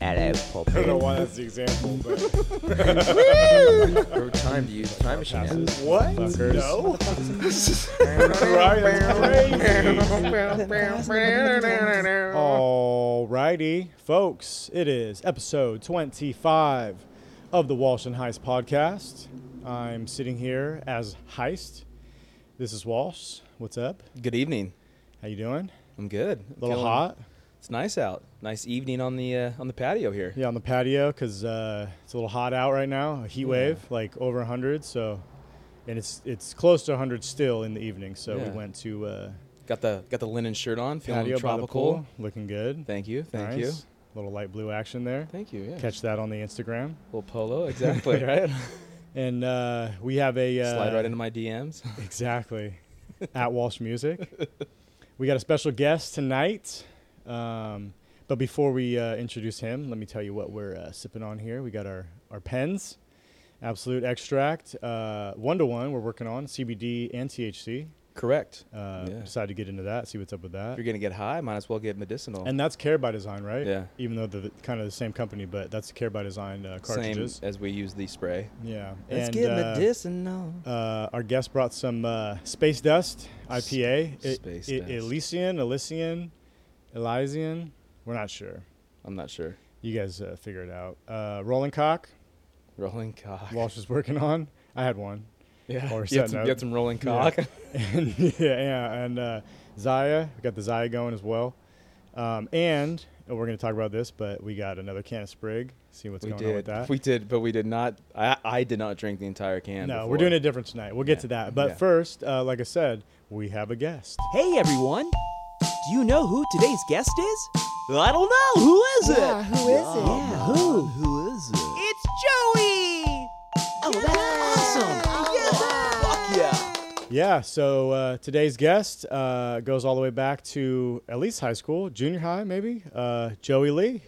Hello, I don't know Poppy. why that's the example, but Every time do you use time machine now? passes. What? Fuckers. No. Right, that's crazy. Woo! Alrighty, folks, it is episode 25 of the Walsh and Heist podcast. I'm sitting here as Heist. This is Walsh. What's up? Good evening. How you doing? I'm good. I'm A little feeling- hot? It's nice out. Nice evening on the uh, on the patio here. Yeah, on the patio because uh, it's a little hot out right now. A heat wave, like over 100. So, and it's it's close to 100 still in the evening. So Yeah. we went to uh, Got the got the linen shirt on, feeling patio by the tropical. pool, looking good. Thank you. Thank you. nice. Little light blue action there. Thank you. Yeah. Catch that on the Instagram. Little polo, exactly, right? And uh, we have a uh, Slide right into my DMs. exactly at Walsh Music. We got a special guest tonight. Um, but before we uh, introduce him, let me tell you what we're uh, sipping on here. We got our our pens, Absolute Extract, uh, one to one. We're working on CBD and THC. Correct. Uh, Yeah. Decided to get into that. See what's up with If that. you're gonna get high, might as well get medicinal. And that's Care by Design, right? Yeah. Even though they're the, kind of the same company, but that's Care by Design uh, Same cartridges. as we use the spray. Yeah. Let's and, get uh, medicinal. Uh, our guest brought some uh, Space Dust IPA. I- Space I- Dust. Elysian, Elysian, Elysian. We're not sure. I'm not sure. You guys uh, figure it out. Uh, Rolling Cock, Rolling cock. Walsh is working on. I had one. yeah. or you, setting had some, you up. had some rolling Yeah. cock. and, yeah, yeah, and uh, Zaya. We got the Zaya going as well. Um, and oh, we're going to talk about this, but we got another can of Sprig. See what's we going did. on with that. We did, but we did not. I, I did not drink the entire can. no, before. we're doing it different tonight. We'll get Yeah, to that. But yeah. first, uh, like I said, we have a guest. Hey everyone! Do you know who today's guest is? I don't know! Who is it? Yeah, who is it? Yeah, who? Who is it? It's Joey! Oh, that's awesome! Yeah! Fuck Yeah, so uh, today's guest uh, goes all the way back to at least high school, junior high, maybe. Uh, Joey Lee,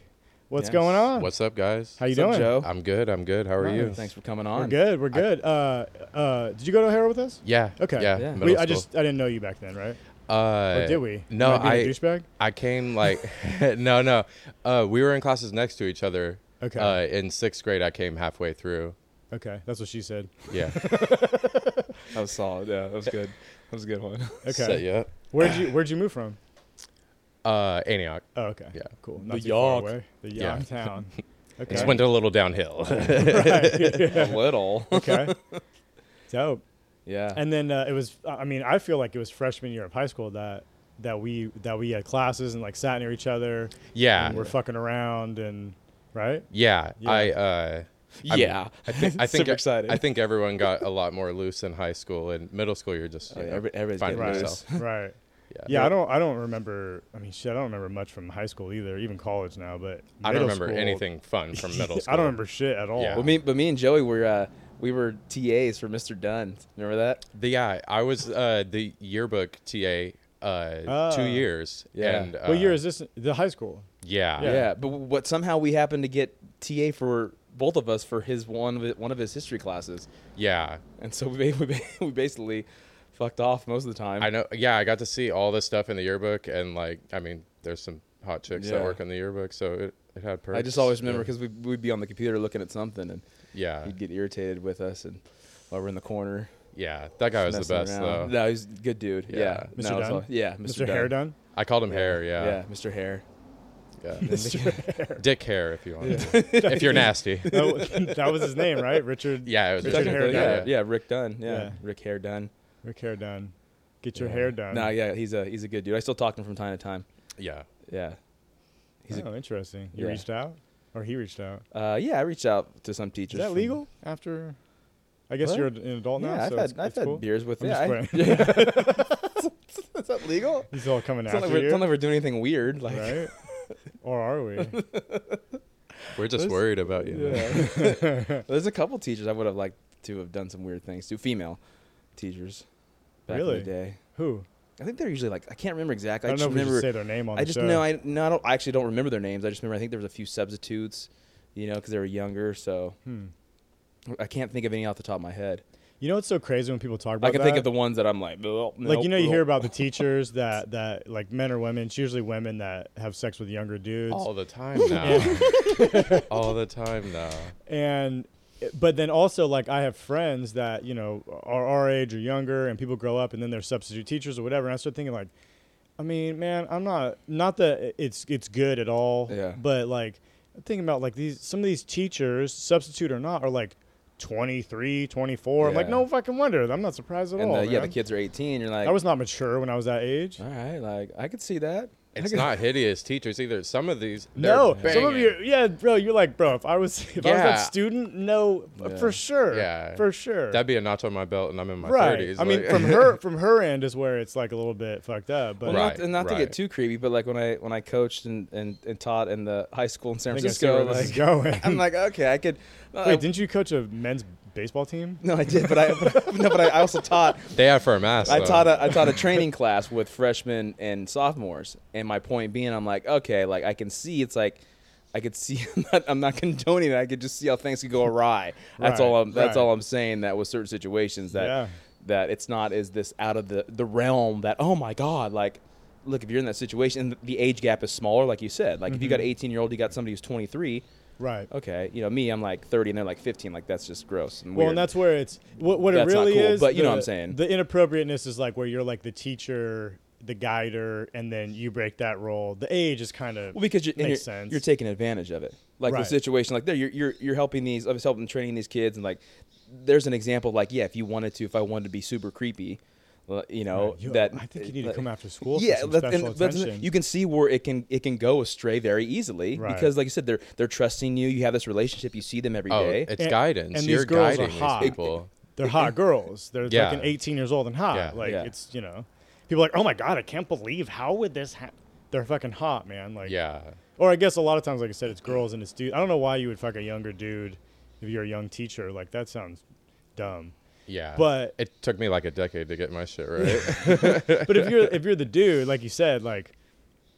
what's Yes. going on? What's up, guys? How you What's doing? up, Joe? I'm good. I'm good. How are you? Nice. Thanks for coming on. We're good. We're good. uh, uh, did you go to Harold with us? Yeah. Okay. Yeah. Yeah. middle We, I school. just I didn't know you back then, right? Uh, Or did we? No, Am I. being a I douchebag. I came like no no. Uh, we were in classes next to each other. Okay. Uh, in sixth grade, I came halfway through. Okay, that's what she said. Yeah. That was solid. Yeah, that was good. That was a good one. Okay. Set you up. Where'd you Where'd you move from? Uh, Antioch. Oh, okay. Yeah. Cool. The Not too far Yawk. away. The Yeah. Yawk town. Okay. Just went a little downhill. a little. okay. Dope. Yeah. And then uh, it was. I mean, I feel like it was freshman year of high school that that we that we had classes and like sat near each other. yeah. And we're fucking around and right. Yeah. Yeah. I. Uh, I mean, yeah. I think I think Super excited. I think everyone got a lot more loose in high school. In middle school, you're just Oh, you yeah, know, every- everybody's finding getting Right. yourself. Right. Yeah. Yeah, I don't. I don't remember. I mean, shit, I don't remember much from high school either, even college now. But I middle don't remember school- anything fun from middle school. I don't remember shit at all. Yeah. Well, me, but me and Joey were uh, we were TAs for Mr. Dunn. Remember that? The, yeah, I was uh, the yearbook TA uh, Ah. two years. Oh. Yeah. And, uh, what year is this? The high school. Yeah. Yeah. But what somehow we happened to get TA for both of us for his one of- one of his history classes, Yeah. and so we ba- we, ba- we basically fucked off most of the time. I know. Yeah, I got to see all this stuff in the yearbook, and like, I mean, there's some hot chicks Yeah. that work in the yearbook, so it, it had perks. I just always remember Yeah. because we we'd be on the computer looking at something, and Yeah. he'd get irritated with us, and while we're in the corner. Yeah, that guy was the messing best around. though. No, he's a good dude. Yeah, Yeah. No, Mr. it was Dunn? all- yeah, Mr. Hair done. I called him Hair. Yeah. Mr. Hair. Yeah. Dick Hair, if you want. if you're nasty. That wa- that was his name, right? Richard. Yeah. It was Richard Dick Hare Technically, Dunn. yeah, Yeah. yeah, Rick Dunn. Yeah, Yeah. Rick Hair Dunn. Rick hair done. Get your hair done. No, yeah, he's a he's a good dude. I still talk to him from time to time. Yeah. Yeah, he's a- oh, interesting. You Yeah. reached out, or he reached out. uh, yeah. I reached out to some teachers. Is that from- legal after? I guess What? you're an adult Yeah, now, I've so had it's, I've it's had cool. beers with I'm yeah, just I- Is that legal? He's all coming It's not, like after we're, it's you, not like we're doing anything weird. Like, right? or are we? We're just worried about you. man. yeah. There's a couple teachers I would have liked to have done some weird things to. Female teachers. Back Really? In the day. Who? I think they're usually like I can't remember exactly. I I, don't know just if we should remember say their name on I the just show. know I no I, don't, I actually don't remember their names. I just remember I think there was a few substitutes, you know, because they were younger. So Hmm. I can't think of any off the top of my head. You know what's so crazy when people talk about I can that? think of the ones that I'm like, "Nope, like you know you nope." hear about the teachers that that like men or women it's usually women that have sex with younger dudes all the time now. all the time now. and but then also like i have friends that you know are our age or younger and people grow up and then they're substitute teachers or whatever and i start thinking like i mean man i'm not not that it's it's good at all Yeah. but like I'm thinking about like these some of these teachers substitute or not are like 23 24 i'm like Yeah. no fucking wonder i'm not surprised at And all the, yeah, the man. kids are 18. You're like, i was not mature when i was that age all right, like I could see that. I It's could- not hideous teachers either. Some of these they're No, some of banging. you, yeah, bro, you're like, bro, if I was, if I was Yeah. that student, no, f- Yeah. for sure, Yeah. for sure, That'd be a notch on my belt, and I'm in my right. 30s. I mean, like- from her, from her end is where it's like a little bit fucked up, but Well, Right. not, and not to right. get too creepy, but like when I when I coached and, and, and taught in the high school in San I think I see where Francisco, this is like going. I'm like, okay, I could. uh, Wait, didn't you coach a men's baseball team? no, I did, but I no, but I, I also taught. they have firm ass. I though. taught a I taught a training class with freshmen and sophomores, and my point being, I'm like, okay, like I can see it's like, I could see I'm not, I'm not condoning it. I could just see how things could go awry. That's Right, all. I'm, That's right. all I'm saying. That with certain situations, that Yeah. that it's not is this out of the the realm that oh my god, like look if you're in that situation and the age gap is smaller, like you said, like if you Mm-hmm. got an 18 year old, you got somebody who's 23. Right. Okay, you know me, I'm like 30 and they're like 15. Like that's just gross and Well, weird. and that's where it's what, what That's it not really cool, is. but you know what I'm the- saying. The inappropriateness is like where you're like the teacher, the guider, and then you break that role. The age is kind of Well, because you're, and makes you're, sense. you're taking advantage of it. Like Right. the situation, like there, you're, you're you're helping these, I was helping training these kids, and like there's an example, of, like yeah, if you wanted to, if I wanted to be super creepy, well, you know Yo, that I think you need to like- come after school. for Yeah, some that- special and that's- attention. you can see where it can it can go astray very easily Right. because, like you said, they're they're trusting you. You have this relationship. You see them every Oh, day. it's And- guidance. and these You're girls are guiding these hot. people. they're hot girls. They're Yeah. like an 18 years old and hot. Yeah. Like Yeah. it's you know, people are like, oh my god, I can't believe how would this happen? They're fucking hot, man. Like Yeah. Or I guess a lot of times, like I said, it's girls and it's dude. I don't know why you would fuck a younger dude if you're a young teacher. Like that sounds dumb. Yeah. But- it took me like a decade to get my shit right. But if you're if you're the dude, like you said, like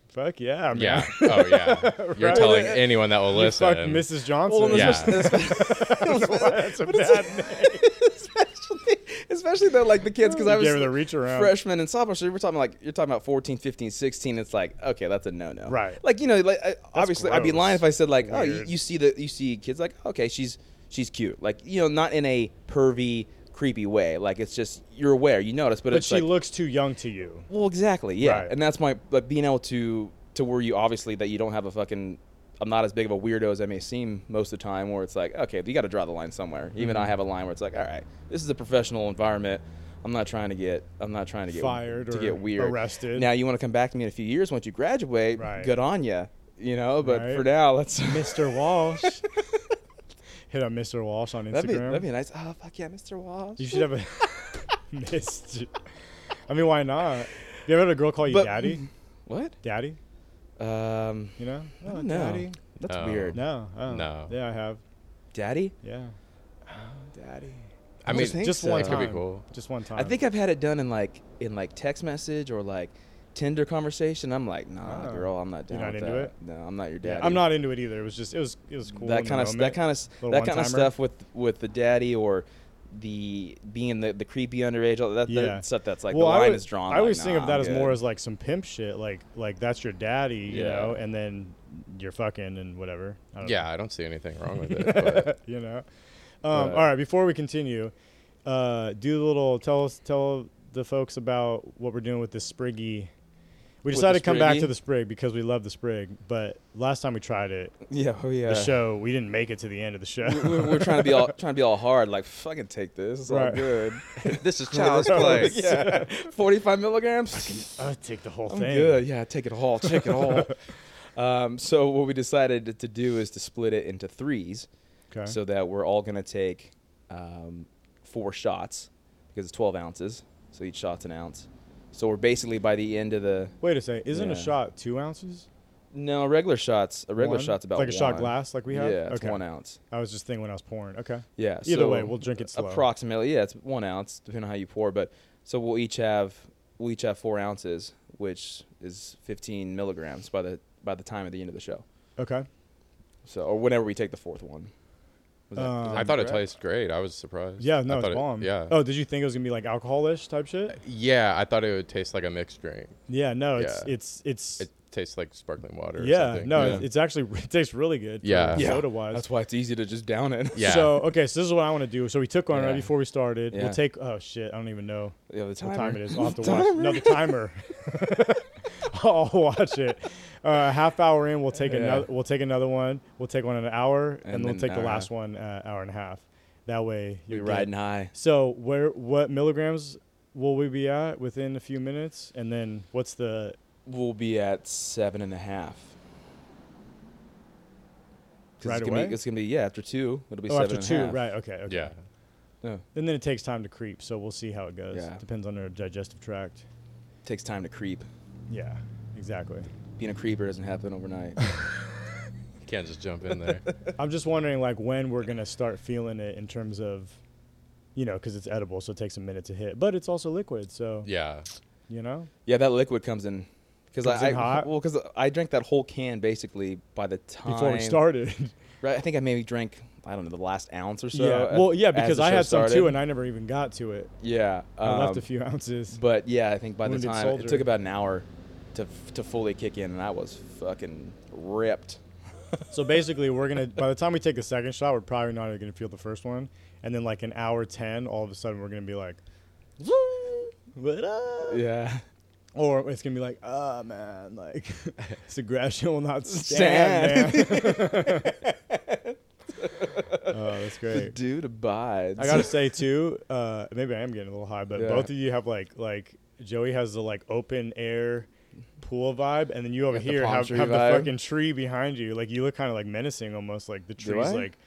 fuck yeah, man. yeah. Oh yeah. You're Right. telling anyone that will You fuck listen. Mrs. Johnson. Well, Yeah. That's a bad name. especially, especially though, like the kids, because I You was gave her the reach around. freshman and sophomore. So we're talking like you're talking about 14, 15, 16. It's like okay, that's a no no. Right. Like you know, like I, obviously I'd be gross. lying if I said like oh you, Weird. you see the you see kids like okay she's she's cute like you know not in a pervy creepy way like it's just you're aware you notice but, But it's she like, looks too young to you. well, exactly, yeah, Right. and that's my but being able to to where you obviously that you don't have a fucking. I'm not as big of a weirdo as I may seem most of the time. Where it's like, okay, you got to draw the line somewhere. Even Mm-hmm. I have a line where it's like, all right, this is a professional environment. I'm not trying to get. I'm not trying to get Fired to or get weird. arrested. Now you want to come back to me in a few years once you graduate. Right. Good on you. You know, but Right. for now, let's. Mr. Walsh. Hit up Mr. Walsh on Instagram. that'd be that'd be nice. Oh fuck yeah, Mr. Walsh. You should have a Mr. I mean, why not? You ever had a girl call you But- daddy? what? Daddy? Um, You know? No, no, daddy. that's No. weird. No. Oh. No. Yeah, I have. Daddy. Yeah. Daddy. I mean, just think Just one so. It time. could be cool. Just one time. I think I've had it done in like in like text message or like Tinder conversation. I'm like, nah, Oh. girl, I'm not You're down not with into that. it? No, I'm not your Yeah, daddy. I'm not into it either. It was just it was it was cool. that in the kind of that moment. kind of Little that kind one-timer. of stuff with with the daddy or the being the the creepy underage. All that, Yeah. that stuff that's like Well, the I line would- is drawn. I like, always think nah, of that I'm as more good. as like some pimp shit, like like that's your daddy, you Yeah. know, and then you're fucking and whatever. I don't know. Yeah, I don't see anything wrong with it. But you know. Um, Right. all right, before we continue, uh, do a little tell us tell the folks about what we're doing with this spriggy. We With the decided to come back to Spriggy? the sprig because we love the sprig, but last time we tried it, yeah, oh yeah. the show we didn't make it to the end of the show. We're, we're trying to be all trying to be all hard. Like fucking take this. It's all Right. good. this is child's play. yeah, forty-five milligrams. I'll take the whole I'm thing. good. Yeah, take it all. Take it all. um, so what we decided to do is to split it into threes, Okay. so that we're all gonna take um, four shots because it's 12 ounces. So each shot's an ounce. So we're basically by the end of the Wait a second. Isn't a Yeah. shot two ounces? no regular shots. A regular One? shot's about like a shot one. glass, like we Yeah, have. it's okay. one ounce. I was just thinking when I was pouring. Okay. Yeah. Either so way, we'll drink it slow. Approximately, yeah, it's one ounce, depending on how you pour. But so we'll each have we'll each have four ounces, which is 15 milligrams by the by the time of the end of the show. Okay. So or whenever we take the fourth one. Was that, was that I thought it correct? tasted great. I was surprised. Um, Yeah, I no, thought it's it- bomb. yeah. Oh, did you think it was gonna be like alcoholish type shit? Yeah, I thought it would taste like a mixed drink. Yeah, no, it's Yeah. it's it's It tastes like sparkling water. or yeah, something. no, Yeah. it's actually it tastes really good. for Yeah. Yeah. soda wise. That's why it's easy to just down it. Yeah. So okay, so this is what I want to do. So we took one right Yeah. before we started. Yeah. We'll take oh shit, I don't even know Yeah, the timer. what time it is. I'll have to watch. No, the timer. I'll watch it. Uh, half hour in, we'll take Yeah. another. We'll take another one. We'll take one in an hour, and, And we'll then take the hour and a last half. one uh, hour and a half. That way We you're riding good. high. So where what milligrams will we be at within a few minutes? And then what's the We'll be at seven and a half. 'Cause Right it's gonna away? Be, it's gonna be yeah after two. It'll be oh seven after and a two half. right okay okay Yeah. No, and then it takes time to creep. So we'll see how it goes. Yeah. Depends on our digestive tract. takes time to creep. Yeah, exactly. Being a creeper doesn't happen overnight. You can't just jump in there. I'm just wondering like when we're gonna start feeling it in terms of, you know, because it's edible, so it takes a minute to hit, but it's also liquid, so yeah. you know. yeah, that liquid comes in. Because Comes I, in I hot? well, because I drank that whole can basically by the time Before we started, Right, I think I maybe drank I don't know the last ounce or so. yeah. at- Well, yeah, as because the I show had some too, started. and I never even got to it. yeah, I left um, a few ounces. But yeah, I think by the Wounded time soldier. it took about an hour to f- to fully kick in, and I was fucking ripped. So basically, we're gonna by the time we take the second shot, we're probably not even gonna feel the first one, and then like an hour ten, all of a sudden we're gonna be like, what up? Yeah. Or it's gonna be like, ah man, like this aggression will not stand. Stand. man." oh, that's great. Dude abides. I gotta say too, uh, maybe I am getting a little high, but Yeah. both of you have like like Joey has the like open air pool vibe, and then you over Got the here palm have, tree have the vibe. fucking tree behind you. Like you look kind of like menacing almost, like the trees I? Oh. like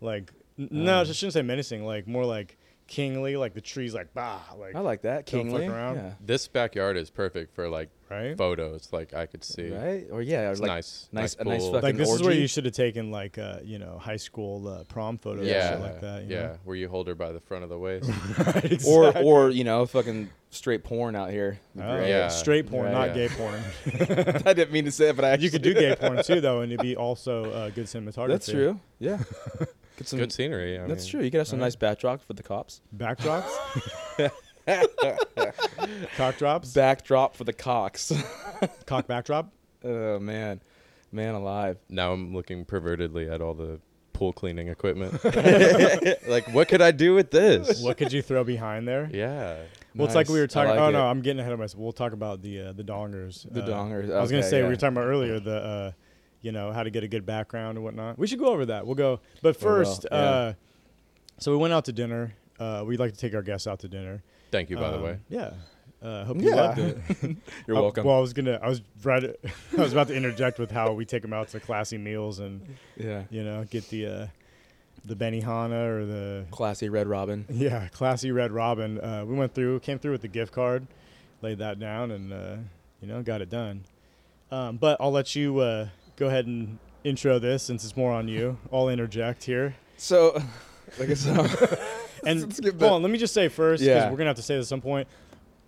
like n- no, I shouldn't say menacing, like more like kingly, like the trees like bah, like I like that. Don't fuck Kingly. around. Yeah. This backyard is perfect for like Right? photos. Like I could see. Right? Or yeah, or like nice- nice, nice a nice pool. fucking like this orgy. is where you should have taken like uh, you know high school uh, prom photos and Yeah. shit like that. you yeah. know? Where you hold her by the front of the waist. Right, or exactly. or you know fucking straight porn out here. Oh, Right. Yeah. straight porn, Right, not gay yeah. porn. I didn't mean to say it, but I actually you could do gay porn too, though, and it'd be also uh, good cinematography. That's true. Yeah. Get some- Good scenery. I That's mean, true. You could have some nice backdrops for the cops. Backdrops, cock drops, Backdrop for the cocks. cock backdrop. oh man, man alive. Now I'm looking pervertedly at all the pool cleaning equipment. like, what could I do with this? What could you throw behind there? Yeah. Well, it's like we Nice. were I talking. like oh it. no, I'm getting ahead of myself. We'll talk about the uh, the dongers. The uh, dongers, I was gonna okay, say we yeah. were talking about earlier the, uh, you know, how to get a good background and whatnot. We should go over that. We'll go. But We will, first, yeah. uh, so we went out to dinner. Uh, we'd like to take our guests out to dinner. Thank you, by the Um, way. Yeah. Uh, hope you loved it. You're I- welcome. well, I was gonna, I was right, I was about to interject with how we take them out to classy meals and yeah. you know get the uh, the Benihana or the Classy Red Robin. yeah classy Red Robin. Uh, we went through, came through with the gift card, laid that down, and uh, you know got it done. Um, but I'll let you uh, go ahead and intro this since it's more on you. I'll interject here. So, like uh, I said, And Let's skip hold that. on, let me just say first, because Yeah. we're gonna have to say this at some point.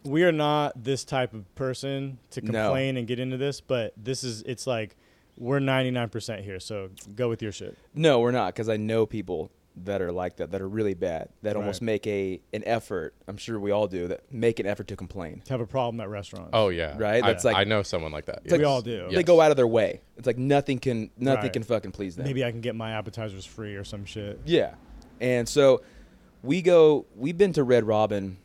We are not this type of person to No. complain and get into this, but this is it's like we're ninety nine percent here, so go with your shit. no, we're not, because I know people that are like that, that are really bad, that almost Right. make a an effort. I'm sure we all do that. Make an effort to complain. To have a problem at restaurants. Oh yeah. Right? I, That's like- I know someone like that. like- We all do. They Yes. go out of their way. It's like nothing can nothing Right. can fucking please them. maybe I can get my appetizers free or some shit. Yeah. And so we go we've been to Red Robin,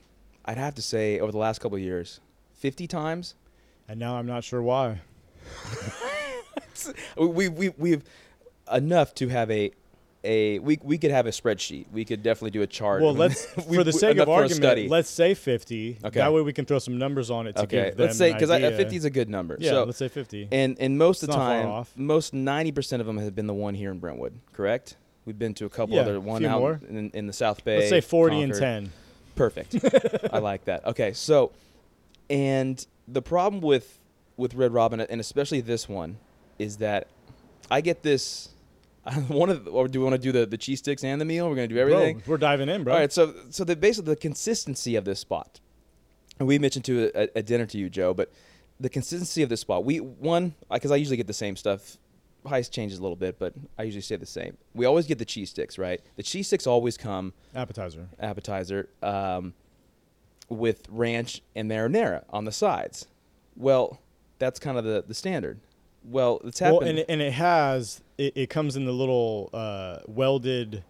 I'd have to say, over the last couple of years, fifty times. And now I'm not sure why. We we we've enough to have a a we we could have a spreadsheet. We could definitely do a chart. Well, let's We- for the sake enough of for a study. argument, let's say fifty. Okay. That way we can throw some numbers on it to okay. give them Let's say an because idea. fifty is a good number. yeah, so, let's say fifty. and and most of It's the not far time, off. most ninety percent of them have been the one here in Brentwood. Correct. We've been to a couple Yeah, other a one few out more. in, in the South Bay. let's say forty and Concord. ten. Perfect. I like that. Okay, so and the problem with with Red Robin and especially this one is that I get this one of the, or do we want to do the the cheese sticks and the meal? We're going to do everything. Bro, we're diving in, bro. All right, so so the basically the consistency of this spot, and we mentioned to a, a dinner to you, Joe, but the consistency of this spot. We one because I usually get the same stuff price changes a little bit, but I usually stay the same. We always get the cheese sticks, right? The cheese sticks always come Appetizer. appetizer um, with ranch and marinara on the sides. Well, that's kind of the, the standard. Well, it's happened. Well, and it, and it has it, it comes in the little uh, welded,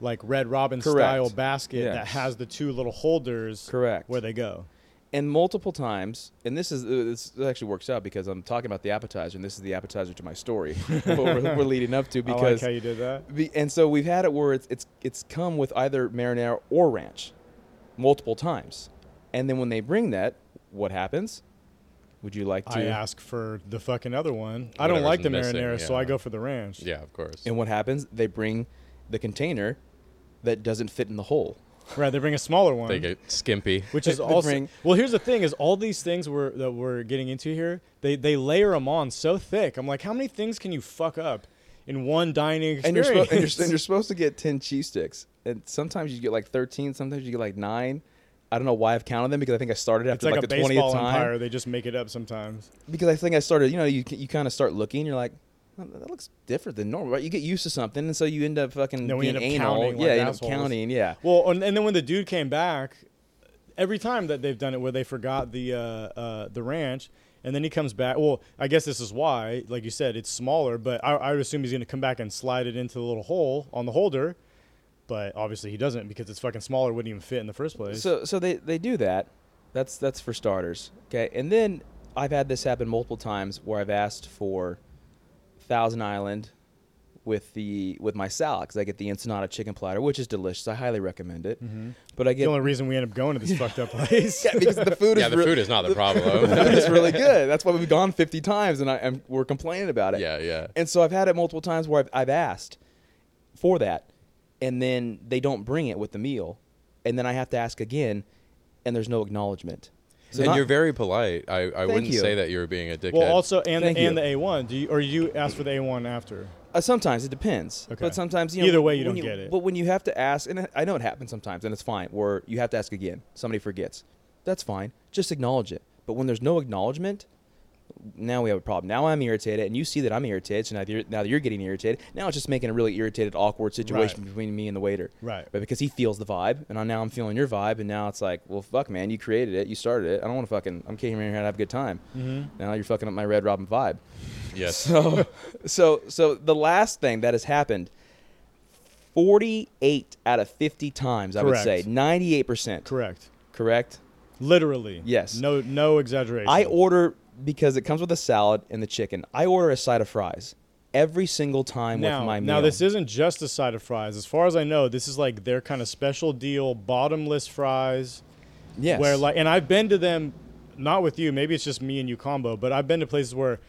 like Red Robin style Correct. basket that Yes. has the two little holders. Correct. Where they go. and multiple times, and this is uh, this actually works out because I'm talking about the appetizer, and this is the appetizer to my story. what we're, we're leading up to I like because, how you did that. be- and so we've had it where it's it's it's come with either marinara or ranch, multiple times, and then when they bring that, what happens? Would you like to? I ask for the fucking other one. I don't Whatever's like the missing, marinara, so I yeah. go for the ranch. Yeah, of course. And what happens? They bring the container that doesn't fit in the hole. Right, they bring a smaller one. They get skimpy. which is They also bring- well. Here's the thing: is all these things we're that we're getting into here, they they layer them on so thick. I'm like, how many things can you fuck up in one dining And you're, experience? spo- and, you're, and you're supposed to get 10 cheese sticks. And sometimes you get like 13, sometimes you get like nine. I don't know why I've counted them because I think I started it's after like, like, a the 20th baseball time. umpire; they just make it up sometimes. Because I think I started, you know, you, you kind of start looking, you're like, "Oh, that looks different than normal, right? You get used to something, and so you end up fucking Then we being end up anal. counting like yeah, you end up assholes. counting, yeah. Well, and, and then when the dude came back, every time that they've done it where they forgot the uh, uh, the ranch, and then he comes back. Well, I guess this is why, like you said, it's smaller. But I, I would assume he's going to come back and slide it into the little hole on the holder. But obviously he doesn't because it's fucking smaller. Wouldn't even fit in the first place. So so they, they do that. That's that's for starters. Okay. And then I've had this happen multiple times where I've asked for Thousand Island with the with my salad cuz I get the Ensenada chicken platter, which is delicious. I highly recommend it. But I the get only reason we end up going to this fucked up place. yeah, because the food yeah, is the re- food is not the problem. food is really good. That's why we've gone 50 times and I am we're complaining about it. Yeah, yeah. And so I've had it multiple times where I've, I've asked for that, and then they don't bring it with the meal, and then I have to ask again, and there's no acknowledgement. So and not- you're very polite. I, I wouldn't you. say that you were being a dickhead. Well, also and Thank the, and you. the A one. Do you or you ask for the A one after? uh, sometimes it depends, Okay. but sometimes you know, Either way, you when don't get it. But when you have to ask, and I know it happens sometimes, and it's fine. Where you have to ask again, somebody forgets. That's fine. Just acknowledge it. But when there's no acknowledgement, now we have a problem. Now I'm irritated, and you see that I'm irritated. So now that you're, now that you're getting irritated, now it's just making a really irritated, awkward situation Right. between me and the waiter. Right. But because he feels the vibe, and I, now I'm feeling your vibe, and now it's like, well, fuck, man, you created it, you started it. I don't want to fucking. I'm kicking around here to have a good time. Mm-hmm. Now you're fucking up my Red Robin vibe. yes. So, so, so the last thing that has happened. 48 out of 50 times, I would Correct. say. 98%. Correct. Correct? Literally. Yes. No. No exaggeration. I order because it comes with a salad and the chicken. I order a side of fries every single time now, with my meal. now this isn't just a side of fries. As far as I know, this is like their kind of special deal, bottomless fries. yes. Where like, and I've been to them, not with you. Maybe it's just me and you combo. But I've been to places where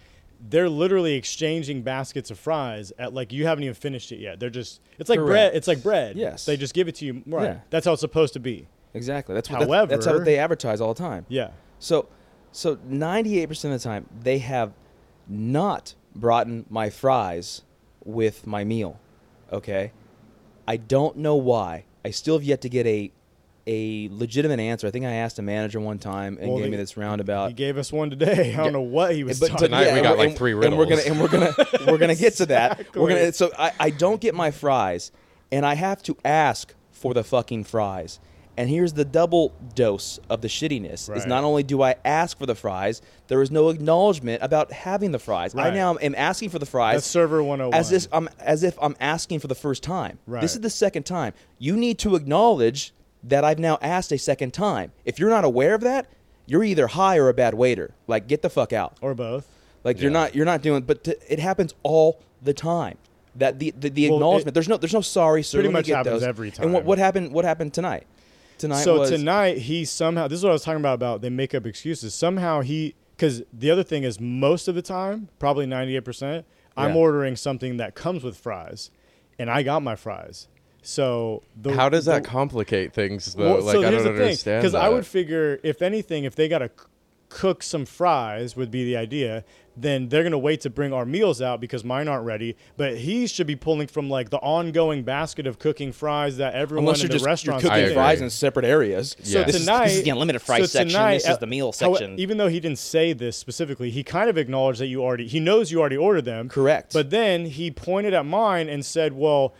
they're literally exchanging baskets of fries at like you haven't even finished it yet. They're just it's like bread. Correct. It's like bread. Yes. They just give it to you. Right. Yeah. That's how it's supposed to be. exactly. That's what that's- that's, However- how they advertise all the time. Yeah. So, so 98% of the time they have not brought in my fries with my meal. Okay? I don't know why. I still have yet to get a a legitimate answer. I think I asked a manager one time and Well, gave they- me this roundabout. He gave us one today. I don't know what he was. But talking Uh, tonight yeah, we and got we're- like and- three And we're gonna riddles. and we're gonna we're gonna get to that. We're Exactly. gonna so I, I don't get my fries and I have to ask for the fucking fries. And here's the double dose of the shittiness is Right. not only do I ask for the fries, there is no acknowledgement about having the fries. Right. I now am asking for the fries. That's server 101. As this I'm as if I'm asking for the first time. Right. This is the second time. You need to acknowledge that I've now asked a second time. If you're not aware of that, you're either high or a bad waiter. Like get the fuck out. or both. Like you're Yeah. not you're not doing, but t- it happens all the time. That the the, the Well, acknowledgement. it- there's no there's no sorry sir. Pretty let me much get happens those. every And what, time. what happened? What happened tonight? Tonight so was tonight he somehow this is what I was talking about about they make up excuses. Somehow he because the other thing is most of the time, probably ninety eight percent, I'm Yeah. ordering something that comes with fries, and I got my fries. So the, How does that the- complicate things though? well, like so I here's don't the thing, understand. I would that. figure if anything, if they got a c- cook some fries would be the idea. Then they're gonna wait to bring our meals out because mine aren't ready. But he should be pulling from like the ongoing basket of cooking fries that everyone Unless in you're the just you're restaurants I cooking agree. get. fries in separate areas. So Yeah. This is- tonight, this is the unlimited fries section, this is the meal how- section. even though he didn't say this specifically, he kind of acknowledged that you already. He knows you already ordered them. Correct. But then he pointed at mine and said, "Well,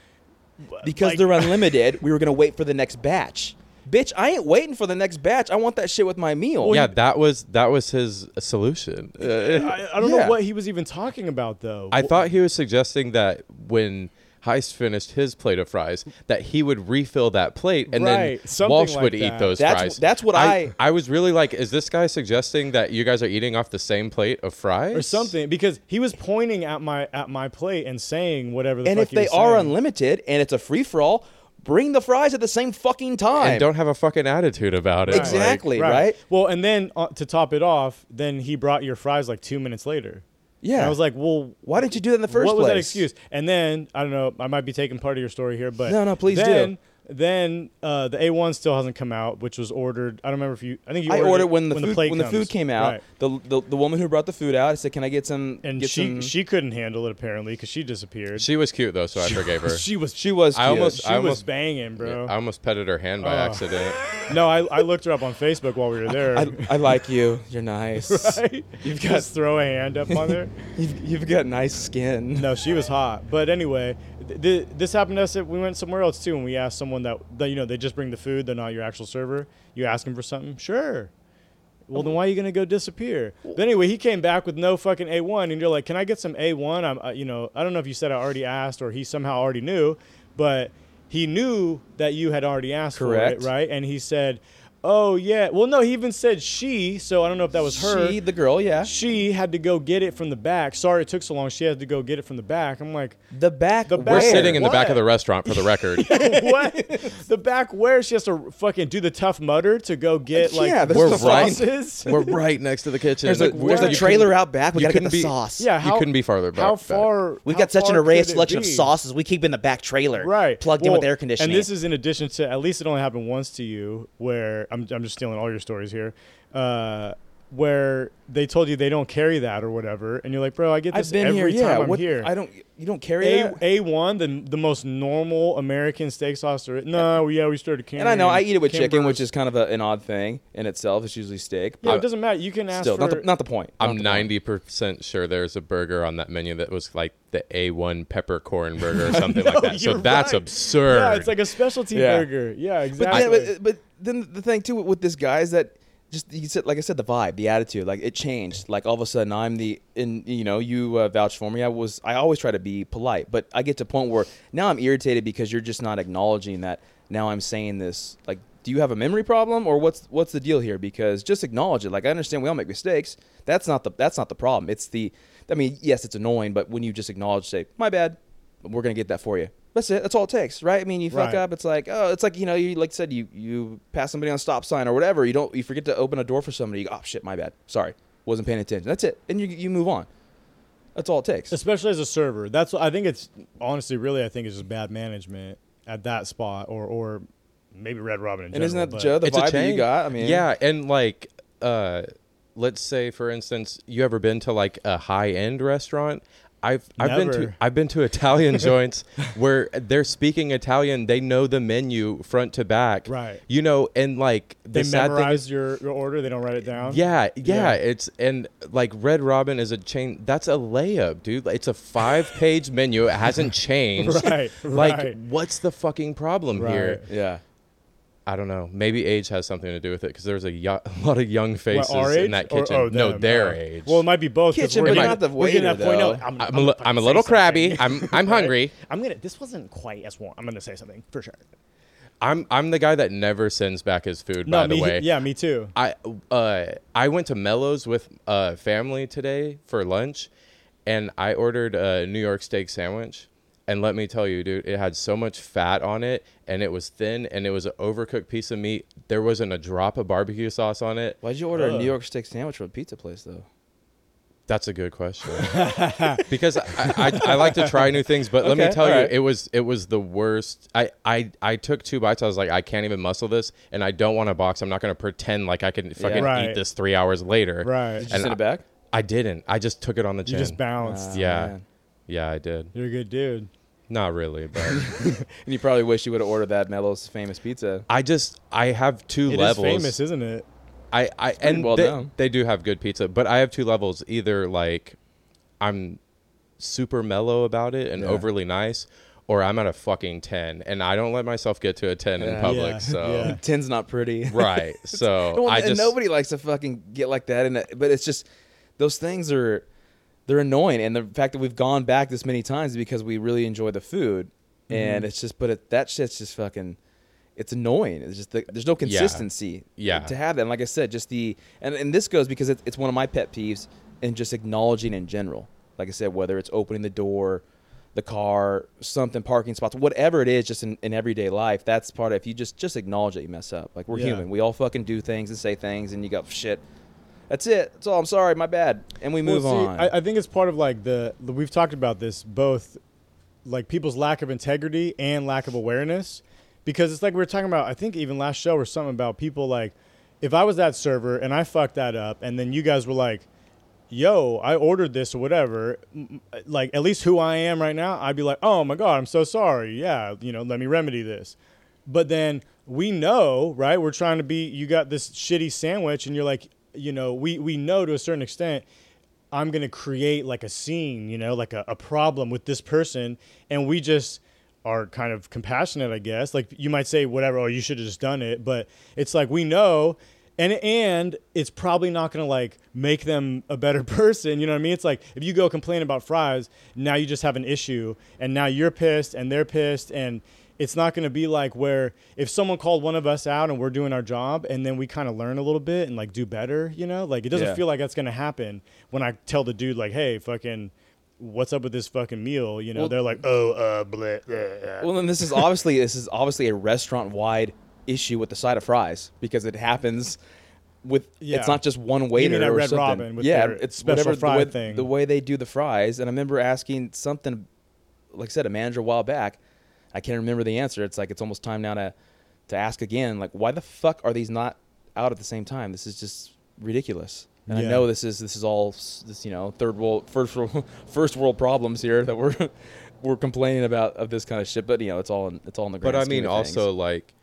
because like- they're unlimited, we were gonna wait for the next batch. Bitch, I ain't waiting for the next batch. I want that shit with my meal. yeah, that was that was his solution. I, I don't Yeah. know what he was even talking about though." I thought he was suggesting that when Heist finished his plate of fries, that he would refill that plate and Right, then something Walsh like would that. eat those That's- fries. that's what I- I was really like, is this guy suggesting that you guys are eating off the same plate of fries or something because he was pointing at my at my plate and saying whatever. The and fuck if he was they are saying. unlimited and it's a free for all, bring the fries at the same fucking time. And don't have a fucking attitude about it. Exactly. right? Well, and then uh, to top it off, then he brought your fries like two minutes later. Yeah. and I was like, well, Why didn't you do that in the first what was that place? excuse? And then I don't know. I might be taking part of your story here, but No, no, please do. then, Then uh, the A1 still hasn't come out, which was ordered. I don't remember if you. I think you I ordered, ordered it when the food plate when the comes. food came out. Right. The, the the woman who brought the food out, I said, "Can I get some?" and get she some-" she couldn't handle it apparently because she disappeared. She was cute though, so I forgave her. she was she, she was. I cute. almost- was banging, I bro. almost petted her hand by Oh. accident. no, I, I looked her up on Facebook while we were there. I, I like you. You're nice. You've got just throw a hand up on there. You've, you've got nice skin. No, she was hot. But anyway, th- th- this happened to us. At, we went somewhere else too, and we asked someone that, that you know they just bring the food. They're not your actual server. You ask them for something. Sure. Well, then why are you gonna go disappear? But anyway, he came back with no fucking A one, and you're like, "Can I get some A one?" I'm, uh, you know, I don't know if you said I already asked or he somehow already knew, but he knew that you had already asked Correct. for it, right? And he said, "Oh yeah." Well, no, he even said she. So I don't know if that was her. She, the girl, yeah. She had to go get it from the back. Sorry it took so long. She had to go get it from the back. I'm like, The back. The We're Where? sitting in the back What? of the restaurant for the record. what? the back where she has to fucking do the tough mutter to go get like Yeah, that's the We're the right- sauces? We're right next to the kitchen. There's a, Like, there's what? a You trailer couldn't- out back. We you gotta get couldn't the be- sauce. yeah, You how, couldn't be farther back- How back. far? We've how got such an far array of could it selection of be? sauces. We keep in the back trailer, Right. Plugged in Well, with air conditioning. And this is in addition to at least it only happened once to you, where I'm I'm just stealing all your stories here. Uh, where they told you they don't carry that or whatever, and you're like, bro, I get this I've been every here. time yeah, I'm what- here. I don't. You don't carry A that? A one the the most normal American steak sauce. Or, no, yeah, we started and I know I carrying eat it with chicken, Camber's. which is kind of a, an odd thing in itself. It's usually steak. yeah, but it doesn't matter. You can ask still, for not the not the point. I'm Not the ninety percent sure there's a burger on that menu that was like the A one peppercorn burger or something like that. So you're that's right. absurd. yeah, it's like a specialty Yeah. burger. Yeah, But, exactly. yeah, but, but then the thing too with this guy is that just you said, like I said, the vibe, the attitude, like it changed. Like all of a sudden, I'm the and you know you uh, vouch for me. I was I always try to be polite, but I get to a point where now I'm irritated because you're just not acknowledging that. Now I'm saying this like. Do you have a memory problem, or what's what's the deal here? Because just acknowledge it. Like I understand we all make mistakes. That's not the that's not the problem. It's the, I mean, yes, it's annoying, but when you just acknowledge, say, my bad, we're gonna get that for you. That's it. That's all it takes, right? I mean, you fuck Right. up, it's like oh it's like you know you like I said you you pass somebody on a stop sign or whatever you don't you forget to open a door for somebody you go, oh shit my bad sorry wasn't paying attention that's it and you you move on that's all it takes especially as a server. That's what I think it's honestly really I think it's just bad management at that spot or or maybe Red Robin in and general. isn't that but- Joe the It's a vibe that you chain. got I mean yeah, and like, uh, let's say for instance, you ever been to like a high end restaurant? I've I've been to Never. I've been to Italian joints where they're speaking Italian. They know the menu front to back. Right. You know, and like the they sad thing memorize is your, your order, they don't write it down. Yeah, Yeah. yeah, It's and like Red Robin is a chain. That's a layup, dude. Like, It's a five-page menu. It hasn't changed. Right, Like, right. what's the fucking problem here? Right. yeah I don't know. Maybe age has something to do with it because there's a, yo- a lot of young faces What, our age in that or- kitchen. oh, no, them, their oh. age. Well, it might be both. 'cause Kitchen, we're but getting- not the we're getting waiter, that point though. out. I'm, I'm a, li- I'm a little crabby. I'm I'm hungry. I'm gonna. This wasn't quite as warm. I'm gonna say something for sure. I'm I'm the guy that never sends back his food. No, by me, the way, yeah, me too. I uh I went to Mello's with uh family today for lunch, and I ordered a New York steak sandwich. And let me tell you, dude, it had so much fat on it, and it was thin, and it was an overcooked piece of meat. There wasn't a drop of barbecue sauce on it. why'd you order a New York steak sandwich from a pizza place though That's a good question. because I, I, I like to try new things, but let me Okay, tell all you, right. it was it was the worst. I, I I took two bites. I was like, I can't even muscle this, and I don't want to box. I'm not going to pretend like I can fucking Right. eat this three hours later. Right. Did Did you send I, it back? I didn't. I just took it on the You chin. just bounced. Ah. yeah, man. yeah, I did. You're a good dude. Not really, but And you probably wish you would have ordered that Mello's famous pizza. I just I have two It is levels. famous, isn't it? I, I pretty and well they, known. they do have good pizza, but I have two levels. Either like I'm super mellow about it and Yeah. overly nice, or I'm at a fucking ten, and I don't let myself get to a ten in Yeah. public. Yeah, So yeah. Tin's not pretty. right, so No, I and just nobody likes to fucking get like that. And uh, but it's just those things are they're annoying. And the fact that we've gone back this many times is because we really enjoy the food. Mm-hmm. And it's just, but it, that shit's just fucking. It's annoying. It's just the, there's no consistency. Yeah. To have that, and like I said, just the and, and this goes because it, it's one of my pet peeves and just acknowledging in general. Like I said, whether it's opening the door, the car, something, parking spots, whatever it is, just in, in everyday life, that's part of. If you just just acknowledge that you mess up, like we're Yeah. human, we all fucking do things and say things, and you go shit. That's it. That's all. I'm sorry. My bad. And we move Well, see, on. I, I think it's part of like the the- we've talked about this both, like people's lack of integrity and lack of awareness, because it's like we were talking about. I think even last show or something about people like, if I was that server and I fucked that up, and then you guys were like, "Yo, I ordered this or whatever," m- m- like at least who I am right now, I'd be like, "Oh my god, I'm so sorry. Yeah, you know, let me remedy this." But then we know, right? We're trying to be. You got this shitty sandwich, and you're like, you know, we we know to a certain extent. I'm gonna create like a scene, you know, like a, a problem with this person, and we just are kind of compassionate, I guess. Like you might say whatever, or you should have just done it, but it's like we know, and and it's probably not gonna like make them a better person. You know what I mean? It's like if you go complain about fries, now you just have an issue, and now you're pissed, and they're pissed, and it's not going to be like where if someone called one of us out and we're doing our job and then we kind of learn a little bit and like do better, you know? Like it doesn't Yeah. feel like that's going to happen when I tell the dude like, "Hey, fucking what's up with this fucking meal?" You know, Well- they're like, "Oh, uh bleh, bleh, bleh." Well, then this is obviously this is obviously a restaurant wide issue with the side of fries because it happens with Yeah. it's not just one waiter mean at or Red something. Robin with yeah, their it's special whatever fry the way, thing. the way they do the fries. And I remember asking something, like I said, a manager a while back. I can't remember the answer. It's like it's almost time now to to ask again. Like, why the fuck are these not out at the same time? This is just ridiculous. And Yeah. I know this is this is all s- this you know third world first world, first world problems here that we're we're complaining about of this kind of shit. But you know it's all in, it's all in the grand But I scheme mean, of things. also like,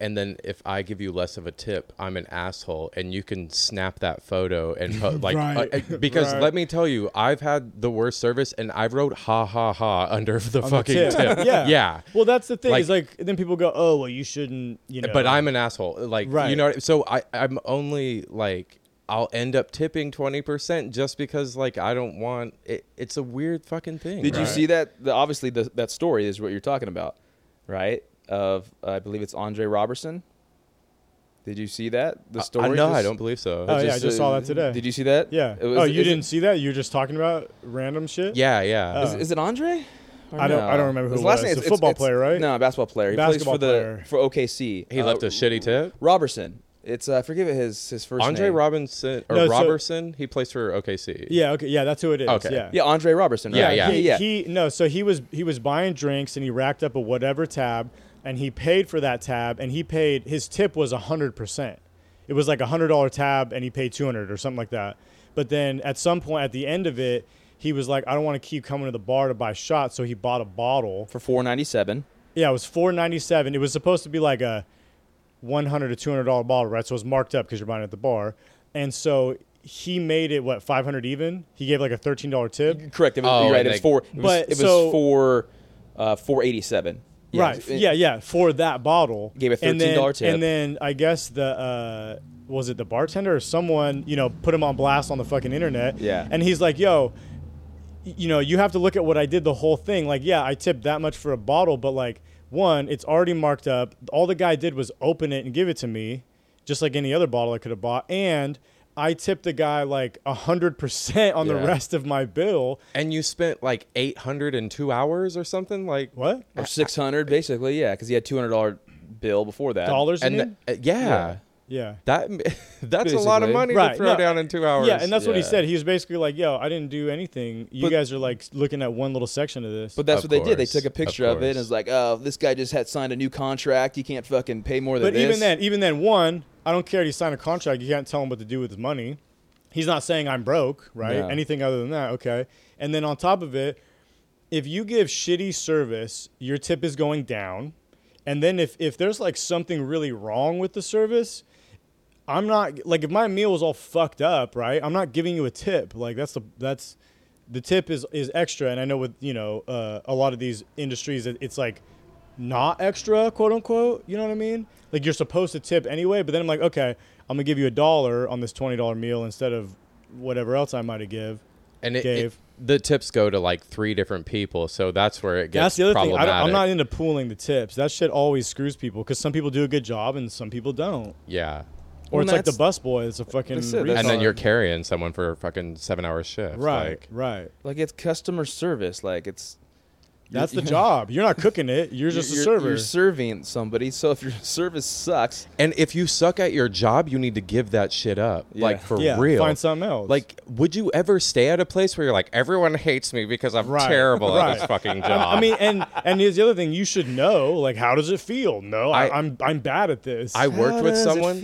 and then if I give you less of a tip, I'm an asshole, and you can snap that photo and put like Right. uh, uh, because Right. let me tell you, I've had the worst service, and I wrote ha ha ha under the On the fucking tip. tip. yeah. yeah. Well, that's the thing. Like- is like then people go, "Oh, well, you shouldn't, you know." But I'm an asshole. Like you Right. know. what- So I I'm only like. I'll end up tipping twenty percent just because, like, I don't want it. It's a weird fucking thing. Did you right? see that? The, obviously, the, that story is what you're talking about, right? Of I believe it's Andre Robertson. Did you see that? The I- story? I, Uh, no, I just- don't believe so. Oh, yeah, I just saw that today. Did you see that? Yeah. It was- oh, you is it- didn't see that? You were just talking about random shit? yeah, yeah. Oh. Is, is it Andre? Or I don't- I don't remember who His it last was. name It's a is- football player, right? No, basketball player. He Basketball player. plays for the for OKC. he Uh, left a shitty tip. Robertson. It's uh, I forget what his his first Andre name. Robinson or No, so- Robertson, he plays for OKC. Yeah, okay. Yeah, that's who it is. Okay. Yeah. Yeah, Andre Robertson. Right? Yeah, Uh, he, yeah. He no, so he was he was buying drinks and he racked up a whatever tab and he paid for that tab and he paid his tip was hundred percent. It was like a hundred dollar tab and he paid two hundred or something like that. But then at some point at the end of it, he was like, I don't want to keep coming to the bar to buy shots, so he bought a bottle. for four ninety seven. Yeah, it was four ninety seven. It was supposed to be like a one hundred to two hundred dollar bottle, right? So it was marked up because you're buying it at the bar, and so he made it what five hundred even. He gave like a thirteen dollar tip. Correct. It was, Oh, you're right. and It was they- four. It was, But it was so- four, uh, four eighty seven. right. yeah, yeah. For that bottle, Gave a And then- $13 tip. And then I guess the uh, was it the bartender or someone you know put him on blast on the fucking internet. Yeah. And he's like, "Yo, y- you know, you have to look at what I did the whole thing. Like, yeah, I tipped that much for a bottle, but like, one, it's already marked up. All the guy did was open it and give it to me, just like any other bottle I could have bought, and." I tipped the guy like hundred percent on Yeah. the rest of my bill. And you spent like 802 hours or something like What Or six hundred, basically. Yeah, because he had two hundred dollar bill before that. dollars? you And mean? th- uh, yeah. yeah. Yeah. That that's a lot of Basically. money Right, to throw no. down in two hours. Yeah, and that's what he yeah. said. He was basically like, "Yo, I didn't do anything. You But- guys are like looking at one little section of this." But that's Of what they did. They course, took a of picture of, it and course. it's like, oh, this guy just had signed a new contract. He can't fucking pay more than But this. even then, even then, one, I don't care. if He signed a contract. You can't tell him what to do with his money. He's not saying I'm broke, right? No. Anything other than that, okay. And then on top of it, if you give shitty service, your tip is going down. And then if if there's like something really wrong with the service, I'm not like if my meal was all fucked up, right? I'm not giving you a tip. Like that's the that's the tip is is extra. And I know with you know uh, a lot of these industries, it, it's like not extra, quote unquote. You know what I mean? Like you're supposed to tip anyway. But then I'm like, okay, I'm gonna give you a dollar on this twenty dollar meal instead of whatever else I might have give. and it, gave. it- the tips go to like three different people, so that's where it gets That's the other thing. I problematic. don't, I'm not into pooling the tips. That shit always screws people because some people do a good job and some people don't. yeah, Or Well, it's like the that's- bus boy. It's a fucking. That's it, that's- and then Um, you're carrying someone for a fucking seven hour shift. right, like- right. like it's customer service. Like it's That's the you're- job. You're not cooking it. You're just a you're, server. You're serving somebody. So if your service sucks, and if you suck at your job, you need to give that shit up. Yeah. Like for yeah, real. find something else. like, would you ever stay at a place where you're like, everyone hates me because I'm Right, terrible right. at this fucking And- job? I mean, and and here's the other thing. You should know. Like, how does it feel? No, I, I- I'm I'm bad at this. I worked with someone.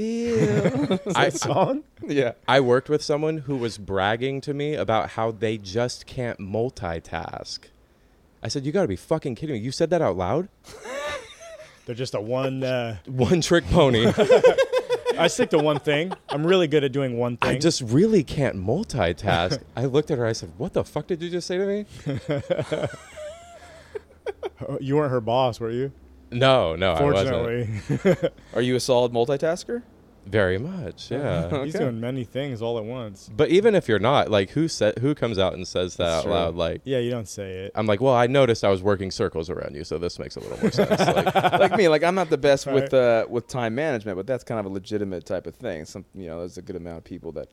I, song. yeah. I worked with someone who was bragging to me about how they just can't multitask. I said, "You got to be fucking kidding me! You said that out loud? They're just a one. Uh, One trick pony. I stick to one thing. I'm really good at doing one thing. I just really can't multitask." I looked at her. I said, "What the fuck did you just say to me?" you weren't her boss, were you? No, no, I wasn't. Fortunately, Are you a solid multitasker? Very much, yeah. he's Okay. doing many things all at once. but even if you're not, like, who said who comes out and says that out true. loud? Like, Yeah, you don't say it. I'm like, well, I noticed I was working circles around you, so this makes a little more sense. Like, like me, like I'm not the best Right. with uh, with time management, but that's kind of a legitimate type of thing. Some you know, there's a good amount of people that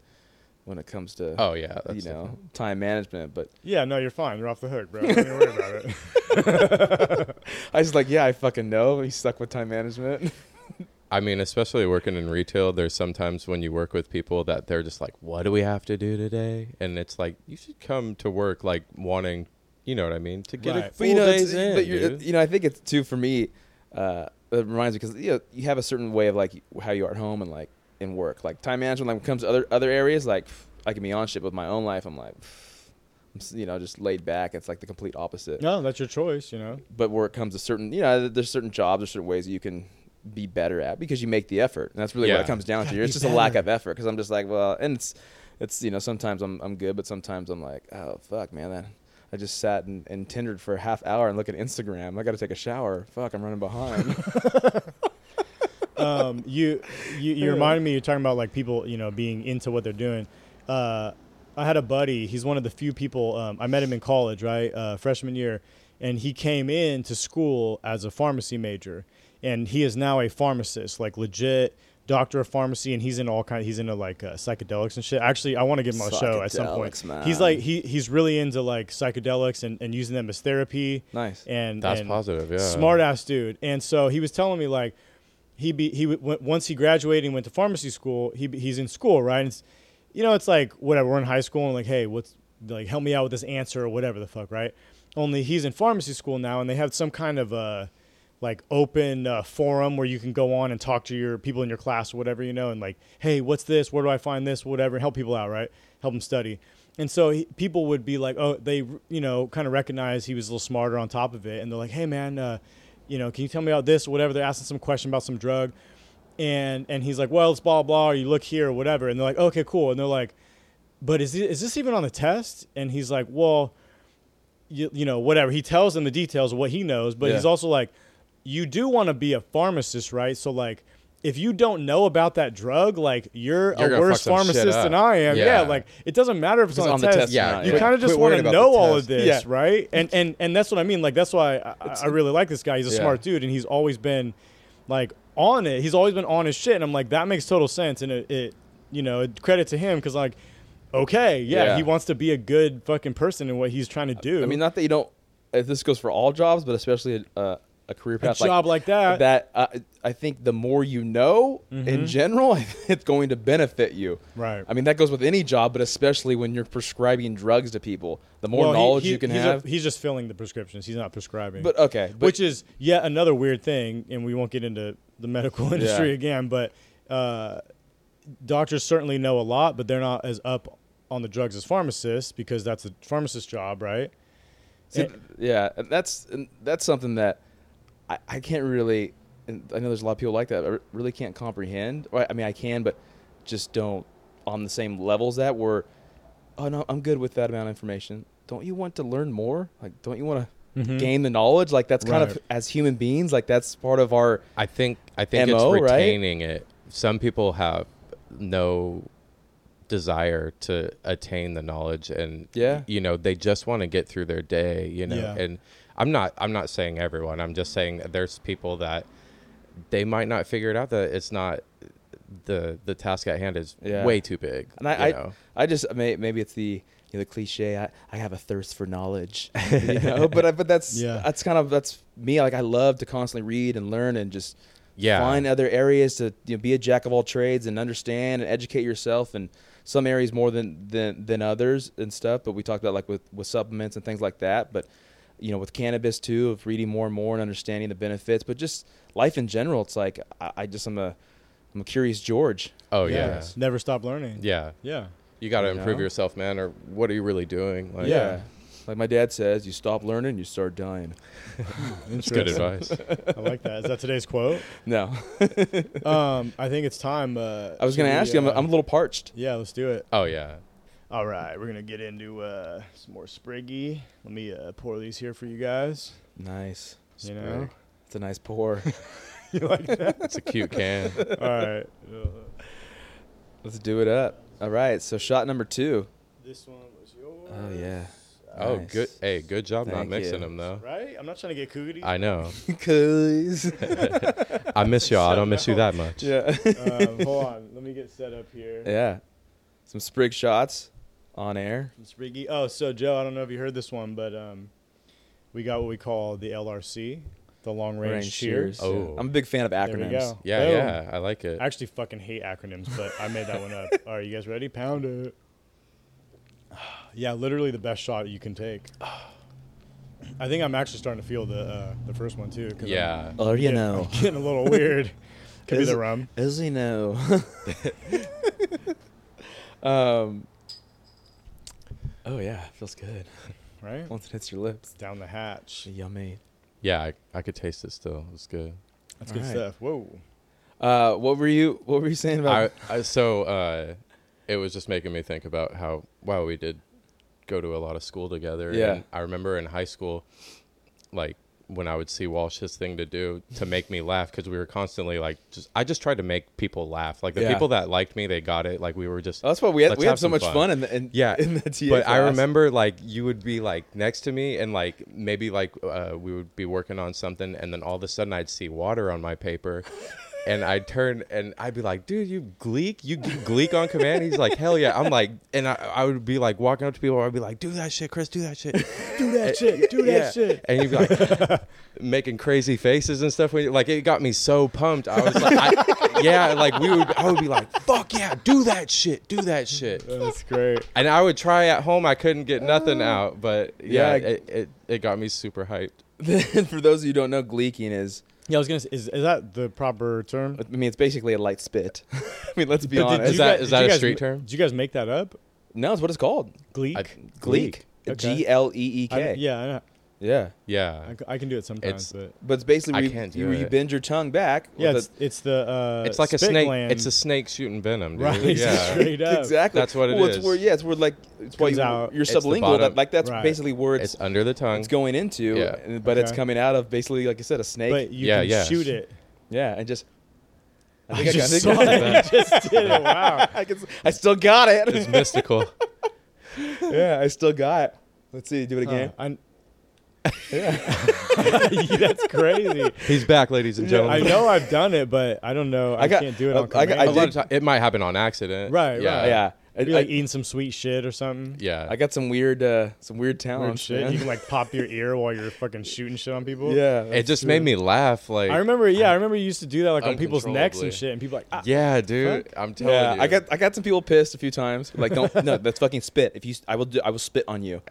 when it comes to oh yeah, you know, that's different. time management, but Yeah, no, you're fine. You're off the hook, bro. Don't even worry about it. I was like, yeah, I fucking know. He's stuck with time management. I mean, especially working in retail, there's sometimes when you work with people that they're just like, what do we have to do today? And it's like, you should come to work like wanting, you know what I mean, to get a Right. full but you know, it's- days in. but you're, dude. you know, I think it's too for me. Uh, it reminds me because you know you have a certain way of like how you are at home and like in work, like time management. Like when it comes to other other areas, like pff, I can be on shit with my own life. I'm like, pff, I'm s- you know, just laid back. It's like the complete opposite. No, that's your choice. You know. But where it comes to certain, you know, there's certain jobs or certain ways that you can be better at because you make the effort, and that's really what Yeah. it comes down to. It's just a lack of effort because I'm just like, well, and it's it's you know sometimes I'm I'm good, but sometimes I'm like, oh fuck, man, that. I just sat and, and tindered for a half hour and look at Instagram. I got to take a shower. Fuck, I'm running behind. um, you, you you reminded me you're talking about like people you know being into what they're doing. Uh, I had a buddy. He's one of the few people um, I met him in college, right, uh, freshman year, and he came in to school as a pharmacy major, and he is now a pharmacist, like legit doctor of pharmacy, and he's in all kind. He's into like uh, psychedelics and shit. Actually, I want to get him on the show at some point. Psychedelics, man. He's like he he's really into like psychedelics and, and using them as therapy. Nice. And That's and positive, yeah. Smart ass dude. And so he was telling me like he be he w- w- once he graduated and went to pharmacy school, he be- he's in school, right? And it's, you know, it's like whatever, we're in high school and like, hey, what's like help me out with this answer or whatever the fuck, right? Only he's in pharmacy school now and they have some kind of uh like open uh, forum where you can go on and talk to your people in your class or whatever you know and like hey what's this where do i find this whatever help people out right help them study and so he, people would be like oh they you know kind of recognize he was a little smarter on top of it and they're like hey man uh, you know can you tell me about this or whatever they're asking some question about some drug and and he's like well it's blah blah or you look here or whatever and they're like okay cool and they're like but is this, is this even on the test and he's like well you, you know, whatever. He tells them the details of what he knows, but he's Yeah. also like, you do want to be a pharmacist, right? So like, if you don't know about that drug, like you're, You're a gonna worse fuck some shit pharmacist than up. I am. Yeah. Yeah. like it doesn't matter if it's, on, the test. or Yeah, not, you yeah. kind of just Quit want worrying to about know the all of test. this, Yeah. right? And and and that's what I mean. Like that's why I, I, I really like this guy. He's a Yeah. smart dude, and he's always been like on it. He's always been on his shit, and I'm like, that makes total sense. And it, it you know, credit to him because like. Okay, yeah, Yeah. he wants to be a good fucking person in what he's trying to do. I mean, not that you don't. If this goes for all jobs, but especially uh, a career path job like that. Mm-hmm. That uh, I think the more you know in general, it's going to benefit you. Right. I mean, that goes with any job, but especially when you're prescribing drugs to people. The more he- knowledge he- you can he's a- have. he's just filling the prescriptions. He's not prescribing. But, okay, but- which is yet another weird thing, and we won't get into the medical industry Yeah. again. But uh, doctors certainly know a lot, but they're not as up on the drugs as pharmacists because that's a pharmacist's job, right? See, yeah, and that's and that's something that I, I can't really. And I know there's a lot of people like that. I re- really can't comprehend. Or, I mean, I can, but just don't on the same levels that were. Oh no, I'm good with that amount of information. Don't you want to learn more? Like, don't you want to gain the knowledge? Like, that's kind of Right. as human beings, like that's part of our. I think I think MO, right? it's retaining it. Some people have no desire to attain the knowledge and Yeah. you know they just want to get through their day you know Yeah. and i'm not i'm not saying everyone i'm just saying that there's people that they might not figure it out that it's not the the task at hand is Yeah. way too big And I, you I, know? I just may, maybe it's the you know, the cliche. I, I have a thirst for knowledge, you know. But I, but that's Yeah. that's kind of that's me. Like I love to constantly read and learn and just Yeah. find other areas to you know, be a jack of all trades and understand and educate yourself and some areas more than than than others and stuff. But we talked about like with with supplements and things like that. But you know, with cannabis too, of reading more and more and understanding the benefits. But just life in general, it's like I, I just I'm a I'm a curious George. oh yeah never stop learning. yeah yeah, you got to You improve know? yourself man or what are you really doing like Yeah. Yeah. Like my dad says, you stop learning, you start dying. it's good advice I like that. Is that today's quote? No. Um, I think it's time. Uh, I was going to should ask we, you, I'm, uh, I'm a little parched. yeah, let's do it. oh yeah All right, we're gonna get into uh, some more spriggy. Let me uh, pour these here for you guys. Nice. You know, It's a nice pour. you like that? it's a cute can All right. Let's do it up. All right. So shot number two. This one was yours. Uh, Oh, yeah. oh Nice. good hey good job not Thank mixing you. them though Right? I'm not trying to get cootie. I know. Cause. I miss y'all. I don't miss you that much. yeah. um, hold on. Let me get set up here. Yeah. Some sprig shots on air. It's Spriggy. Oh, so Joe, I don't know if you heard this one, but um, we got what we call the LRC, the long range, Range shears. shears. Oh. Yeah. I'm a big fan of There acronyms. we go. Yeah, Boom. yeah. I like it. I actually fucking hate acronyms, but I made that one up. All right, you guys ready? Pound it. Yeah, literally the best shot you can take. I think I'm actually starting to feel the uh, the first one too. 'cause I'm Yeah. Oh, you getting- know. getting a little weird. Could be Is- the rum. As you know. um, oh, yeah. Feels good. right? Once it hits your lips. Down the hatch. Yummy. Yeah, I, I could taste it still. It's good. That's good All right. stuff. Whoa. Uh, what were you? What were you saying I, about? I, so uh, it was just making me think about how, wow, we did go to a lot of school together. Yeah. And I remember in high school, like when I would see Walsh's thing to do to make me laugh because we were constantly like, just I just tried to make people laugh. Like the Yeah. people that liked me, they got it. Like we were just. Oh, that's why we had, let's we had have so some much fun in the in, yeah in the TA but i class. remember like you would be like next to me and like maybe like uh, we would be working on something and then all of a sudden i'd see water on my paper and i'd turn and i'd be like dude you gleek you g- gleek on command he's like hell yeah i'm like and i, I would be like walking up to people i'd be like do that shit chris do that shit Do that shit. Do that Eh, yeah. shit. and you'd be like making crazy faces and stuff. when you- Like it got me so pumped. I was like, I, yeah, like we would. I would be like, fuck yeah, do that shit, do that shit. That's great. And I would try at home. I couldn't get nothing Uh, out, but yeah, Yeah. it, it, it got me super hyped. Then, for those of you who don't know, gleeking is. Yeah, I was gonna. Say, is is that the proper term? I mean, it's basically a light spit. I mean, let's be But did honest. guys- you that- is did that you a guys street ma- term? Did you guys make that up? no, it's what it's called. Gleek. I- Gleek. Okay. G L E E I- K. yeah, I know. Yeah. I, Yeah, c- I can do it sometimes, It's- but But it's basically I where you- can't do you, you it. bend your tongue back. yeah, with it's, it's the uh, it's like a spit snake. Gland. It's a snake shooting venom, dude. right, Yeah, straight up. exactly. That's what it well, It's is. where yeah, it's where like it's why Comes you, out. your It's the sublingual. bottom. That, like that's Right. basically where it's it's under the tongue. it's going into. Yeah. and- But it's Okay. coming out of basically like I said, a snake. But you Yeah, can yeah. shoot it. yeah, and just. I, think I just got saw it. it. You just did it. Wow. I can, I still got it. it's mystical. Yeah, I still got. it. Let's see, do it again. Uh, I- yeah. That's crazy. He's back, ladies and I gentlemen. know I've done it, but I don't know. I, I got- can't do it I- on I got- command. I A lot did- of time, it might happen on accident. Right, Yeah. right. yeah, I, You're like I- eating some sweet shit or something. Yeah. I got some weird, uh, some weird Weird talent. shit. You can like pop your ear while you're fucking shooting shit on people. yeah, it just made me laugh. Like, I remember. Yeah, I remember you used to do that like on people's necks Uncontrollably. and shit, and people like, ah. yeah, dude. I'm telling Yeah, you. I got I got some people pissed a few times. Like, don't no, that's fucking spit. If you, s- I will do, I will spit on you.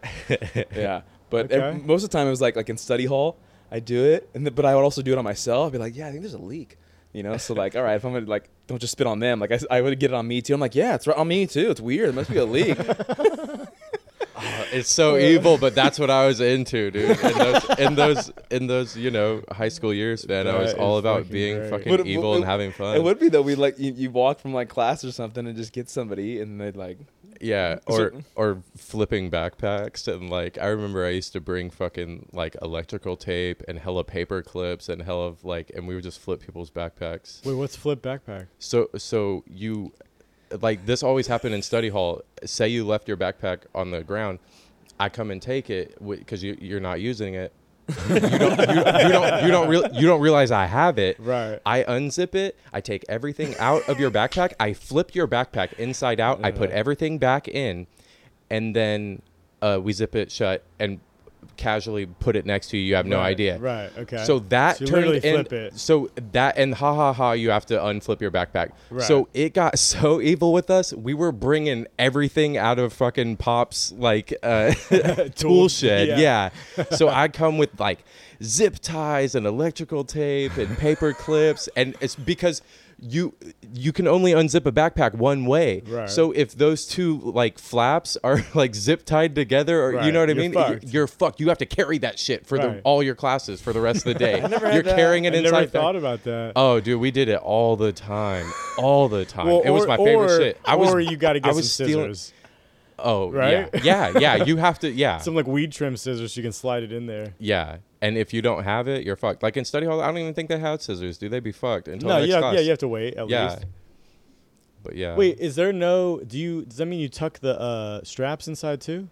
yeah, but ev- Okay. most of the time it was like like in study hall, I do it, and th- but I would also do it on myself. I'd be like, yeah, I think there's a leak, you know. So like, all right, if I'm gonna like, don't just spit on them. Like I, s- I would get it on me too. I'm like, yeah, it's right on me too. It's weird. It must be a leak. Uh, It's so evil, but that's what I was into, dude. In those, in those, in those you know, high school years, man, I was That all is about fucking being great. fucking But it- evil it- and having fun. It would be though. We like you, you walk from like class or something and just get somebody, and they'd like, Yeah, or or flipping backpacks and like I remember I used to bring fucking like electrical tape and hella paper clips and hella of, like and we would just flip people's backpacks. wait, what's flip backpack? So so you like this always happened in study hall. Say you left your backpack on the ground, I come and take it because you you're not using it. you don't you, you don't you don't real, you don't realize I have it. Right. I unzip it. I take everything out of your backpack. I flip your backpack inside out. I put everything back in, and then uh, we zip it shut and casually put it next to you. You have no Right, idea. right, okay. So that So you turned literally in. flip it. So that and ha ha ha. You have to unflip your backpack. So Right. it got so evil with us. We were bringing everything out of fucking pops like uh, tool Tool- shed. yeah. yeah. Yeah. So I come with like zip ties and electrical tape and paper clips, and it's because you you can only unzip a backpack one way. Right. So if those two like flaps are like zip tied together, or you know what I Right. You're mean, fucked. You're, you're fucked. You have to carry that shit for Right. the, all your classes for the rest of the day. you're had that. carrying it I inside. never the- thought about that. Oh, dude, we did it all the time, all the time. it was or- my favorite or- shit. I was, or you got to I get some was stealing- scissors, Oh, right? yeah, yeah, yeah. You have to, yeah. some like weed trim scissors. You can slide it in there. Yeah. And if you don't have it, you're fucked. Like in study hall, I don't even think they had scissors. Do they be fucked until No, next yeah, class? yeah, you have to wait at Yeah. least. But yeah. Wait, is there no? Do you? Does that mean you tuck the uh, straps inside too?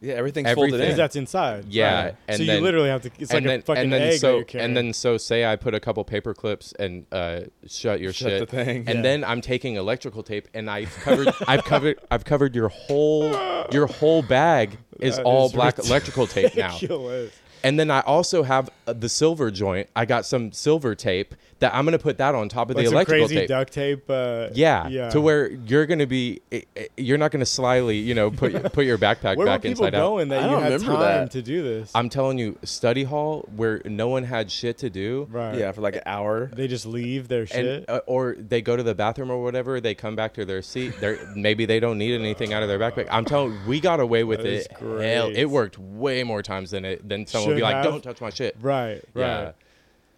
yeah, everything's Everything. folded in. Because that's inside. Yeah, right. and so you then- literally have to. It's like and then a fucking and then egg that so you're carrying. and then so say I put a couple paper clips and uh, shut your Shut shit. the thing. And Yeah. then I'm taking electrical tape and I've covered I've covered I've covered your whole your whole bag is That all is black electrical tape now. Kill it. And then I also have uh, the silver joint. I got some silver tape that I'm gonna put that on top of Like the some electrical crazy tape. duct tape. Uh, Yeah, yeah. to where you're gonna be, i- i- you're not gonna slyly, you know, put put your backpack Where back were people inside out. going I that you don't had remember time that. to do this? I'm telling you, study hall where no one had shit to do, right. yeah, for like an hour. They just leave their shit. and uh, or they go to the bathroom or whatever. They come back to their seat. They maybe they don't need anything out of their backpack. I'm telling, we got away with That is it. Hell, great. it worked way more times than it than someone would be Should like, have. "Don't touch my shit." right. Right. Yeah.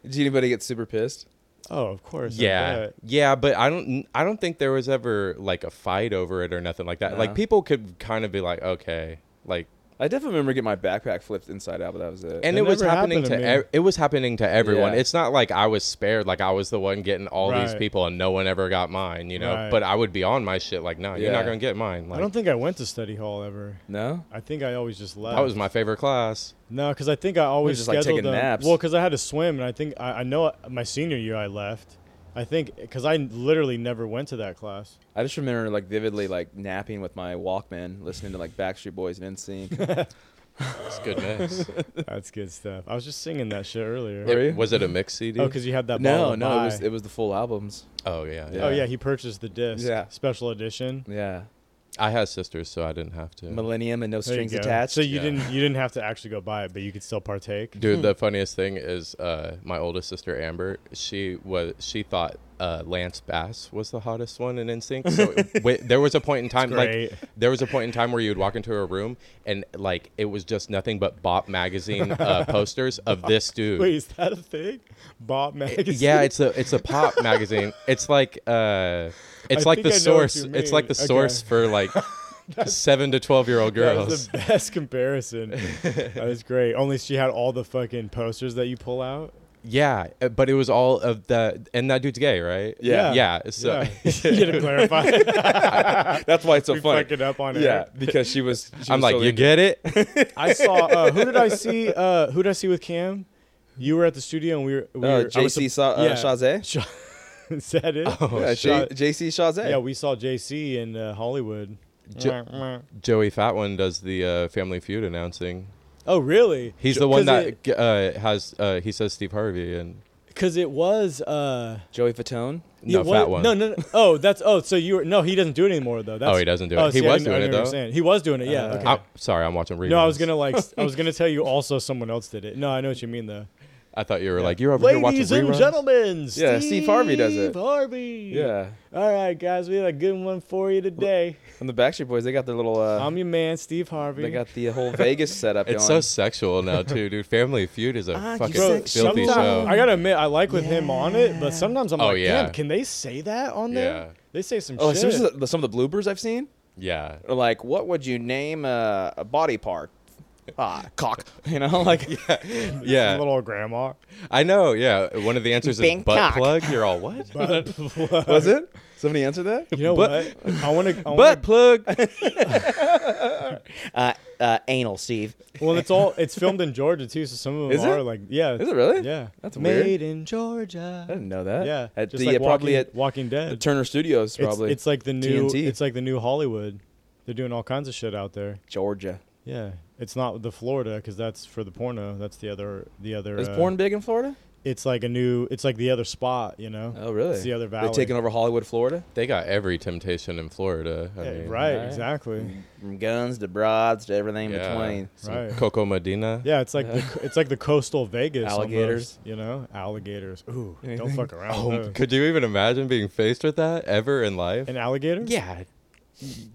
Did anybody get super pissed? Oh, of course. I Yeah, bet. yeah, but I don't, I don't think there was ever like a fight over it or nothing like that. Like No. people could kind of be like, "Okay," like I definitely remember getting my backpack flipped inside out, but that was it. and That it was never happening happened to, to me. ev- it was happening to everyone. Yeah. It's not like I was spared, like I was the one getting all these Right. people and no one ever got mine, you know. Right. But I would be on my shit, like, no, you're not Yeah. gonna get mine. Like, I don't think I went to study hall ever. no, I think I always just left. that was my favorite class. No, because I think I always just, like, scheduled taking them. naps. Well, because I had to swim, and I think I, I know my senior year I left. I think because I literally never went to that class. I just remember like vividly like napping with my Walkman, listening to like Backstreet Boys and Oh NSYNC. It's good mix. That's good stuff. I was just singing that shit earlier. Were you? was it a mix CD? Oh, because you had that. bottle no, of no, it was Mai. it was the full albums. Oh, yeah, yeah. Oh yeah, he purchased the disc. Yeah. Special edition. Yeah, I had sisters, so I didn't have to. Millennium and no There you strings go. attached. So you Yeah. didn't you didn't have to actually go buy it, but you could still partake. Dude, the funniest thing is uh, my oldest sister Amber. She was she thought uh, Lance Bass was the hottest one in NSYNC. So wi- there was a point in time like great. there was a point in time where you would walk into her room and like it was just nothing but Bop magazine uh, posters of this dude. Wait, is that a thing? Eh, Bob magazine. Yeah, it's a it's a pop magazine. It's like uh, it's I like think I know the what source. you It's like the mean. Okay. source for like seven to twelve year old That girls. was the best comparison. that was great. Only she had all the fucking posters that you pull out. Yeah, uh, but it was all of the and that dude's gay, right? Yeah. yeah. So Yeah. you had to clarify. That's why it's so we funny. fucking up on yeah, air. because she was. She was I'm like, so you into- get it? I saw uh, who did I see? Uh, who did I see with Cam? You were at the studio and we were. We Uh, were I was JC sup- Sa- uh, yeah. Shazay? Sha- Is that it? Yeah, J- Sha- JC Shazay. yeah, we saw JC in uh, Hollywood. Jo- Joey Fat One does the uh, Family Feud announcing. Oh, really? He's the one 'Cause that it- g- uh, has uh, he says Steve Harvey and Cause it was uh Joey Fatone. no it was, fat one. No, no, no. Oh, that's oh, so you were no, he doesn't do it anymore though. That's, he doesn't do it. Oh, He see, I was didn't- I doing it, didn't though. understand. He was doing it, yeah. okay. I'm, sorry, I'm watching reruns. no, I was gonna like I was gonna tell you also someone else did it. No, I know what you mean though. I thought you were like you're over here watching Ladies and reruns. gentlemen, Steve Yeah, Steve Harvey does it. Harvey. Yeah. All right, guys, we had a good one for you today. And the Backstreet Boys, they got their little. Uh, I'm your man, Steve Harvey. they got the uh, whole Vegas setup It's so going. sexual now too, dude. Family Feud is a fucking Bro, filthy Ah, sometimes- show. I gotta admit, I like with him on it, but sometimes I'm Oh, like, yeah. damn, can they say that on there? Yeah. They say some oh, like, shit. some, of the- some of the bloopers I've seen yeah, are like, what would you name uh, a body part? Ah, cock. You know, like yeah. little old grandma. I know. Yeah, one of the answers is butt Bangkok. plug. You're all what? was it? Somebody answered that. You know But- what? I want to. butt plug. Uh, uh, anal, Steve. Well, it's all it's filmed in Georgia too, so some of them Is it? are like, yeah, Is it really? yeah, That's made weird. in Georgia. I didn't know that. Yeah, At just the like uh, probably Walking- at Walking Dead. the Turner Studios, It's- probably. It's, like the new. TNT. It's like the new Hollywood. They're doing all kinds of shit out there. Georgia. Yeah, it's not the Florida because that's for the porno. That's the other. The other. Is uh, porn big in Florida? It's like a new. It's like the other spot. You know. Oh, really? It's the other They're valley. taking over Hollywood, Florida. They got every temptation in Florida. I Yeah, mean, right. Right. Exactly. From guns to broads to everything in Yeah. between. Some Right. Coco Medina. Yeah, it's like the, it's like the coastal Vegas. Alligators. almost, you know, alligators. Ooh, don't fuck around. Oh, with those. could you even imagine being faced with that ever in life? An alligator? yeah.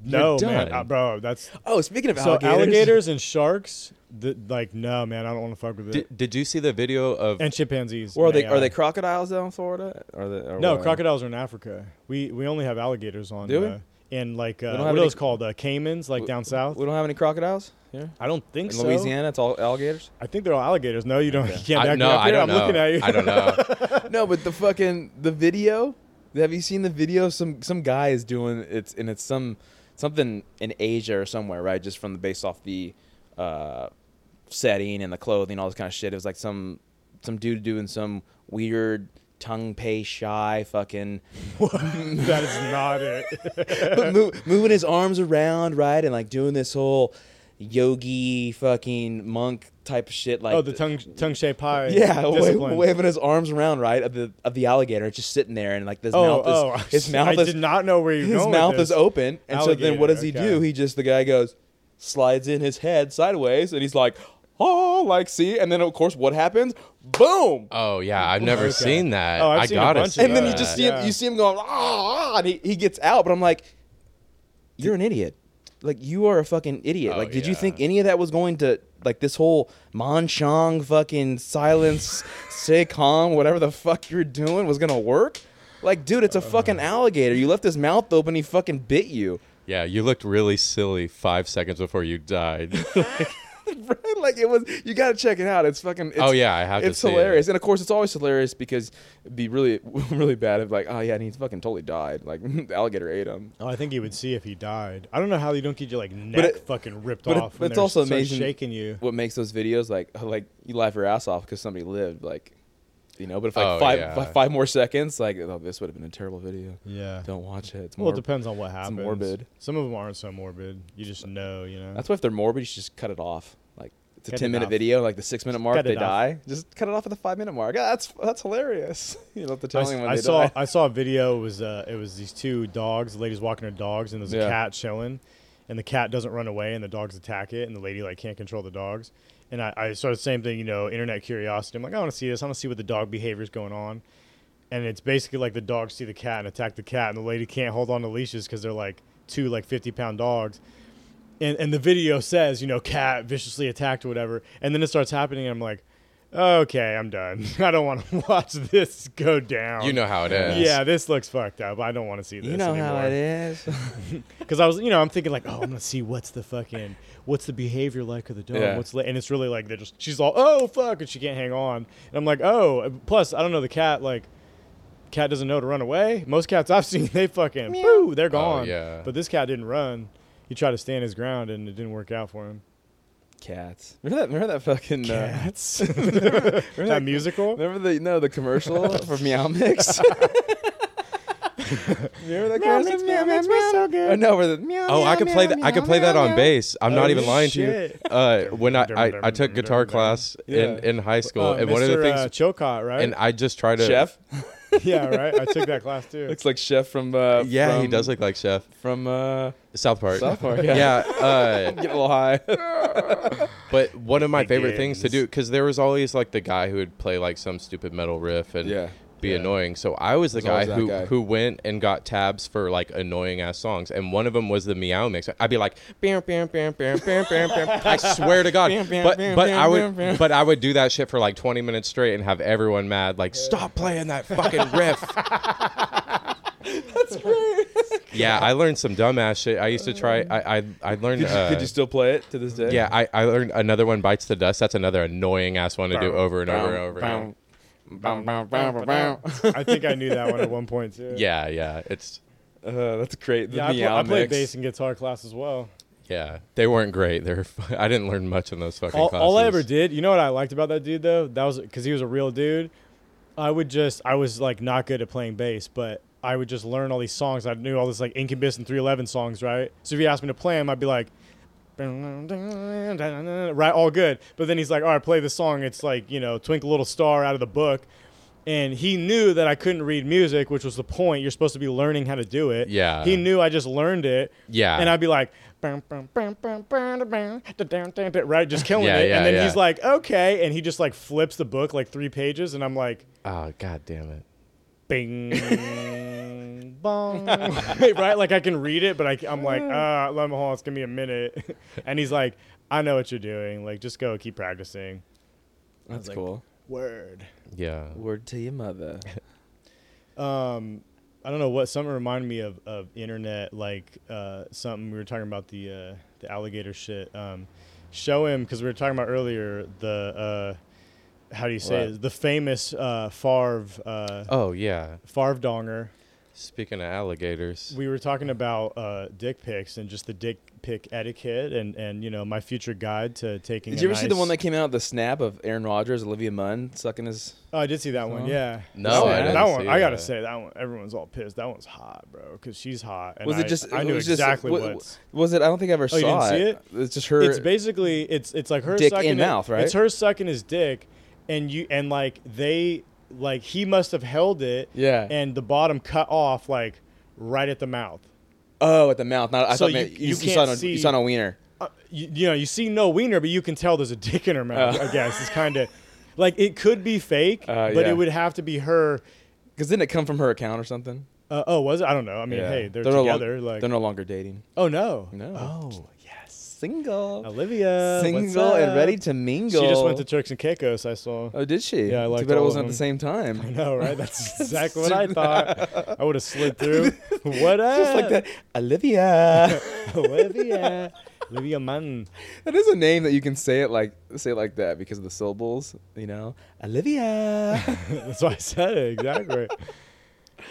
No, you're man, done. Uh, bro. That's Oh, speaking of so alligators, and sharks. Th- like, no, man, I don't want to fuck with it. Did, did you see the video of and chimpanzees. Or are they Yeah. are they crocodiles down in Florida? Are they, or No, what? crocodiles are in Africa. We we only have alligators on. Do we? Uh, and like uh, don't what have are any- those called? Uh, Caymans, like down south. We don't have any crocodiles here I don't think in so. Louisiana. It's all alligators. I think they're all alligators. No, you don't. You can't I, back me no, up I here. don't I'm know. looking at you. I don't know. no, but the fucking the video. Have you seen the video? Some some guy is doing it's and it's some something in Asia or somewhere, right? Just from the based off the uh, setting and the clothing, all this kind of shit. It was like some some dude doing some weird tongue pay shy fucking that is not it. but mo- moving his arms around, right, and like doing this whole yogi fucking monk type of shit. Like Oh, the tongue tongue shaped pie. yeah, wa- discipline. waving his arms around, right, of the of the alligator, just sitting there, and like this oh, mouth oh, is his mouth I is did not know where you're his going with mouth this. is open, and so then what does Alligator, he okay. do? He just the guy goes slides in his head sideways, and he's like, oh, like see, and then of course what happens? Boom. Oh yeah, I've never Okay. seen that. Oh, I've I seen a gotta bunch of see and then you that. just see Yeah. him, you see him going, ah, ah," and he, he gets out. But I'm like, you're an idiot. Like you are a fucking idiot. Oh, like, did you yeah. think any of that was going to like this whole Manchang fucking silence, say calm, whatever the fuck you're doing was gonna work? Like, dude, it's a Uh-huh. fucking alligator. You left his mouth open. He fucking bit you. Yeah, you looked really silly five seconds before you died. Right? like it was. You gotta check it out. It's fucking. It's, Oh, yeah, I have to It's see it. hilarious, and of course, it's always hilarious because it'd be really, really bad if like, oh yeah, and he fucking totally died. Like the alligator ate him. Oh, I think you would see if he died. I don't know how you don't get your like neck it- fucking ripped but it- off. but when it's they're also so amazing- shaking you. what makes those videos like like you laugh your ass off because somebody lived like you know but if like Oh, five yeah. fi- five more seconds like oh this would have been a terrible video Yeah. don't watch it it's Well, more it depends on what happens. morbid. Some of them aren't so morbid. You just know, you know. that's why if they're morbid you should just cut it off like it's a Cut it 10 minute off. video like the six minute mark cut it they off. die just cut it off at the five minute mark Ah, that's that's hilarious you don't have to I, tell s- anyone I they saw die. I saw a video. It was uh, it was these two dogs, the ladies walking their dogs, and there's a Yeah. cat chilling, and the cat doesn't run away, and the dogs attack it, and the lady like can't control the dogs. And I, I started the same thing, you know, internet curiosity. I'm like, I want to see this. I want to see what the dog behavior is going on. And it's basically like the dogs see the cat and attack the cat, and the lady can't hold on to leashes because they're like two like 50 pound dogs. And and the video says, you know, cat viciously attacked or whatever. And then it starts happening, and I'm like. Okay, I'm done. I don't want to watch this go down. you know how it is. Yeah, this looks fucked up. I don't want to see this. you know anymore. how it is Because I was, you know, I'm thinking like, oh, I'm gonna see what's the fucking, what's the behavior like of the dog? Yeah. What's li-? and it's really like they're just, she's all, oh fuck, and she can't hang on. And I'm like, oh. Plus, I don't know the cat. Like, cat doesn't know to run away. Most cats I've seen, they fucking, boo, they're gone. Oh, yeah. But this cat didn't run. He tried to stand his ground, and it didn't work out for him. cats remember that remember that fucking uh, Cats. that musical. remember the no the commercial for meow mix remember Meow that chorus? mix, meow mix, we're so good. I know, where the meow, Oh, meow, I could play meow, that. I could play meow, that on meow. bass. I'm not Oh, even lying to shit. you. Uh, when I, I, I took guitar class in, Yeah. in high school, Uh, and one of the Mr., things, uh, Chilcott, right? and I just try to Chef yeah, right. I took that class too. looks like Chef from uh, Yeah, he from- does look like Chef from uh, South Park. South Park. yeah, uh, get a little high. but one of my favorite things to Begins. do because there was always like the guy who would play like some stupid metal riff and Yeah. be Yeah. annoying. So I was the There's always guy that who guy. who went and got tabs for like annoying ass songs, and one of them was the meow mix. I'd be like, "Bam, bam, bam, bam, bam, bam, bam." I swear to God, Bam, bam, but bam, but bam, I bam, bam. would but I would do that shit for like 20 minutes straight and have everyone mad. Like, stop playing that fucking riff. Yeah, I learned some dumbass shit. I used to try. I I, I learned. uh, Could you still play it to this day? yeah, I, I learned another one bites the dust. That's another annoying ass one to do over and over and over. Again. I think I knew that one at one point too. Yeah, yeah, it's Uh, that's great. The Yeah, I, pl- meow I played mix. bass and guitar class as well. yeah. They weren't great. They're fu- I didn't learn much in those fucking all, classes. all I ever did, you know what I liked about that dude though? That was because he was a real dude. I would just, I was like not good at playing bass, but I would just learn all these songs. I knew all this like Incubus and 311 songs, right? So if you asked me to play them, I'd be like, right, all good. But then he's like, all right, play this song. It's like, you know, Twinkle Little Star out of the book. And he knew that I couldn't read music, which was the point. You're supposed to be learning how to do it. Yeah. He knew I just learned it. Yeah. And I'd be like, "Bum, bum, bum, bum, bum, da, bum, da, dum, dum, dum," right, just killing Yeah, it. yeah, and then yeah. he's like, okay. And he just like flips the book like three pages. And I'm like, Oh god damn it. bing, bong. right? Like I can read it, but I, I'm like, uh, let me hold on. It's going to be a minute. and he's like, I know what you're doing. Like, just go keep practicing. That's like- cool. Word. Yeah. Word to your mother. um I don't know what something reminded me of of internet like uh something we were talking about the uh the alligator shit um show him cuz we were talking about earlier the uh how do you say What? it? the famous uh Favre uh Oh yeah. Favre donger Speaking of alligators. we were talking about uh dick pics and just the dick pic etiquette and and you know my future guide to taking Did a you ever see the nice- one that came out? The snap of Aaron Rodgers, Olivia Munn sucking his. Oh, I did see that one. Huh? Yeah. No, that I one, didn't that one see I gotta that. say that one. Everyone's all pissed. That one's hot, bro, because she's hot. And Was I- it just? I it knew was just- exactly wa- what. was it? I don't think I ever Oh, you saw didn't it. It's just her. it's basically it's it's like her Dick sucking in it- mouth, right? It's her sucking his dick, and you and like they like he must have held it, Yeah. and the bottom cut off like right at the mouth. oh, at the mouth. Not, I So thought you- ma- you saw can't no, you see- saw no wiener. Uh, you, you know, you see no wiener, but you can tell there's a dick in her mouth. I guess it's kind of like it could be fake, Uh, but yeah. it would have to be her. Because didn't it come from her account or something? Uh, oh, was it? I don't know. I mean, hey, they're, no lon- together. like, they're no longer dating. oh no, No. oh Single. Olivia, what's Single and up? ready to mingle. She just went to Turks and Caicos. I saw. Oh, did she? Yeah, I Too liked bad it all of wasn't at the them. same time. I know, right? That's exactly what I thought. I would have slid through. What up? Just like that, Olivia. Olivia. Olivia Mann. that is a name that you can say it like say it like that because of the syllables. You know, Olivia. Oh, That's why I said it. Exactly.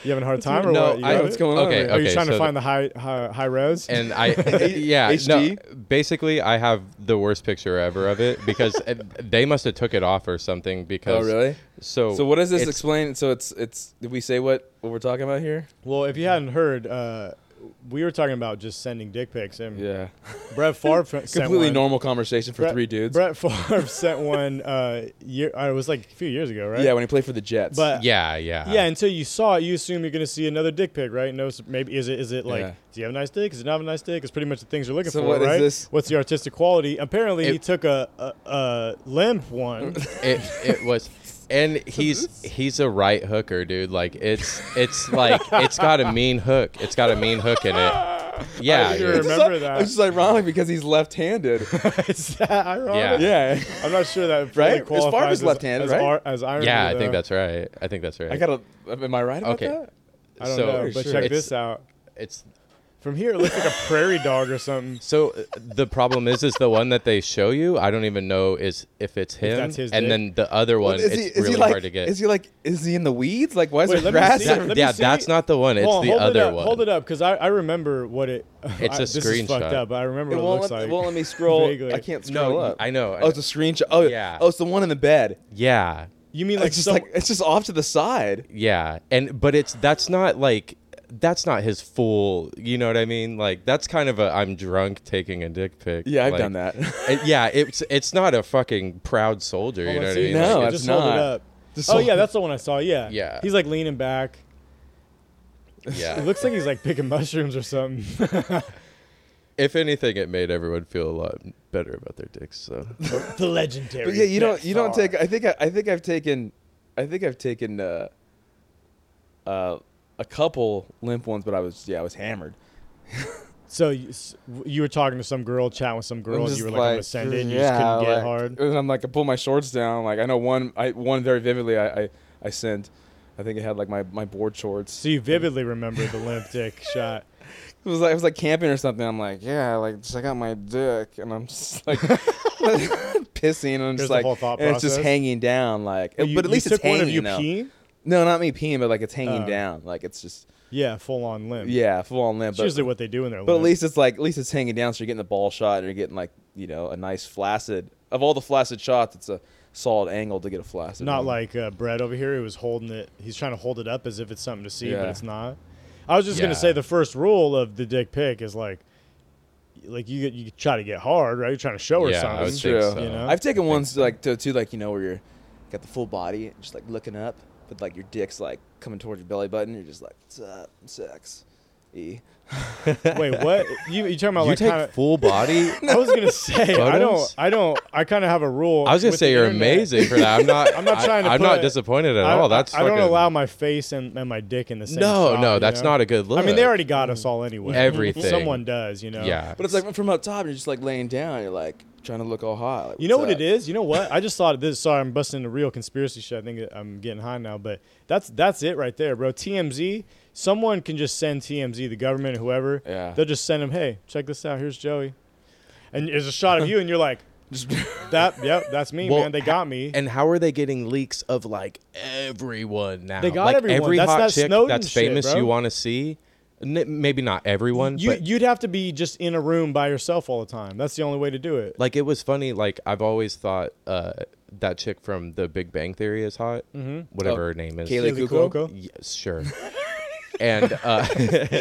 You having a hard time or No, what? You I- got what's it? going on? Okay, here? Are you okay, trying so to find the high, high high roads? and I yeah, HD? no. Basically, I have the worst picture ever of it because uh, they must have took it off or something Oh, because really? So So what does this it's- explain? So it's it's did we say what what we're talking about here? well, if you hadn't heard, uh, we were talking about just sending dick pics, and Yeah, Brett Favre sent completely one. normal conversation for Brett- three dudes. Brett Favre sent one. Uh, year, uh, it was like a few years ago, right? Yeah, when he played for the Jets. But Yeah, yeah. Yeah, until you saw it, you assume you're gonna see another dick pic, right? No, s- maybe is it is it like, Yeah. do you have a nice dick? Is it not have a nice dick? It's pretty much the things you're looking So for, what is right? this? What's the artistic quality? Apparently, he It- took a, a, a limp one. It it was, and he's he's a right hooker, dude. Like it's it's like it's got a mean hook. It's got a mean hook in it. Yeah, I it's- remember It's- that. It's just ironic because he's left-handed. is that ironic? Yeah. yeah. I'm not sure that fully Right? As far qualifies as left-handed, as, right? ar- as irony, yeah. I though. think that's right. I think that's right. I gotta. Am I right about Okay. that? I don't so- know, but Sure. check It's- this out. It's From here, it looks like a prairie dog or something. so uh, the problem is is the one that they show you. I don't even know is if it's him, that's his and dick. then the other one. is it's he, is really he like, hard to get. Is he like? Is he in the weeds? Like, why is Wait, there let me grass? see it. everywhere? Let me yeah, see. that's not the one. It's Hold on, the hold other it up, one. Hold it up, because I, I remember what it. It's I, a This is screenshot. fucked up. but I remember It what it won't looks let, like. it won't let me scroll. Vaguely. I can't scroll No, up. I know. I Oh, it's a screenshot. Oh, Yeah. Oh, it's the one in the bed. Yeah. You mean Like, like it's just some- like it's just off to the side. Yeah, and but it's that's not like that's not his full. You know what I mean? Like that's kind of a I'm drunk taking a dick pic. Yeah, I've like, done that. it- yeah, it's it's not a fucking proud soldier. you know what I mean? No, Like, I it's just hold not. it up. Just oh hold- yeah, that's the one I saw. Yeah. Yeah. He's like leaning back. yeah. It looks like he's like picking mushrooms or something. if anything, it made everyone feel a lot better about their dicks. So the legendary. But yeah, you don't you don't Pixar. take. I think I, I think I've taken, I think I've taken uh, uh, a couple limp ones, but I was yeah I was hammered. So you, s- w- you were talking to some girl, chat with some I'm girl, and just you were like, I'm gonna send it. and You just couldn't get like- uh, hard. And I'm like, I pull my shorts down. Like I know one, I one very vividly. I I, I sent. I think I had like my, my board shorts. So you vividly remember the limp dick shot. it was like I was like camping or something. I'm like, yeah, like check out my dick, and I'm just like pissing, and I'm Here's just the like, whole thought and it's just process. hanging down, like. You- but at you least took it's hanging. one of you though. peeing? No, not me peeing, but like it's hanging Oh. down, like it's just Yeah, full on limp. yeah, full on limp. It's But, usually what they do in their but at limp. least it's like at least it's hanging down, so you're getting the ball shot, and you're getting like you know a nice flaccid. Of all the flaccid shots, it's a solid angle to get a flaccid. Not one. like uh, Brett over here, who was holding it. He's trying to hold it up as if it's something to see, but Yeah. it's not. I was just Yeah. gonna say the first rule of the dick pic is like, like you you try to get hard, right? You're trying to show her yeah, I would something. It's think true. so. You know? I've taken ones like to too, like you know where you're got the full body, and just like looking up, but like your dick's like coming towards your belly button. You're just like, what's up, sex, e. Wait, what? You you talking about You like take kind of? full body. I was gonna say I Photos? don't I don't I kind of have a rule. I was gonna with the say you're internet. amazing for that. I'm not. I'm not trying to I, am put- not disappointed at I, all. That's I, I don't fucking- allow my face and, and my dick in the same. No, shot, no, you that's know? not a good look. I mean, they already got us all anyway. Everything. someone does, you know. Yeah. But it's like from up top, you're just like laying down. You're like trying to look all hot. like, You know "What's what it up?" is? You know what? I just thought of this. Sorry, I'm busting into real conspiracy shit. I think I'm getting high now, but that's that's it right there, bro. TMZ. Someone can just send TMZ, the government, whoever. Yeah. They'll just send them, hey, check this out. Here's Joey, and there's a shot of you, and you're like, that. Yep, that's me, Well, man. They got me. And how are they getting leaks of like everyone now? They got like everyone. every That's hot that chick Snowden that's shit, famous bro. you want to see. N- maybe not everyone, you but you'd have to be just in a room by yourself all the time. That's the only way to do it. like it was funny. Like I've always thought uh, that chick from The Big Bang Theory is hot. Mm-hmm. Whatever Oh, her name is. Kaylee Kaylee Cuoco? Cuoco? Yes, sure. and uh,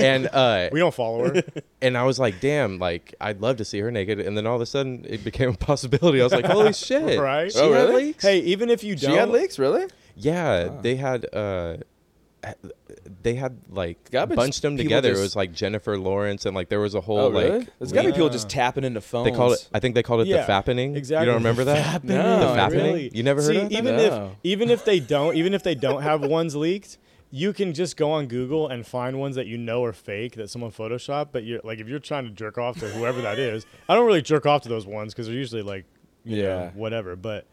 and uh, We don't follow her. and I was like, damn, like I'd love to see her naked. And then all of a sudden, it became a possibility. I was like, holy shit, Right? She Oh, had really? leaks? hey, even if you She don't, had leaks, really? Yeah, they had uh h- they had like Gotta be bunched them people together. just- It was like Jennifer Lawrence and like there was a whole Oh, like really? There's got to be people just tapping into phones. they called it I think they called it Yeah, the fappening. exactly. You don't remember that? Fappening, No, the fappening? Oh, really. You never heard See, of that? even No. if even if they don't even if they don't have ones leaked, you can just go on Google and find ones that you know are fake that someone photoshopped. But you're like, if you're trying to jerk off to whoever that is, I don't really jerk off to those ones because they're usually like, you know, Yeah. whatever. But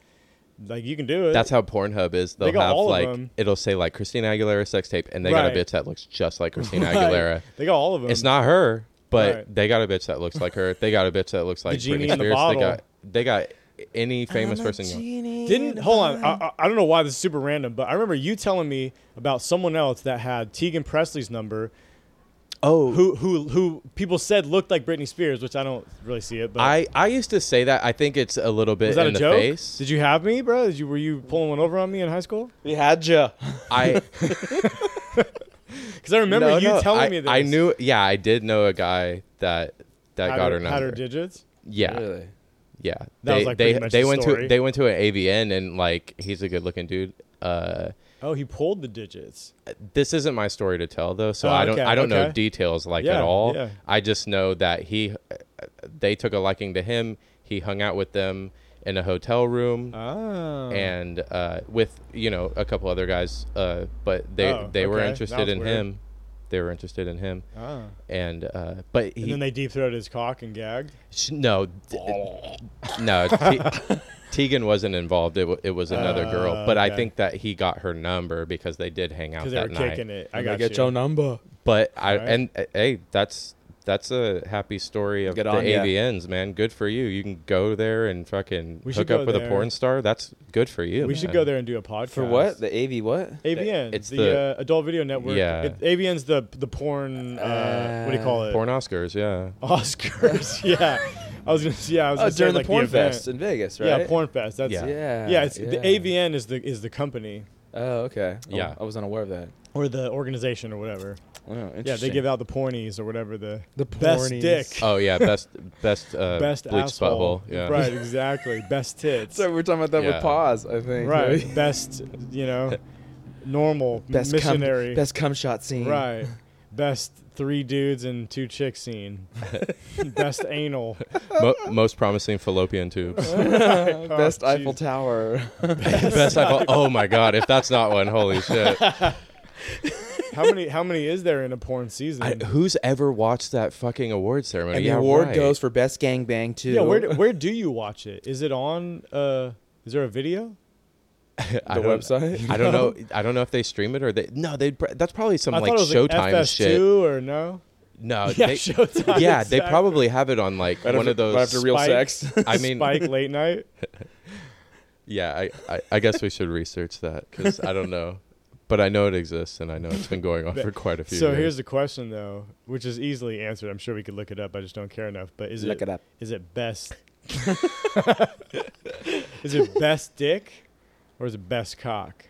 like, you can do it. That's how Pornhub is. They'll They got have all of like them. it'll say like Christina Aguilera sex tape and they got Right. a bitch that looks just like Christina Right. Aguilera. They got all of them. It's not her, but Right. they got a bitch that looks like her. They got a bitch that looks like genie in Britney the Spears. They bottle. got they got any famous person. you want. Didn't hold on. uh, I, I- I don't know why this is super random, but I remember you telling me about someone else that had Tegan Presley's number. Oh. who who who people said looked like Britney Spears, which I don't really see it. But I, I used to say that. I think it's a little bit was that in a the joke? face. Did you have me, bro? Did you were you pulling one over on me in high school? We had ya. I Because I remember No, you no, telling I, me this. I knew. Yeah, I did know a guy that that had got her, her, had number. her digits. Yeah, Really? yeah. That they was, like, they, pretty much they the went story. to they went to an AVN and like he's a good looking dude. Uh, Oh, he pulled the digits. this isn't my story to tell though, so Oh, I don't okay, I don't know okay. details like Yeah, at all. yeah. I just know that he they took a liking to him. He hung out with them in a hotel room. Oh. and uh, with you know a couple other guys, uh, but they Oh, they were okay. That interested was in weird. him. They were interested in him, Ah. and uh, And but he then they deep throated his cock and gagged. sh- no d- no Te- Tegan wasn't involved. It, wa it was another girl, Oh, but I okay. think that he got her number because they did hang out Because they were that night. kicking it. I Let me got get you. your number. But I Alright. and uh, hey, that's that's a happy story of Good the on ya. AVNs, man. Good for you. You can go there and fucking We should hook up go with there. a porn star. That's good for you. we should man. go there and do a podcast For what? The AV what? AVN. It's the, the- uh, Adult Video Network. Yeah. It, AVN's the the porn. Uh, what do you call it? Porn Oscars, yeah. Oscars. yeah. I was gonna. Yeah. I was Oh, gonna say, during the like, porn event. fest in Vegas, right? Yeah, porn fest. That's Yeah. yeah. Yeah. Yeah, it's the AVN is the is the company. Oh, okay. I- Yeah. I was unaware of that. or the organization or whatever. Oh, interesting. Yeah, they give out the pornies or whatever the The best pornies. dick, Oh yeah, best best uh, best bleach asshole. butthole. Yeah. Right, exactly. Best tits. So we're talking about that Yeah. with pause, I think. right, best you know, normal Best missionary. Cum, best cum shot scene. Right. Best three dudes and two chicks scene. Best anal. Mo- most promising fallopian tubes. Best Oh, Eiffel jeez. Tower. best Eiffel- Oh my god, if that's not one, holy shit. How many? How many is there in a porn season? I, who's ever watched that fucking award ceremony? And Yeah, the award right. goes for best gangbang too. yeah. Where do, Where do you watch it? Is it on? Uh, is there a video? I the don't- website? I don't know. I don't know if they stream it or they. No, they. would That's probably some I like thought it was Showtime like FS2 shit. or no? No, Yeah, they, Showtime, Yeah, they exactly. probably have it on like Right one after- of those. right after real Spike. sex. I mean, Spike late night. yeah, I, I, I guess we should research that because I don't know, but I know it exists and I know it's been going on for quite a few. So years. here's the question though, which is easily answered. I'm sure we could look it up. I just don't care enough. But is Look it up. Is it best? is it best dick, or is it best cock?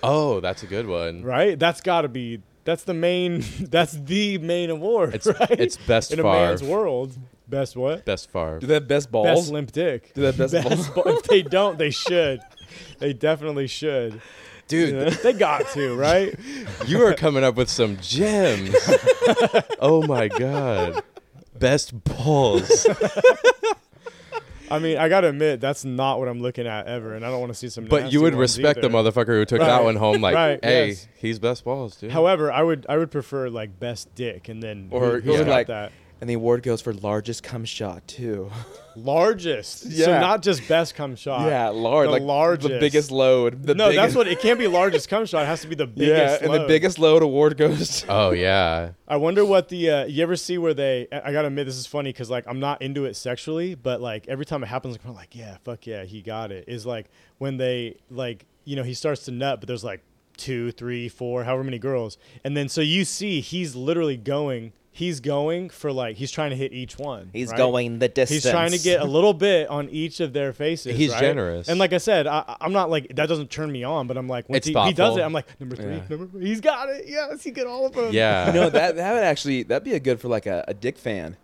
Oh, that's a good one. Right. That's got to be. That's the main. That's the main award. It's right. it's best in far. a man's world. Best what? Best far. do they have best Best balls? limp dick. Do they have best, balls? Best ball- if they don't, they should. They definitely should. Dude, They got to, right? you are coming up with some gems. oh my god. Best balls. I mean, I gotta admit, that's not what I'm looking at ever, and I don't want to see some. But nasty you would ones respect either. the motherfucker who took that Right. one home like, Right, hey, yes. he's best balls, dude. However, I would I would prefer like best dick, and then who- Or- who's or got like- that and the award goes for largest cum shot too. largest. So Yeah. not just best cum shot. yeah, large. the like largest. The biggest load. The no, biggest, that's what it can't be. Largest cum shot it has to be the Yeah, biggest. and the load. biggest load award goes. to- oh yeah. I wonder what the uh, you ever see where they I I gotta admit this is funny because like I'm not into it sexually, but like every time it happens, like, I'm like yeah, fuck yeah, he got it. Is like when they like you know he starts to nut, but there's like two, three, four, however many girls, and then so you see he's literally going, he's going for like he's trying to hit each one. He's right? going the distance. He's trying to get a little bit on each of their faces. He's right? generous. and like I said, I, I'm not like that doesn't turn me on, but I'm like once It's he, he does thoughtful. it, I'm like number three, Yeah. number three, he's got it. Yes, he got all of them. Yeah. no, that that would actually that'd be a good for like a, a dick fan.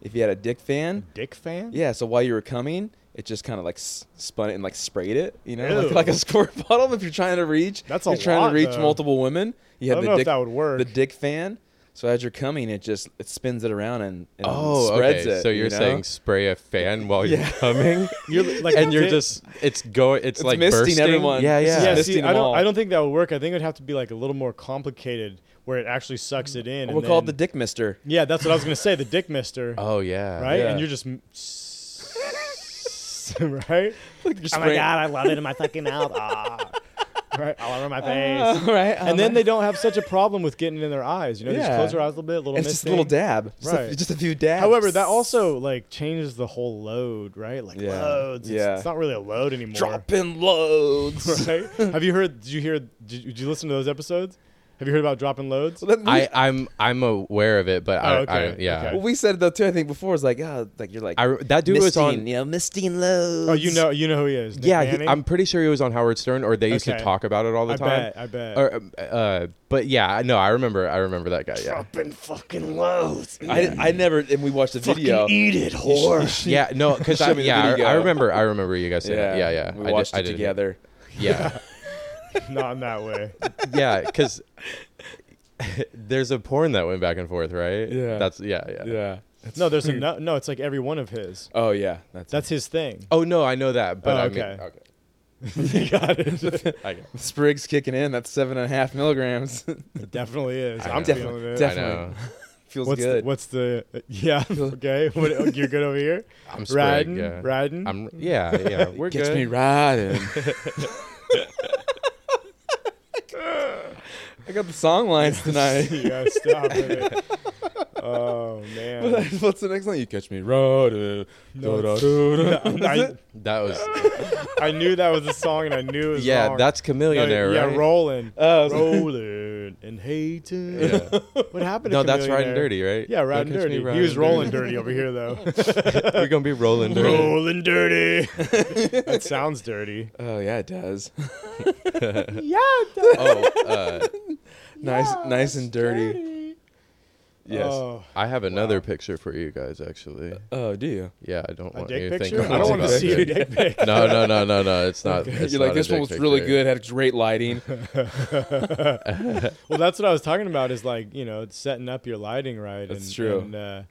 If you had a dick fan, Dick fan. yeah. So while you were coming, it just kind of like s- spun it and like sprayed it, you know, like, Ew. like a squirt bottle. If you're trying to reach, That's a you're trying lot, to reach though. multiple women. You I have don't the know dick, if that would work. the dick fan. So as you're coming, it just it spins it around and, and Oh, spreads okay. it. so you're you know? saying spray a fan while you're Yeah. coming, You're li- like and you're di- just it's going, it's, It's like misting bursting. everyone. Yeah, It's yeah. just yeah. misting See, I them don't. all. I don't think that would work. I think it'd have to be like a little more complicated, where it actually sucks it in. we'll and call it the then- dick mister. Yeah, that's what I was gonna say. The dick mister, Oh yeah. right? yeah. And you're just. m- right? Oh my You're spraying- god, I love it in my fucking mouth. Ah. Right. All over my All face. right, all and then right. they don't have such a problem with getting it in their eyes. You know, just Yeah. close their eyes a little bit, a little And it's just a little misting. dab, just, a, Right. just a few dabs. However, that also like changes the whole load, right? Like Yeah. loads. It's, Yeah. it's not really a load anymore. dropping loads. Right? have you heard? Did you hear? Did, did you listen to those episodes? Have you heard about dropping loads? Well, that- we, I, I'm I'm aware of it, but I, Oh, okay, I yeah. okay. well, we said though too. I think before it's like, oh, like you're like I re- that dude was on. you know, Mistine Loads. Oh, you know, you know who he is. Nick Yeah, he, Manning? I'm pretty sure he was on Howard Stern, or they used to Okay. talk about it all the I time. bet. I bet. Or, um, uh, but yeah, I- no, I remember. I remember that guy. Yeah, dropping fucking loads. I, didn't- I never, and we watched the video. eat it, whore. yeah, no, because I, Show me the yeah, I, video. I remember. I remember you guys. Saying yeah, yeah, yeah. I We did- watched I it did together. Yeah, Not in that way. yeah, because there's a porn that went back and forth, right? Yeah. that's yeah, yeah. Yeah. No, there's a no, no. It's like every one of his. Oh yeah, that's, That's his thing. Oh no, I know that, but Oh, I mean, okay. okay. you got it. I get it. Spriggs kicking in. That's seven and a half milligrams. it definitely is. I I'm know. feeling it. I Definitely. know. Feels What's good. The, what's the? Yeah. Okay. What, oh, you're good over here. I'm Riding. Sprig, yeah. Riding. I'm yeah, yeah. We're Gets good. me riding. I got the song lines tonight. you gotta stop it. Oh man. What's the next line? You catch me riding. No, Da-da-da. I, That was I knew that was a song, and I knew it was yeah. wrong. That's chameleon No, there, yeah, right? rolling, Oh, rolling and hating. Yeah. What happened? no, to that's Chamillionaire? riding dirty, right? Yeah, riding Don't catch me dirty. He riding was rolling dirty. dirty over here though. We're gonna be rolling dirty. rolling dirty. that sounds dirty. Oh yeah, it does. Yeah. Oh, uh, nice, nice and dirty. Yes. Oh, I have another picture for you guys, actually. oh, do you? Yeah, I don't a want you dick to think. picture. I I'm don't it's want to about see a it. dick pic. No, no, no, no, no. It's not. It's You're like not this a one dick was picture. really good. Had great lighting. Well, that's what I was talking about. Is like you know setting up your lighting right. That's and, true. And, uh,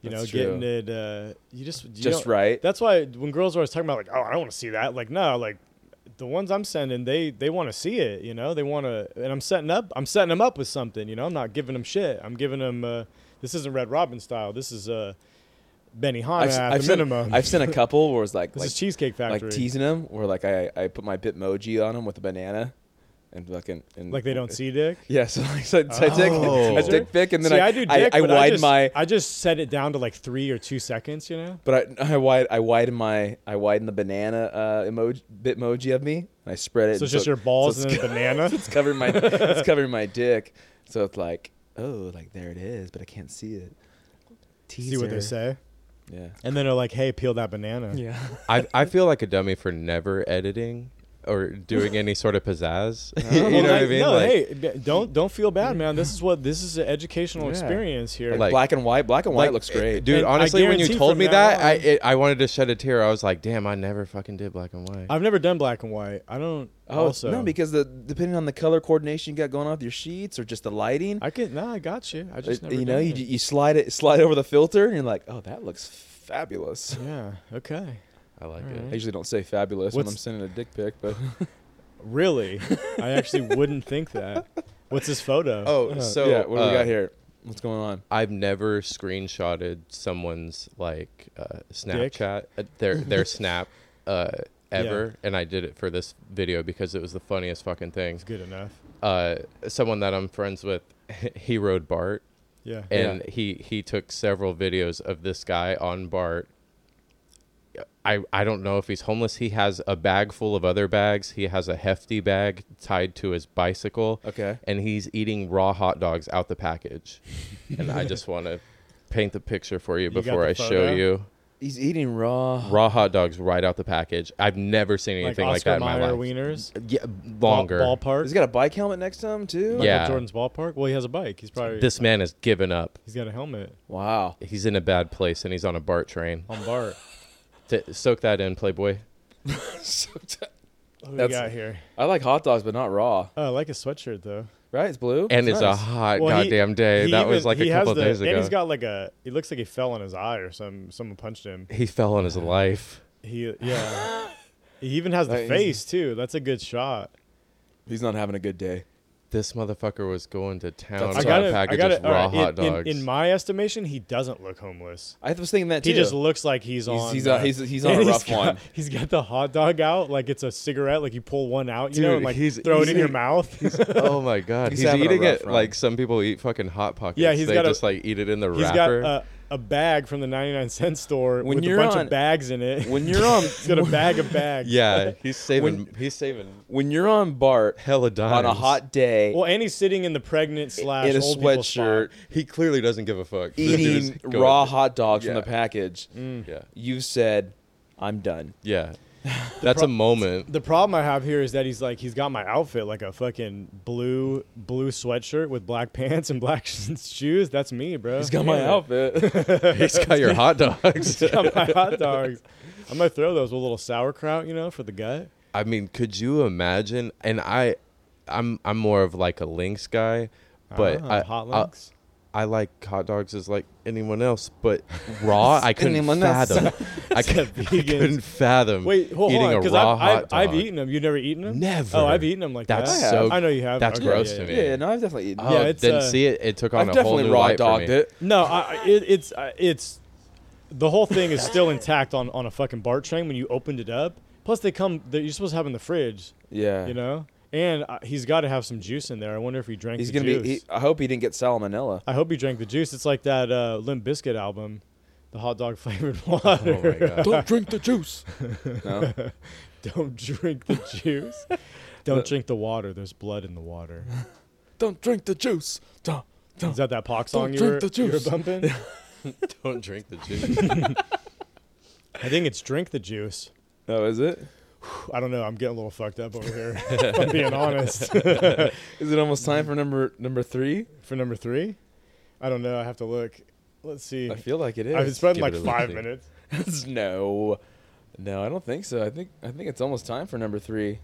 you know, That's getting true. it. Uh, you just you Just don't- right. That's why when girls are always talking about like, oh, I don't want to see that. Like, no, like the ones I'm sending, they they want to see it. You know, they want to, and I'm setting up. I'm setting them up with something. You know, I'm not giving them shit. I'm giving them. Uh, this isn't Red Robin style. This is uh, Benny Hanna s- at the sent, minimum. I've sent a couple where it's like this like, is Cheesecake like Factory. teasing them, where like I, I put my Bitmoji on them with a banana, and fucking and like they don't see dick. Yeah, so, like, so, so I take Oh. a dick pic and then See, I I, do dick, I, but widen just, my I just set it down to like three or two seconds. You know. but I I widen I widen my I widen the banana uh, emoji Bitmoji of me and I spread it. So it's and just your balls so and it's, then a banana. it's covering my it's covering my dick, so it's like oh like there it is, but I can't see it. Teaser. See what they say. Yeah. And then they're like, "Hey, peel that banana." Yeah. I, I feel like a dummy for never editing or doing any sort of pizzazz. Well, you know what I like, mean? No, like, hey, b- don't don't feel bad, man. This is what this is an educational Yeah. experience here. Like, Like- black and white. Black and white like, looks eh, great. dude. And I honestly, when you guarantee told from me now that, I on- it, I wanted to shed a tear. I was like, damn, I never fucking did black and white. I've never done black and white. I don't. Oh also, no, because the depending on the color coordination you got going on with your sheets or just the lighting, I can. Nah, I got you. I just uh, never you know, done you, it. you slide it slide over the filter and you're like, oh, that looks fabulous. yeah. Okay. I like Alright. it. I usually don't say fabulous when I'm Mm-hmm. What's- sending a dick pic, but Really, I actually wouldn't think that. What's this photo? Oh, Uh, so yeah, what do we uh, got here? What's going on? I've never screenshotted someone's like uh, Snapchat, uh, their their Snap, uh, ever, and I did it for this video because it was the funniest fucking thing. it's good enough. Uh, someone that I'm friends with, he rode Bart, Yeah. and he he took several videos of this guy on Bart. I I don't know if he's homeless. He has a bag full of other bags. He has a hefty bag tied to his bicycle. Okay. And he's eating raw hot dogs out the package. and I just want to paint the picture for you got before the I show photo? you. He's eating raw. Raw hot dogs right out the package. I've never seen like anything Oscar like, that in my Mayer life. wieners. Yeah, longer. Ball, ballpark. He's got a bike helmet next to him too. Michael Yeah. Jordan's ballpark. Well, he has a bike. He's probably This man has given up. He's got a helmet Wow. He's in a bad place and he's on a BART train. on Bart. T- soak that in, Playboy. What do we That's- got here? I like hot dogs, but not raw. Oh, I like his sweatshirt though. Right? It's blue. And it's, a nice. hot Well, he- goddamn day. he That was even- like a he has couple of the- days And ago. he's got like a. He looks like he fell on his eye or some. Someone punched him. he fell on his life. He yeah. he even has the Like, he's- face too. That's a good shot. He's not having a good day. This motherfucker was going to town That's on right. a package of all raw right, in- hot in, dogs. In, my estimation, he doesn't look homeless. I was thinking that too. He just looks like he's, He's- on. he's a- uh, he's- he's on a and rough got- one. He's got the hot dog out like it's a cigarette. Like you pull one out, you know, Dude, and like he's- throw he's- it in your mouth. He's oh my god, He's he's, having a eating rough it run. like some people eat fucking hot pockets. Yeah, he's they got a- just like eat it in the got wrapper. a, a bag from the ninety nine cent store When with you're a bunch on- of bags in it. when you're on he's got a bag of bags. yeah, he's saving. he's saving when you're on Bart hella dimes. on a hot day Well, and he's sitting in the pregnant slash in a old people sweatshirt, spot. He clearly doesn't give a fuck. This eating dude's going- raw hot dogs Yeah. from the package, Mm. Yeah, you said, "I'm done." yeah. That's a moment. The problem I have here is that he's like he's got my outfit like a fucking blue blue sweatshirt with black pants and black shoes. That's me, bro. He's got my Yeah. outfit. he's got your hot dogs. He's got my hot dogs. I'm gonna throw those with a little sauerkraut, you know, for the gut. I mean, could you imagine? And I, I'm I'm more of like a links guy, but Ah, I, hot I- links. I like hot dogs as like anyone else, but raw I couldn't Anyone else. fathom. I, could, I Vegans. couldn't fathom Wait, hold eating on, a because raw I've, hot I've, dog. I've eaten them. You've never eaten them? Never. Oh, I've eaten them like That's that. so- I know you have. that's Okay, gross yeah, to yeah. me. yeah, no, I've definitely eaten. Oh, Yeah, it's, didn't uh, see it. It took on I've a whole definitely new raw light for dogged me. it. No, I, I- it, it's uh, it's the whole thing is still intact on on a fucking BART train when you opened it up. Plus, they come. they- You're supposed to have them in the fridge, Yeah, you know. And uh, he's got to have some juice in there. I wonder if he drank. he's the gonna juice. be. He, I hope he didn't get salmonella. I hope he drank the juice. It's like that uh, Limp Biscuit album, the hot dog flavored Oh my water. god. Don't drink the juice. no, Don't drink the juice. Don't drink the water. There's blood in the water. Don't drink the juice. Don't, Is that that Pac song Don't you drink were, the you were juice. bumping? Don't drink the juice. I think it's Drink the Juice. Oh, is it? I don't know. I'm getting a little fucked up over here, if I'm being honest. Is it almost time for number number three? For number three? I don't know. I have to look. Let's see. I feel like it is. I've spent Give like it a look, five dude. minutes. no, no, I don't think so. I think I think it's almost time for number three,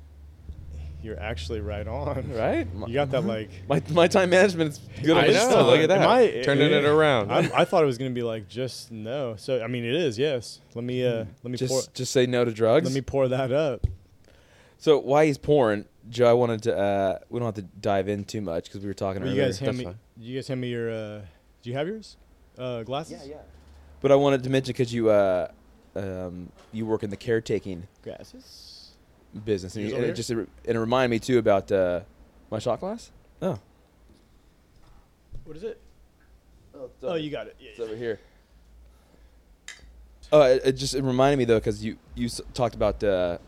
You're actually right on. right? My, You got that like. my, my time management's good. I on this know. stuff. Look at that. Am I- Turning it around. I'm, I thought it was gonna be like just no. So I mean, it is yes. Let me uh, let me Mm-hmm. just pour just say no to drugs. let me pour that up. so while he's pouring, Joe, I wanted to. Uh, we don't have to dive in too much because we were talking Will you earlier. guys hand that's me? fine. You guys hand me your. Uh, do you have yours? Uh, glasses. but I wanted to mention because you uh, um, you work in the caretaking Glasses. business, and, Yours you, over and it here? just it, re- and it reminded me too about uh, my shot glass. Oh, What is it? oh, Oh, you got it. Yeah, It's over here. Uh, it, it just it reminded me though because you you s- talked about uh,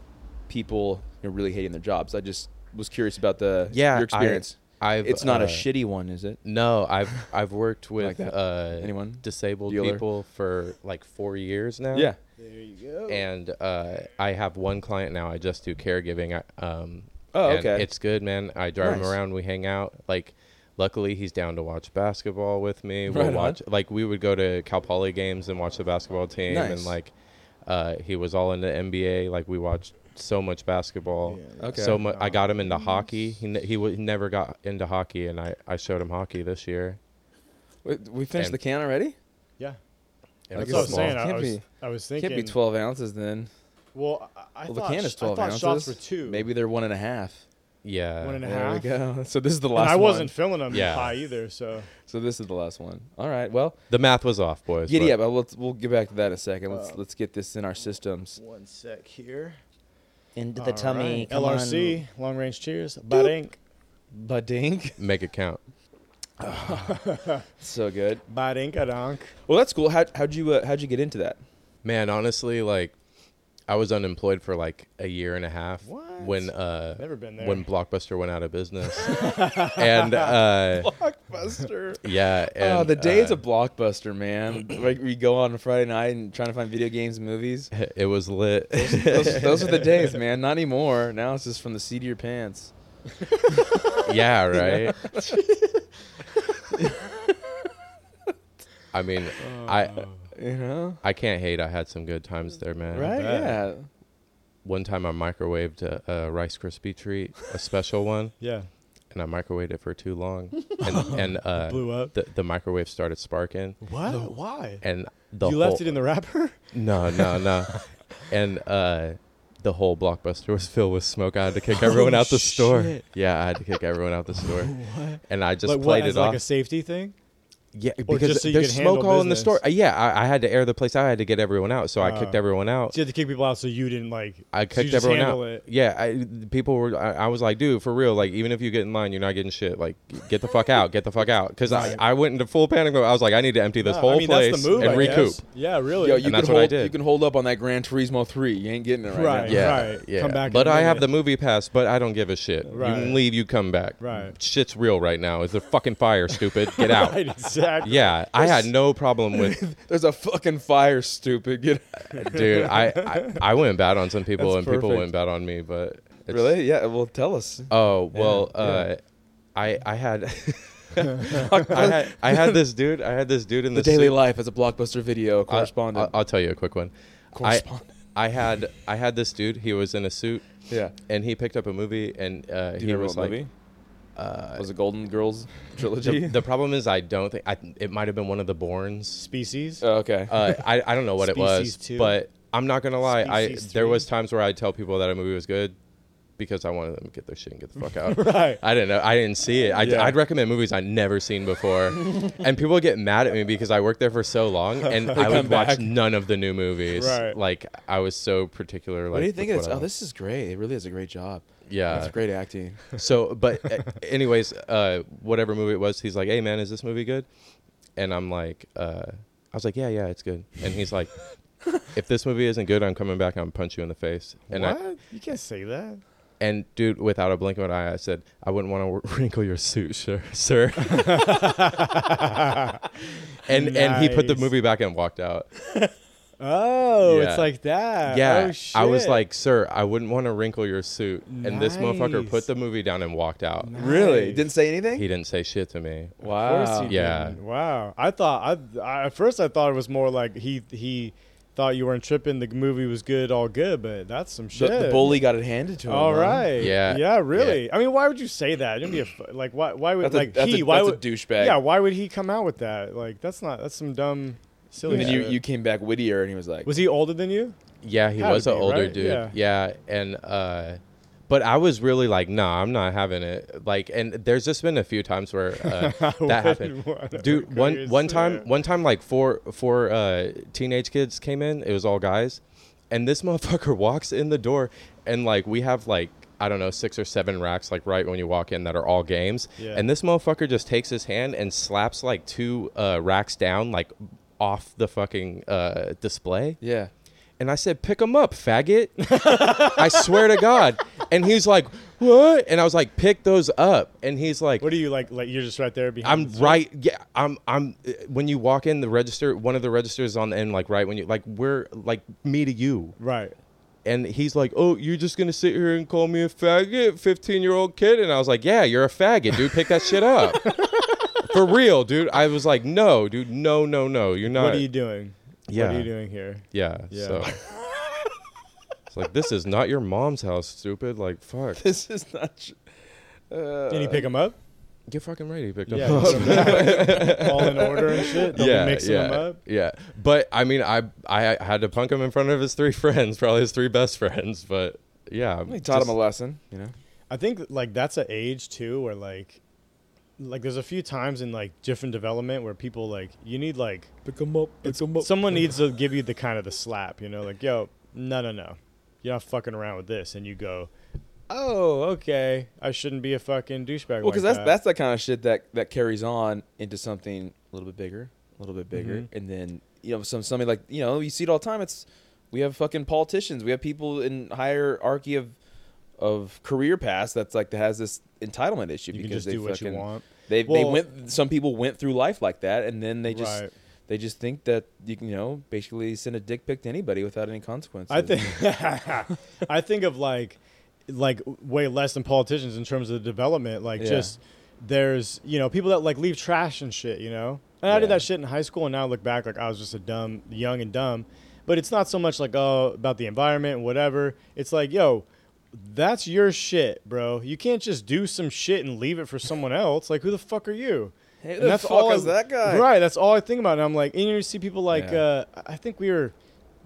people you know, really hating their jobs. I just was curious about the Yeah, your I- experience. I've, it's not a uh, shitty one, is it? No, I've I've worked with that. uh, Anyone? disabled Dealer? people for like four years now. Yeah. There you go. and uh, I have one client now. I just do caregiving. I, um, Oh, and okay. It's good, man. I drive Nice. him around. We hang out. Like, luckily, he's down to watch basketball with me. We'll Right on. watch. Like, we would go to Cal Poly games and watch the basketball team. Nice. And like, uh, he was all into NBA. Like, we watched so much basketball. Okay. So much. I got him into hockey. He ne- he w- never got into hockey, and I, I showed him hockey this year. We, we finished and- the can already. Yeah. And That's it's what I was small. saying. I, Can't I was, be- I was thinking. Can't be twelve ounces then. Well, I, I Well, thought the can is sh- twelve I thought shots ounces. were two. Maybe they're one and a half. Yeah. One and a There half. we go. So this is the last. And I one. wasn't feeling them Yeah. high either. So So this is the last one. All right. Well, the math was off, boys. giddy up. but- Uh, Let's we'll get back to that in a second. Let's Uh, let's get this in our systems. one sec here. Into the All tummy. right. Come LRC, on. long range cheers. Badink. Badink. Make it count. So good. Badink adonk. Well, that's cool. How how'd you uh, how'd you get into that? Man, honestly, like I was unemployed for like a year and a half when uh Never been there. when Blockbuster went out of business. and uh Blockbuster. yeah, and oh, the days uh, of Blockbuster, man. like we go on a Friday night and trying to find video games, and movies. it was lit. Those, those are the days, man. Not anymore. Now it's just from the seat of your pants. yeah, right. I mean, I You know. I can't hate. I had some good times there, man. Right? Yeah. bet. One time I microwaved a, a Rice Krispie treat, a special one. yeah, and I microwaved it for too long, and, and uh, blew up. The, the microwave started sparking, what? Why? and the you whole, left it in the wrapper? no, no, no, and uh, the whole blockbuster was filled with smoke. I had to kick everyone out the store. shit. Yeah, I had to kick everyone out the store, and I just like what? played As it like off. a safety thing? yeah, or because just so you there's could smoke handle all in the business? store. Uh, yeah, I, I had to air the place. out. I had to get everyone out, so I kicked Uh, everyone out. So you had to kick people out so you didn't like. I so you kicked just everyone out. handle It. Yeah, I, the people were. I, I was like, dude, for real. Like, even if you get in line, you're not getting shit. Like, get the fuck out. Get the fuck out. Because I, I went into full panic mode. I was like, I need to empty this No, whole I mean, place that's the move, and I recoup. guess. Yeah, really. Yo, you can that's what I hold. did. You can hold up on that Gran Turismo three. You ain't getting it right, Right. now. Yeah, Right. yeah. Come back But in a I have the minute. movie pass. But I don't give a shit. You Right. can leave. You come back. Right. Shit's real right now. It's a fucking fire, stupid. Get out. right, exactly. Yeah, I had no problem with, There's a fucking fire, stupid. Get dude. I, I I went bad on some people, That's and people perfect. went bad on me. But it's, really? Yeah. Well, tell us. Oh well, uh, I I had. I had I had this dude. I had this dude in the the, daily suit. life as a blockbuster video I- correspondent. I'll, I'll tell you a quick one. I- Correspondent. I, had I had this dude. He was in a suit, yeah. and he picked up a movie, and uh, Do he you remember was what like, movie? Uh, was it Golden Girls trilogy? The, the problem is, I don't think I, it might have been one of the Bournes. Species. oh, okay. Uh, I I don't know what it was, Species two. but I'm not gonna lie. I Species there three. was times where I'd tell people that a movie was good because I wanted them to get their shit and get the fuck out. right. I didn't know. I didn't see it. I, Yeah. would recommend movies I'd never seen before, and people get mad at me because I worked there for so long, and I come would watch back. none of the new movies. Right. Like I was so particular. Like, what do you think with of this? what I Oh, was- this is great. It really is a great job. Yeah. That's great acting. So, but uh, anyways, uh, whatever movie it was, he's like, "Hey man, is this movie good?" And I'm like, uh, "I was like, yeah, yeah, it's good." And he's like, "If this movie isn't good, I'm coming back. and I'm punch you in the face." And I You can't say that. And dude, without a blink of an eye, I said, "I wouldn't want to wrinkle your suit, sir, sir." and and he put the Nice. movie back and walked out. Oh, Yeah. it's like that. Yeah, Oh, I was shit. like, "Sir, I wouldn't want to wrinkle your suit." And this motherfucker Nice. put the movie down and walked out. Really? Nice. Didn't say anything? He didn't say shit to me. Of course wow. he Yeah. didn't. Wow. I thought I, I at first I thought it was more like he he thought you weren't tripping. The movie was good, all good, but that's some The, shit. the bully got it handed to him. All huh? right. Yeah. Yeah. Really. I mean, why would you say that? It'd be a fu- like why why would That's a- like that's a- he why that's a would douchebag. Yeah. Why would he come out with that? Like that's not that's some dumb silly. And then you, shit. you came back whittier, and he was like, was he older than you? Yeah, he Had to was an be, older right? dude. Yeah. Yeah. and uh but I was really like, nah, I'm not having it. Like, and there's just been a few times where uh, that happened, wouldn't wanna dude. go One your one time, suit. one time, like four four uh, teenage kids came in. It was all guys, and this motherfucker walks in the door, and like we have like I don't know six or seven racks like right when you walk in that are all games, Yeah. and this motherfucker just takes his hand and slaps like two uh, racks down like off the fucking uh, display. yeah. And I said, pick him up, faggot. I swear to God. And he's like, what? And I was like, pick those up. And he's like, What are you like? Like you're just right there behind. I'm the suit? right. Yeah, I'm. I'm. uh, When you walk in the register, one of the registers on the end, like right when you, like we're like me to you. Right. And he's like, oh, you're just gonna sit here and call me a faggot, 15 year old kid. And I was like, yeah, you're a faggot, dude. Pick that shit up. For real, dude. I was like, no, dude, no, no, no. You're not. What are you doing? Yeah. What are you doing here? Yeah. Yeah. So it's like this is not your mom's house, stupid. Like fuck. This is not. tr- Uh, Did he pick him up? Get fucking ready, he picked Yeah. up. put 'em back. all in order and shit. Don't yeah, be mixing yeah, them up. yeah. But I mean, I I had to punk him in front of his three friends, probably his three best friends. But yeah, he taught him a lesson, you know. I think like that's an age too where like like there's a few times in like different development where people like you need like Pick him up. Pick him someone needs to give you the kind of the slap, you know, like yo, no no no. You're not fucking around with this and you go, "Oh, okay. I shouldn't be a fucking douchebag." Well, because that's that's the kind of shit that that carries on into something a little bit bigger, a little bit bigger, Mm-hmm. and then you know some somebody like you know you see it all the time. It's we have fucking politicians, we have people in hierarchy of of career paths that's like that has this entitlement issue You can because just they do what you fucking want. they they Well- went some people went through life like that, and then they just. Right. They just think that you can, you know, basically send a dick pic to anybody without any consequences. I think I think of like like way less than politicians in terms of the development. Like Yeah. just there's you know people that like leave trash and shit. You know, and I did Yeah. that shit in high school, and now I look back like I was just a dumb, young and dumb. But it's not so much like oh about the environment and whatever. It's like yo. That's your shit, bro. You can't just do some shit and leave it for someone else. Like, who the fuck are you? Hey, who And the that's fuck all I- is that guy? Right, that's all I think about. And I'm like, and you see people like, Yeah. uh, I think we were,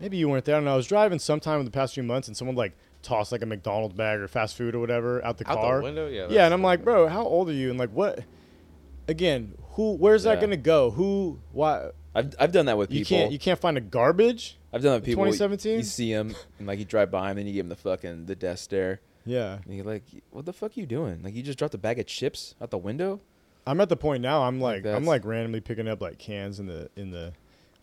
maybe you weren't there. And I was driving sometime in the past few months, and someone like tossed like a McDonald's bag or fast food or whatever out the Out the car window? Yeah, Yeah, that's- and I'm like, bro, how old are you? And like, what? Again, who? Where's Yeah. that gonna go? Who? Why? I've, I've done that with You people. can't you can't find a garbage? I've done that with people. 2017? You see him, and like you drive by him, and you give him the fucking the death stare, Yeah, and you're like, "What the fuck you doing? Like you just dropped a bag of chips out the window? I'm at the point now. I'm like I'm that's- like randomly picking up like cans in the in the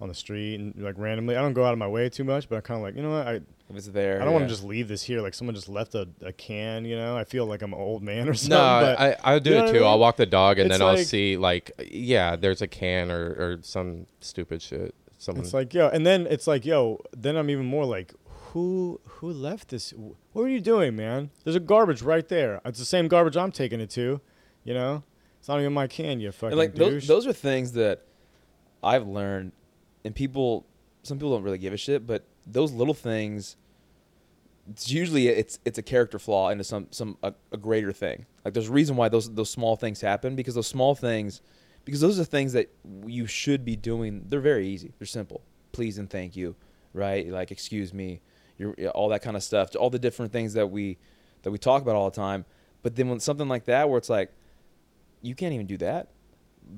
on the street and like randomly. I don't go out of my way too much, but I'm kind of like, you know what? I It was there. I don't want yeah. to just leave this here. Like someone just left a, a can, you know. I feel like I'm an old man or something. No, but I I do you know it what too. I I'll mean? walk the dog and It's then I'll like- see like yeah, there's a can or or some stupid shit. Someone. It's like yo, and then it's like yo. Then I'm even more like, who who left this? What were you doing, man? There's a garbage right there. It's the same garbage I'm taking it to. You know, it's not even my can. You fucking And like douche. those, those are things that I've learned, and people, some people don't really give a shit, but those little things, it's usually it's it's a character flaw into some some a, a greater thing. Like there's a reason why those those small things happen because those small things, because those are things that you should be doing. They're very easy. They're simple. Please and thank you, right? Like excuse me, you're all that kind of stuff. All the different things that we that we talk about all the time. But then when something like that, where it's like you can't even do that.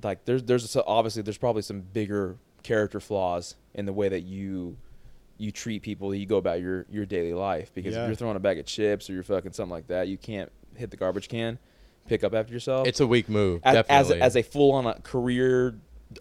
Like there's there's so obviously there's probably some bigger character flaws in the way that you you treat people that you go about your your daily life because Yeah. if you're throwing a bag of chips or you're fucking something like that, you can't hit the garbage can, pick up after yourself. It's a weak move, as, as definitely. as a full on a career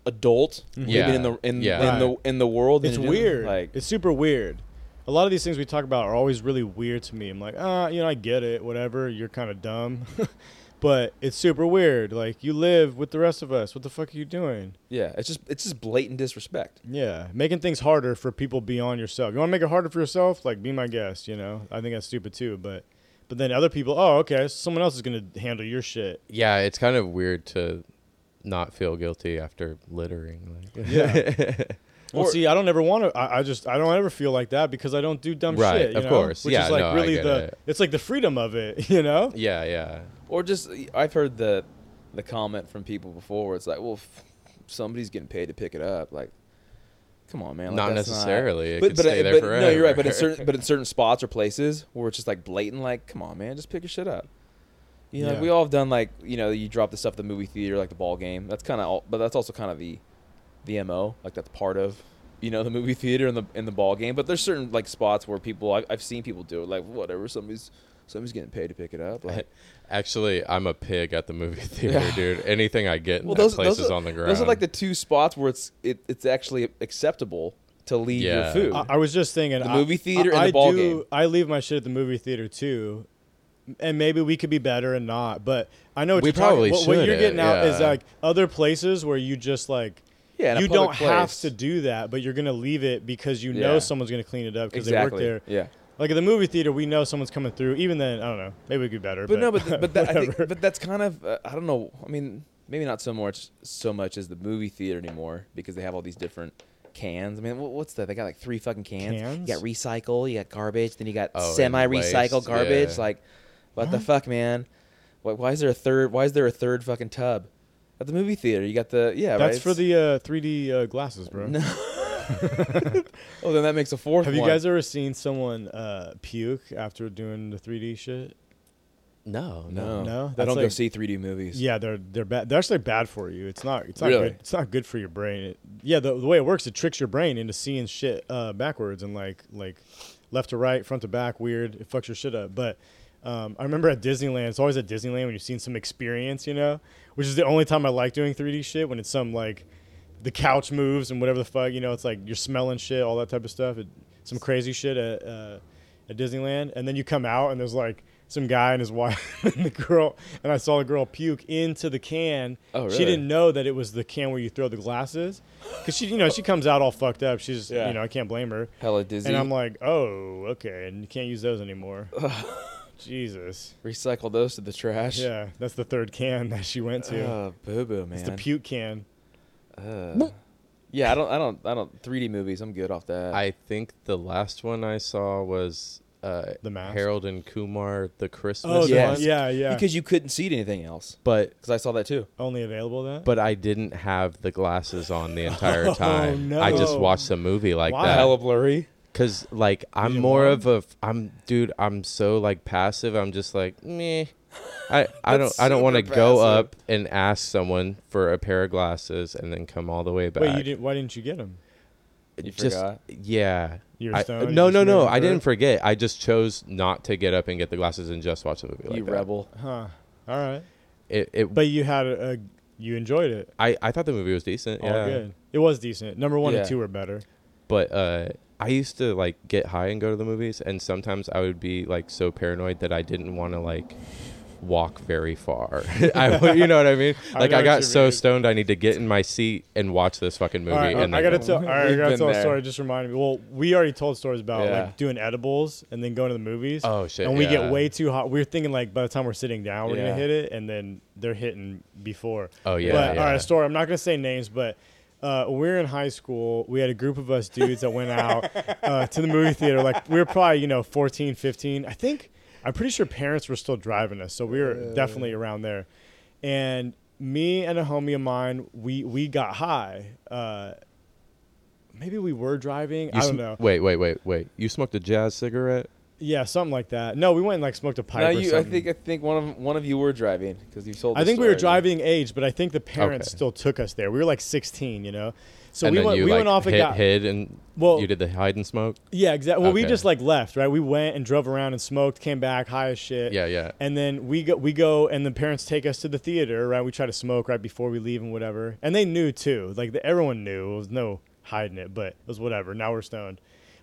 adult living Yeah. in the in, Yeah. in the in the world. it's and in- weird. Like it's super weird. a lot of these things we talk about are always really weird to me. I'm like, ah, you know, I get it, whatever. You're kind of dumb, but it's super weird. Like you live with the rest of us. What the fuck are you doing? Yeah, it's just it's just blatant disrespect. Yeah, making things harder for people beyond yourself. You want to make it harder for yourself? Like, be my guest. You know, I think that's stupid too. But, but then other people, oh, okay, someone else is gonna handle your shit. Yeah, it's kind of weird to not feel guilty after littering. Like, Well, Or- see, I don't ever want to. I, I just I don't ever feel like that because I don't do dumb Right, shit. you of know? course. Which Yeah, is like no, I really get the it. it's like the freedom of it. You know. yeah, yeah. Or just I've heard the the comment from people before where it's like, well, f- somebody's getting paid to pick it up. Like, come on, man. Like, Not that's necessarily. It but, could but, stay I- there but, No, you're right. But in forever. certain but in certain spots or places where it's just like blatant, like, come on, man, just pick your shit up. You know, like, Yeah. we all have done like you know you drop the stuff at the movie theater, like the ball game. That's kind of all, but that's also kind of the the mo. Like that's part of you know the movie theater and the and the ball game. But there's certain like spots where people I've, I've seen people do it. Like whatever, somebody's somebody's getting paid to pick it up. Like, Actually, I'm a pig at the movie theater, Yeah. dude. Anything I get in well, that those, place those is are, on the ground. Those are like the two spots where it's it, it's actually acceptable to leave your Yeah. food. I, I was just thinking The I- movie I, theater and the I ball do, game. I leave my shit at the movie theater too, and maybe we could be better and not. But I know what We you're talking- probably what, what you're shouldn't, getting out is yeah. like other places where you just like. Yeah, in a you public don't have place. to do that, but you're gonna leave it because you Yeah. know someone's gonna clean it up because exactly. they work there. Yeah. Like at the movie theater, we know someone's coming through. Even then, I don't know. Maybe we could be better. But no, but but that, I think, whatever. but that's kind of uh, I don't know. I mean, maybe not so much so much as the movie theater anymore because they have all these different cans. I mean, wha- what's that? They got like three fucking cans. Cans? You got recycle, you got garbage, then you got Oh, and semi-recycle waste, garbage. yeah. Like, what, the fuck, man? Why, why is there a third? Why is there a third fucking tub at the movie theater? You got the yeah. that's right, for it's- the uh, 3D uh, glasses, bro. No. Oh, then that makes a fourth. Have you one. guys ever seen someone uh, puke after doing the 3D shit? no, No, no. No? I That's don't go like- see 3D movies. Yeah, they're they're bad. They're actually bad for you. It's not it's not Really? good. It's not good for your brain. It, yeah, the, the way it works, it tricks your brain into seeing shit uh, backwards and like like left to right, front to back, weird. It fucks your shit up. But um, I remember at Disneyland. It's always at Disneyland when you're seeing some experience, you know, which is the only time I like doing 3D shit when it's some like the couch moves and whatever the fuck, you know. It's like you're smelling shit, all that type of stuff. It, some crazy shit at. Uh, at Disneyland, and then you come out and there's like some guy and his wife and the girl, and I saw the girl puke into the can. Oh, She really? didn't know that it was the can where you throw the glasses, because she, you know, she comes out all fucked up. She's, Yeah. you know, I can't blame her. Hella dizzy. And I'm like, oh, okay, and you can't use those anymore. Jesus. recycle those to the trash. Yeah, that's the third can that she went to. Oh, boo boo, man. it's the puke can. Uh, yeah, I don't, I don't, I don't. 3D movies, I'm good off that. I think the last one I saw was uh, The Mask? Harold and Kumar, the Christmas Oh, the- one. Yes. yeah, yeah. because you couldn't see anything else. But Because I saw that too. Only available then. but I didn't have the glasses on the entire time. Oh, no. I just watched a movie like Wow. that. blurry. Cause like I'm you more want of a f- I'm dude I'm so like passive I'm just like meh I I don't I don't want to super go passive. up and ask someone for a pair of glasses and then come all the way back. Wait, you didn't? Why didn't you get them? You just forgot. yeah. You were I- stoned, you no just no no remembered I her? didn't forget I just chose not to get up and get the glasses and just watch the movie like you that. rebel. Huh. All right. it it But you had a, a you enjoyed it. I I thought the movie was decent All yeah good. It was decent. Number one Yeah. and two were better. but uh I used to like get high and go to the movies and sometimes I would be like so paranoid that I didn't want to like walk very far. I would- you know what I mean? I Like know I, what you got so mean. stoned I need to get in my seat and watch this fucking movie All right, uh, and I then gotta go. tell. All right, I We've gotta been tell a there. story. Just reminded me. Well, we already told stories about Yeah. like doing edibles and then going to the movies. Oh, shit, And we yeah. get way too hot. We're thinking like by the time we're sitting down, we're Yeah. gonna hit it, and then they're hitting before. Oh, yeah, But all yeah. right, story. I'm not gonna say names, but. Uh, when we were in high school. We had a group of us dudes that went out uh, to the movie theater. Like we were probably, you know, 14, 15. I think I'm pretty sure parents were still driving us, so we were definitely around there. And me and a homie of mine, we we got high. Uh, maybe we were driving. You I don't sm- know. Wait, wait, wait, wait. You smoked a jazz cigarette? Yeah, something like that. No, we went and like smoked a pipe. No, or you. I something. think, I think one of one of you were driving because you told. I the think we were story. driving age, but I think the parents Okay. still took us there. We were like 16, you know. So and we then went. you We like went off hit, and got. hid and Well- you did the hide and smoke? Yeah, exactly. Well, we Okay. just like left, right? We went and drove around and smoked, came back high as shit. Yeah, yeah. And then we go, we go, and the parents take us to the theater, right? We try to smoke right before we leave and whatever. And they knew too, like the, everyone knew. It was no hiding it, but it was whatever. Now we're stoned.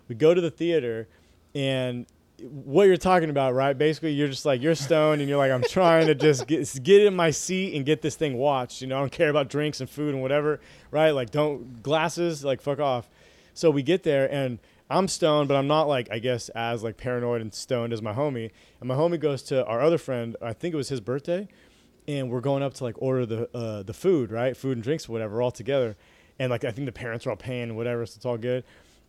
We go to the theater, and what you're talking about, right? Basically, you're just like you're stoned, and you're like, I'm trying to just get get in my seat and get this thing watched. You know, I don't care about drinks and food and whatever, right? Like, don't glasses, like fuck off. So we get there, and I'm stoned, but I'm not like I guess as like paranoid and stoned as my homie. And my homie goes to our other friend. I think it was his birthday and we're going up to like order the uh, the food, right? Food and drinks, whatever, all together. And like I think the parents are all paying, and whatever, so it's all good.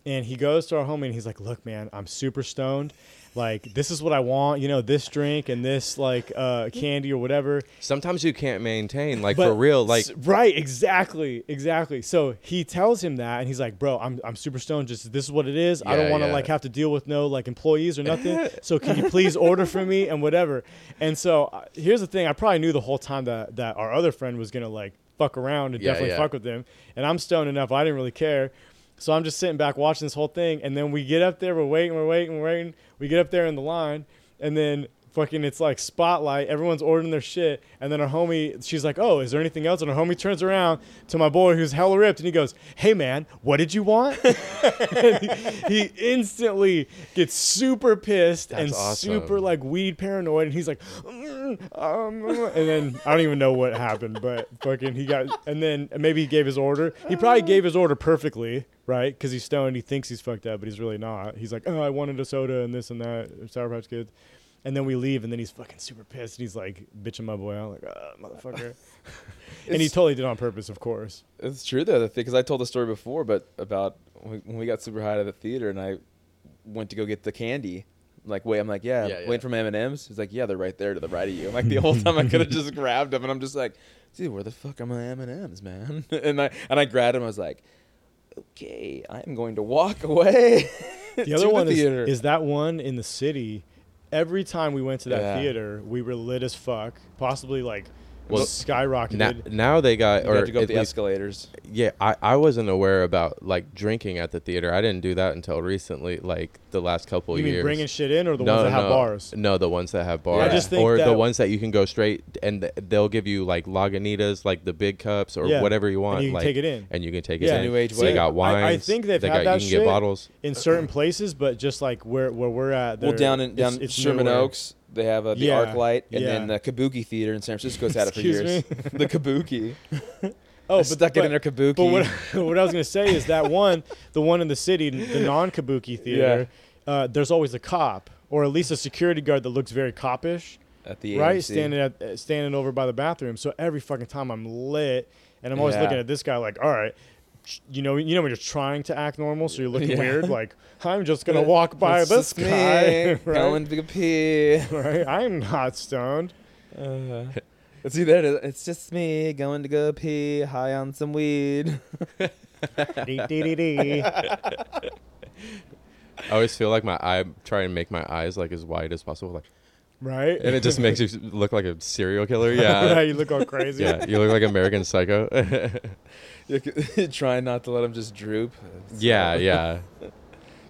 And he goes to our homie and he's like, "Look, man, I'm super stoned. Like this is what I want, you know, this drink and this like uh, candy or whatever." Sometimes you can't maintain, like But- for real. Like s- right, exactly, exactly. So he tells him that, and he's like, "Bro, I'm I'm super stoned. Just this is what it is. I Yeah, don't want to yeah. like have to deal with no like employees or nothing. so can you please order for me and whatever." And so uh, here's the thing: I probably knew the whole time that that our other friend was gonna like fuck around and Yeah, definitely yeah. fuck with him. And I'm stoned enough; I didn't really care. So I'm just sitting back watching this whole thing, and then we get up there, we're waiting, we're waiting, we're waiting. We get up there in the line, and then fucking it's like spotlight. Everyone's ordering their shit, and then our homie, she's like, "Oh, is there anything else?" And our homie turns around to my boy who's hella ripped, and he goes, "Hey man, what did you want?" he instantly gets super pissed That's and awesome. super like weed paranoid, and he's like, "Mm, um, uh," and then I don't even know what happened, but fucking he got, and then maybe he gave his order. He probably gave his order perfectly, right? Because he's stoned, he thinks he's fucked up, but he's really not. He's like, oh, I wanted a soda and this and that, Sour Patch Kids. And then we leave, and then he's fucking super pissed, and he's like bitching my boy out, like, uh, motherfucker. and he It's- totally did it on purpose, of course. It's true though, because I told the story before, but about when when we got super high at the theater and I went to go get the candy. Like, wait, I'm like, yeah, Yeah, yeah. waiting for my M and M's. He's like, yeah, they're right there to the right of you. I'm like, the whole time I could have just grabbed them, and I'm just like, dude, where the fuck are my M and M's, man? and I and I grabbed him. I was like, okay, I am going to walk away. the other to one is, theater. is that one in the city. Every time we went to that Yeah. theater, we were lit as fuck, possibly like Well, na- skyrocketed. now they got, You or have to go up at the least- escalators. yeah, I, I wasn't aware about like drinking at the theater. I didn't do that until recently, like the last couple you mean years. bringing shit in or the ones that have bars? No, the ones that have bars. just think or the that- ones that you can go straight and th- they'll give you like Lagunitas, like the big cups or Yeah. whatever you want. And you can like, take it in. And you can take Yeah. it in. New age so they way. I- got wines. I, I think they've they had got, that you can shit get bottles. in certain places, but just like where where we're at, Well, they're- down in down it's- it's Sherman nowhere. Oaks, they have uh, the Yeah, Arc Light, and yeah. then the Kabuki Theater in San Francisco's had it for Excuse years. me? the Kabuki. Oh, I stuck it in her kabuki. But what, what I was gonna say is that one, the one in the city, the non-kabuki theater, uh, there's always a cop or at least a security guard that looks very copish. at the right AMC. standing at uh, standing over by the bathroom so every fucking time i'm lit and i'm always Yeah. looking at this guy like all right sh- you know you know when you're trying to act normal so you're looking Yeah. weird like i'm just gonna walk by It's this just me, guy right? Going to the pee. right i'm not stoned Uh. It's either it is- it's just me going to go pee, high on some weed. Dee, dee, dee, dee. I always feel like my I try and make my eyes like as wide as possible, like, right and it just makes you look like a serial killer. Yeah, Right, you look all crazy yeah, you look like American Psycho. You're c- Trying not to let them just droop. It's- yeah, yeah.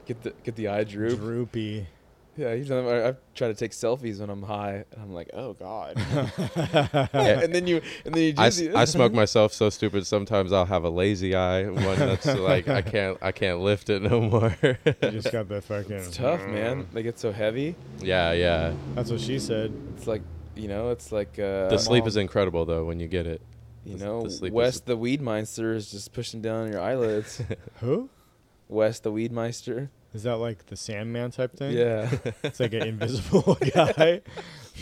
Get the get the eye droop. droopy Yeah, you know, I, I try to take selfies when I'm high, and I'm like, oh god. and then you and then you do I, s- see- I smoke myself so stupid. Sometimes I'll have a lazy eye, one that's like I can't I can't lift it no more. you just got that fucking It's tough, man. Mm. They get so heavy. yeah, yeah. that's what she said It's like you know, it's like uh, The sleep all- is incredible though when you get it. you the- know, the sleep is- West the weed meister is just pushing down your eyelids. who West the weed meister. is that like the sandman type thing Yeah. it's like an invisible guy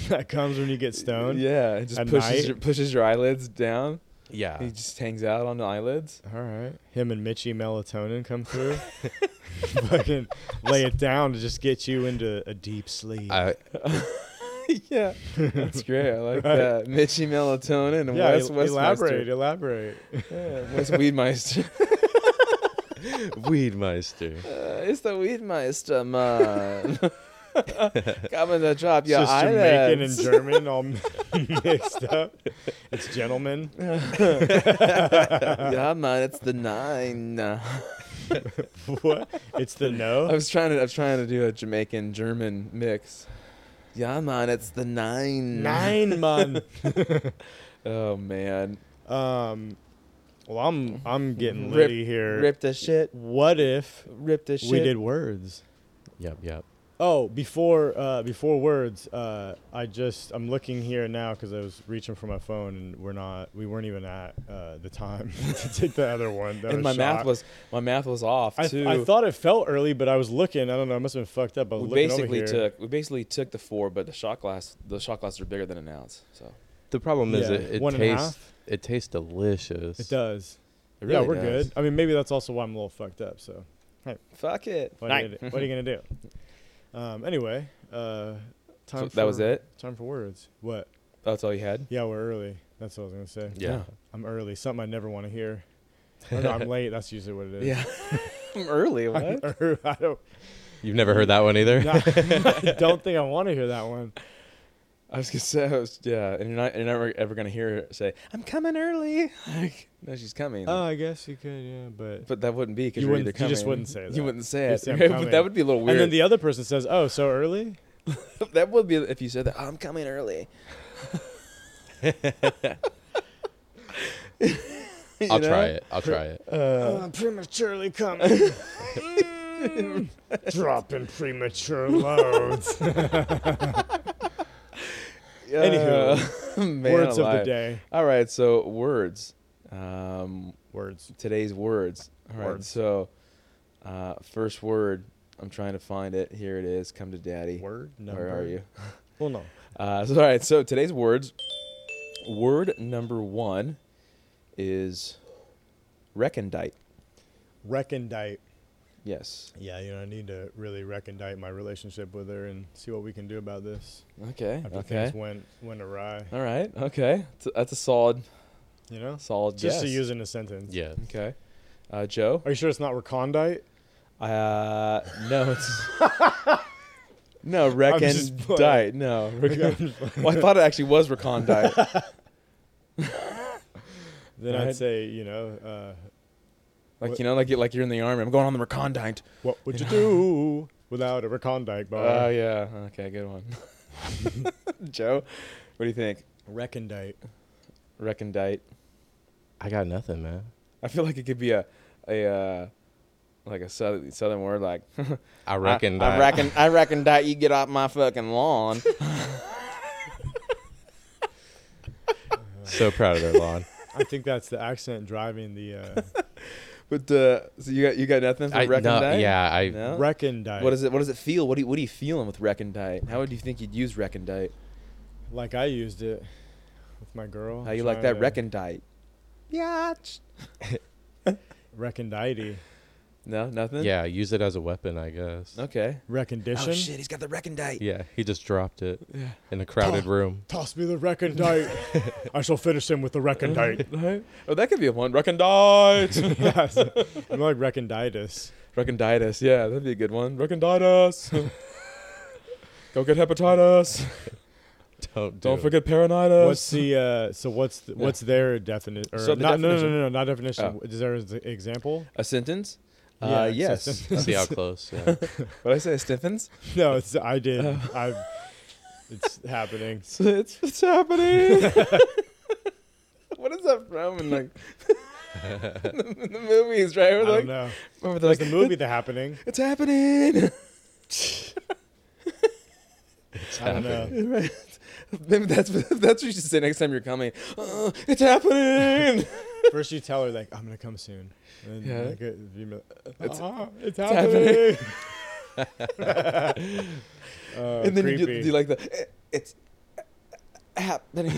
that comes when you get stoned Yeah, it just At pushes night? Ah. your, pushes your eyelids down. Yeah. He just hangs out on the eyelids. All right. Him and Mitchie Melatonin come through. Fucking lay it down to just get you into a deep sleep. I, yeah, that's great. I like Right. that. Mitchie Melatonin and yeah, Wes el- elaborate, Westmeister. elaborate. Yeah, Wes Weedmeister. Weedmeister. uh, it's the Weedmeister, man. Coming to drop your it's just Jamaican and eyelids. German all mixed up. It's gentlemen. yeah, man, it's the nine. I what? It's the no. was trying to, I was trying to do a Jamaican German mix. Yeah, man, it's the nine. Nine man. Oh man. Um, Well, I'm I'm getting Rip- litty here. Rip the shit. What if Rip the shit. we did words? Yep, yep. Oh, before uh, before words, uh, I just I'm looking here now because I was reaching for my phone and we're not we weren't even at uh, the time to take the other one. That And my math shot. was my math was off I, too. I thought it felt early, but I was looking. I don't know. I must have been fucked up. I was we looking over basically here. took we basically took the four, but the shot glass the shot glasses are bigger than an ounce. So The problem is Yeah, it, one it and a tastes half. it tastes delicious. It does. it yeah, really we're does. good. I mean, maybe that's also why I'm a little fucked up. So Fuck it. what, are, you, gonna- what are you gonna do? Um, anyway, uh, time. So that was for- it. Time for words. What? That's all you had. Yeah, we're early. That's what I was gonna say. Yeah. I'm early. Something I never want to hear. Or no, I'm late. That's usually what it is. I'm early. I'm What? early. I don't. You've never heard that one either? no, I don't think I want to hear that one. I was gonna say, I was, yeah, and you're not, you're never ever gonna hear her say, "I'm coming early." Like, no, she's coming. Oh, I guess you could. Yeah, but. but that wouldn't be because You you're wouldn't- either you just coming- wouldn't say that. You wouldn't say You'd it. say, "I'm but coming." that would be a little and weird. then the other person says, "Oh, so early." that would be if you said that. "Oh, I'm coming early. You I'll know? try it. I'll try it. Uh, prematurely coming. Mm. Dropping premature loads. Anywho, Uh, man Words of the alive. day. All right, so words. Um, Words. today's words. All right, Words. so uh, first word. I'm trying to find it. Here it is. Come to daddy. Word. Where are you? Well, no. Uh, so, all right. So today's words. Word number one is recondite. Recondite. Yes. Yeah, you know, I need to really recondite my relationship with her and see what we can do about this Okay. after Okay. things went went awry. All right. Okay. That's a, that's a solid, You know, solid. just to yes. use in a sentence. Yeah. Okay. Uh, Joe. Are you sure it's not recondite? Uh, no. It's, no just playing. recondite. No. Recon- well, I thought it actually was recondite. Then I'd Right. say, you know, uh, Like What- you know, like you like you're in the army. I'm going on the recondite. what would you do without a recondite Oh bar? yeah. Okay, good one. Joe, what do you think? recondite. Recondite. I got nothing, man. I feel like it could be a a uh, like a southern southern word like I reckon I, I that- reckon I recondite you get off my fucking lawn. so proud of their lawn. I think that's the accent driving the uh, but uh, so you got you got nothing for I, no, recondite? yeah, I No? recondite. Oh. What does it What does it feel? What do you, What are you feeling with recondite? How would you think you'd use recondite? Like I used it with my girl. How you like that trying recondite? Yeah. to- Recondite. Oh, No, nothing. yeah, use it as a weapon, I guess. Okay. Recondition. Oh shit, he's got the recondite. Yeah, he just dropped it in a crowded room. Toss me the recondite. I shall finish him with the recondite. Right? Oh, that could be a one. Recondite. yes. I'm like reconditus. Reconditus. Yeah, that'd be a good one. Reconditus. Go get hepatitis. Don't do Don't it. forget paranitis. What's the uh, so what's the, Yeah. what's their definition? So the not, no, no, no, definition- Oh. no, no, not definition. Is there an example? a sentence? Yeah, uh, it's a yes. sentence. See how close. Yeah. what I say, stiffens. No, it's I did. Oh. I. It's happening. It's, it's, it's happening. what is that from? In like in the, in the movies, right? I We're don't like, know. remember they're There's like the movie The Happening. It's happening. I don't know. Right. Maybe that's that's what you should say next time you're coming. Uh, it's happening. First you tell her like I'm gonna come soon. And Yeah. like, a few minutes, It's- "Ah, it's, happening." happening. Oh, and then you do, creepy. do like the "Eh, it's happening.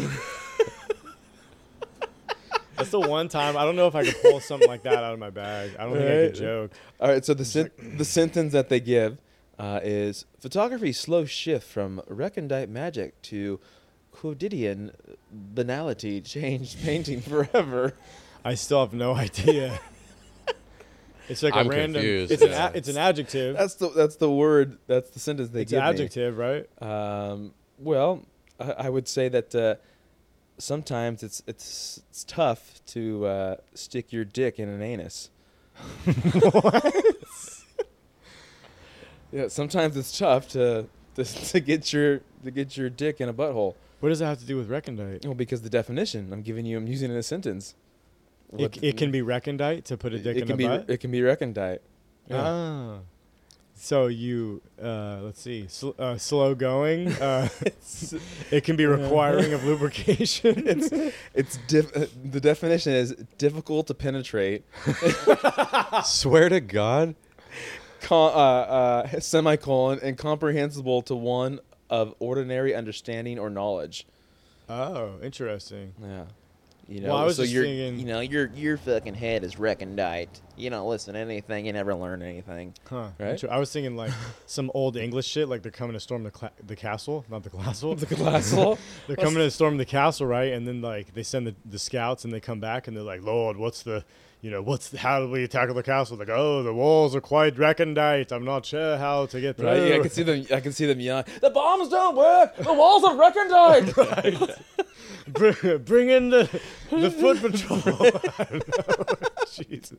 That's the one time I don't know if I could pull something like that out of my bag. I don't think I Right. could joke. All right, so the sen- the sentence that they give uh, is photography's slow shift from recondite magic to quotidian banality changed painting forever. I still have no idea. It's like I'm a random. confused, It's yeah. an a, it's an adjective. That's the that's the word. That's the sentence they it's an give adjective, right? me. Um, well, I, I would say that uh, sometimes it's it's it's tough to uh, stick your dick in an anus. Yeah, sometimes it's tough to, to to get your to get your dick in a butthole. What does it have to do with recondite? Well, because the definition I'm giving you, I'm using it in a sentence. It, it can be recondite to put a dick it in the can be butt. it can be recondite. Yeah. So you, uh, let's see, sl- uh, slow going. Uh, it can be requiring of lubrication. It's it's diff- the definition is difficult to penetrate. Swear to God. Con- uh, uh, semicolon incomprehensible to one of ordinary understanding or knowledge. oh, interesting. Yeah. You know, Well, I was so just you're thinking- You know, your your fucking head is recondite. You don't listen to anything. You never learn anything. Huh. Right? inter- I was thinking like some old English shit, like they're coming to storm the cla- the castle, not the castle. the glassel. they're coming to storm the castle, right? And then like they send the, the scouts, and they come back, and they're like, "Lord, what's the, you know, what's the, how do we tackle the castle?" Like, "Oh, the walls are quite recondite. I'm not sure how to get through." Right? Yeah, I can see them. I can see them yelling. The bombs don't work. The walls are recondite. bring, bring in the the foot patrol. I don't know. Jesus.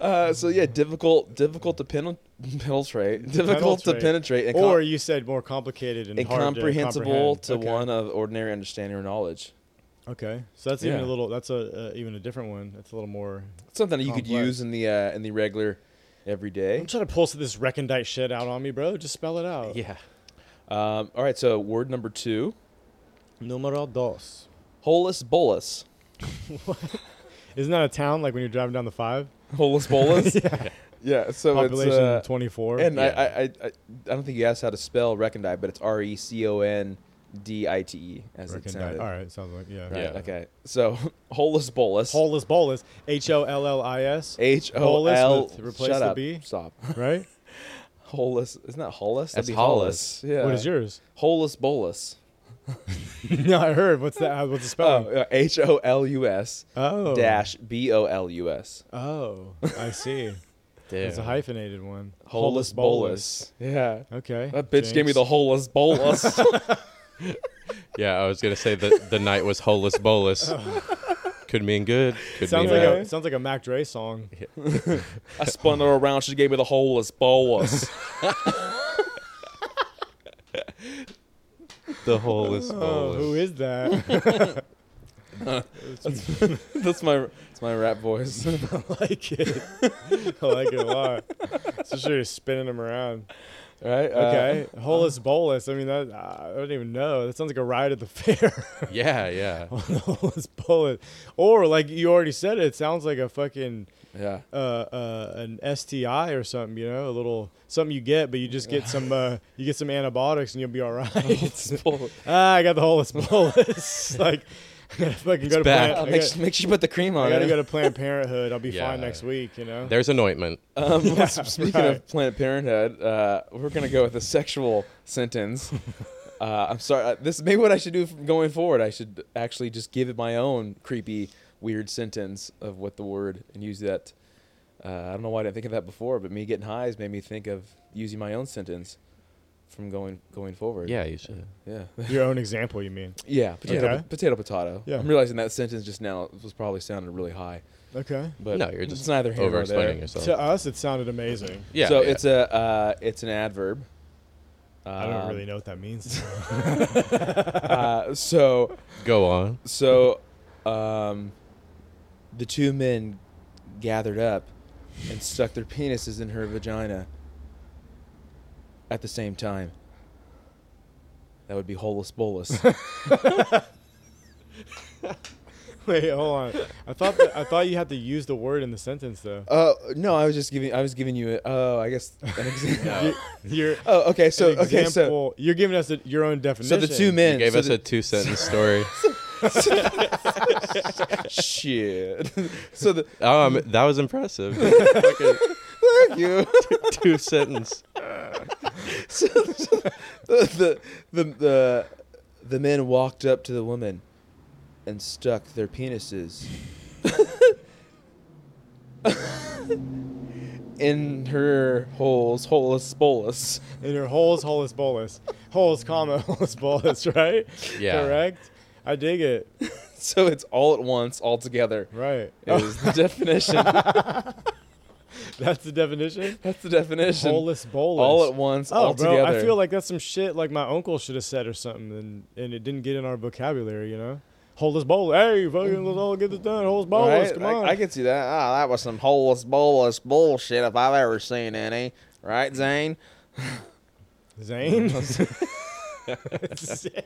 Uh, so yeah, difficult, difficult to pen- penetrate, difficult to Penetrate. penetrate, and or com- you said more complicated and hard to incomprehensible comprehend. to, Okay. one of ordinary understanding or knowledge. Okay, so that's even Yeah. a little. That's a uh, even a different one. That's a little more. It's something that you could Complex. use in the uh, in the regular everyday. I'm trying to pull some of this recondite shit out on me, bro. Just spell it out. Yeah. Um, all right. So word number two, Numero dos. holus bolus. Isn't that a town? Like when you're driving down the five, Holus bolus. yeah. So population it's uh, 24. and I Yeah. I, I I I don't think you asked how to spell recondite, but it's R E C O N D I T E as it recondite. sounded. All right, sounds like yeah. Right, Yeah. Okay. So holus bolus. Hollis bolus. H o l l i s. H O L. with replace shut the up. B? Stop. Right. Holus. Isn't that Holus? That'd That's be Hollis. Yeah. What is yours? Holus bolus. no, I heard. What's that? What's the spelling? Oh, H O L U S Oh. dash B O L U S. Oh, I see. It's a Damn. hyphenated one. Holus bolus. Yeah. Okay. That bitch gave me the holus bolus. Yeah, I was gonna say that the night was holus bolus. Could mean good. Could Sounds mean like bad. a sounds like a Mac Dre song. I spun her around. She gave me the holus bolus. the holus Oh, bolus. who is that? that's my that's my rap voice. I like it. I like it a lot. Especially you're spinning them around. All right. uh, Okay, holus bolus. I mean, that I don't even know. That sounds like a ride at the fair. Yeah, yeah. holus bolus, or like you already said, it, it sounds like a fucking yeah. uh, uh, an STI or something. You know, a little something you get, but you just get some uh, you get some antibiotics and you'll be all right. Holus bolus. ah, I got the holus bolus. like, I gotta fucking go to back. Planet- Uh, I make, gotta- su- make sure you put the cream on. I gotta it. go to Planned Parenthood. I'll be fine Yeah. next week. You know. There's anointment. Um, speaking right. of Planet Parenthood, uh, we're gonna go with a sexual sentence. Uh, I'm sorry. uh, This maybe what I should do from going forward. I should actually just give it my own creepy, weird sentence of what the word and use that. Uh, I don't know why I didn't think of that before, but me getting highs made me think of using my own sentence from going going forward. Yeah, you should. yeah, Your own example, you mean? yeah. Potato, Okay. potato, potato. Yeah. I'm realizing that sentence just now was probably sounded really high, Okay. but No, you're it's just neither here Over nor there. explaining yourself. To us, it sounded amazing. yeah. So yeah. it's a uh, it's an adverb. I don't Um, really know what that means. Uh, so go on. so um, the two men gathered up and stuck their penises in her vagina at the same time. That would be holus bolus. Wait, hold on. I thought that, I thought you had to use the word in the sentence though. uh, no, I was just giving I was giving you a, oh I guess an example. You- You're Oh, okay. So an okay, so example- you're giving us a, your own so definition. the two You men gave so us the- a two sentence story. shit. so the Um, that was impressive. Fucking thank you. two sentence. so, so the, the, the, the, the men walked up to the woman and stuck their penises in her holes, holus bolus. and your holes, holus bolus, holes, comma, holus bolus, right? Yeah. Correct. I dig it. So it's all at once, all together. Right. Oh, Is the definition. that's the definition. That's the definition. Holus bolus. All at once, Oh, all bro, together. I feel like that's some shit like my uncle should have said or something, and, and it didn't get in our vocabulary, you know? hold this bowl. Hey, fucking, let's all get this done. Hold this bowl. Right? Come I, on. I can see that. Ah, that was some holeless, boleless bullshit if I've ever seen any. Right, Zane? Zane. Zane.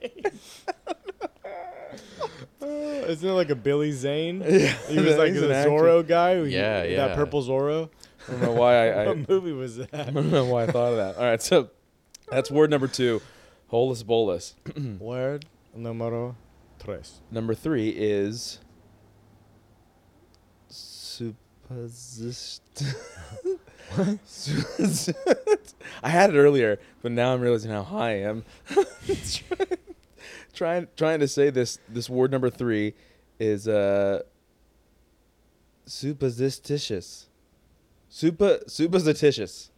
Uh, Isn't it like a Billy Zane? Yeah, he was like he's the an actor. Zorro guy. who- Yeah, yeah. That purple Zorro. I don't know why I, I, what movie was that? I don't know why I thought of that. All right, so that's word number two, holus bolus. Hmm. Word numero tres. Number three is supposist. Supposist- I had it earlier, but now I'm realizing how high I am. trying, trying to say this. This word number three is uh, supposititious. Super, supposititious.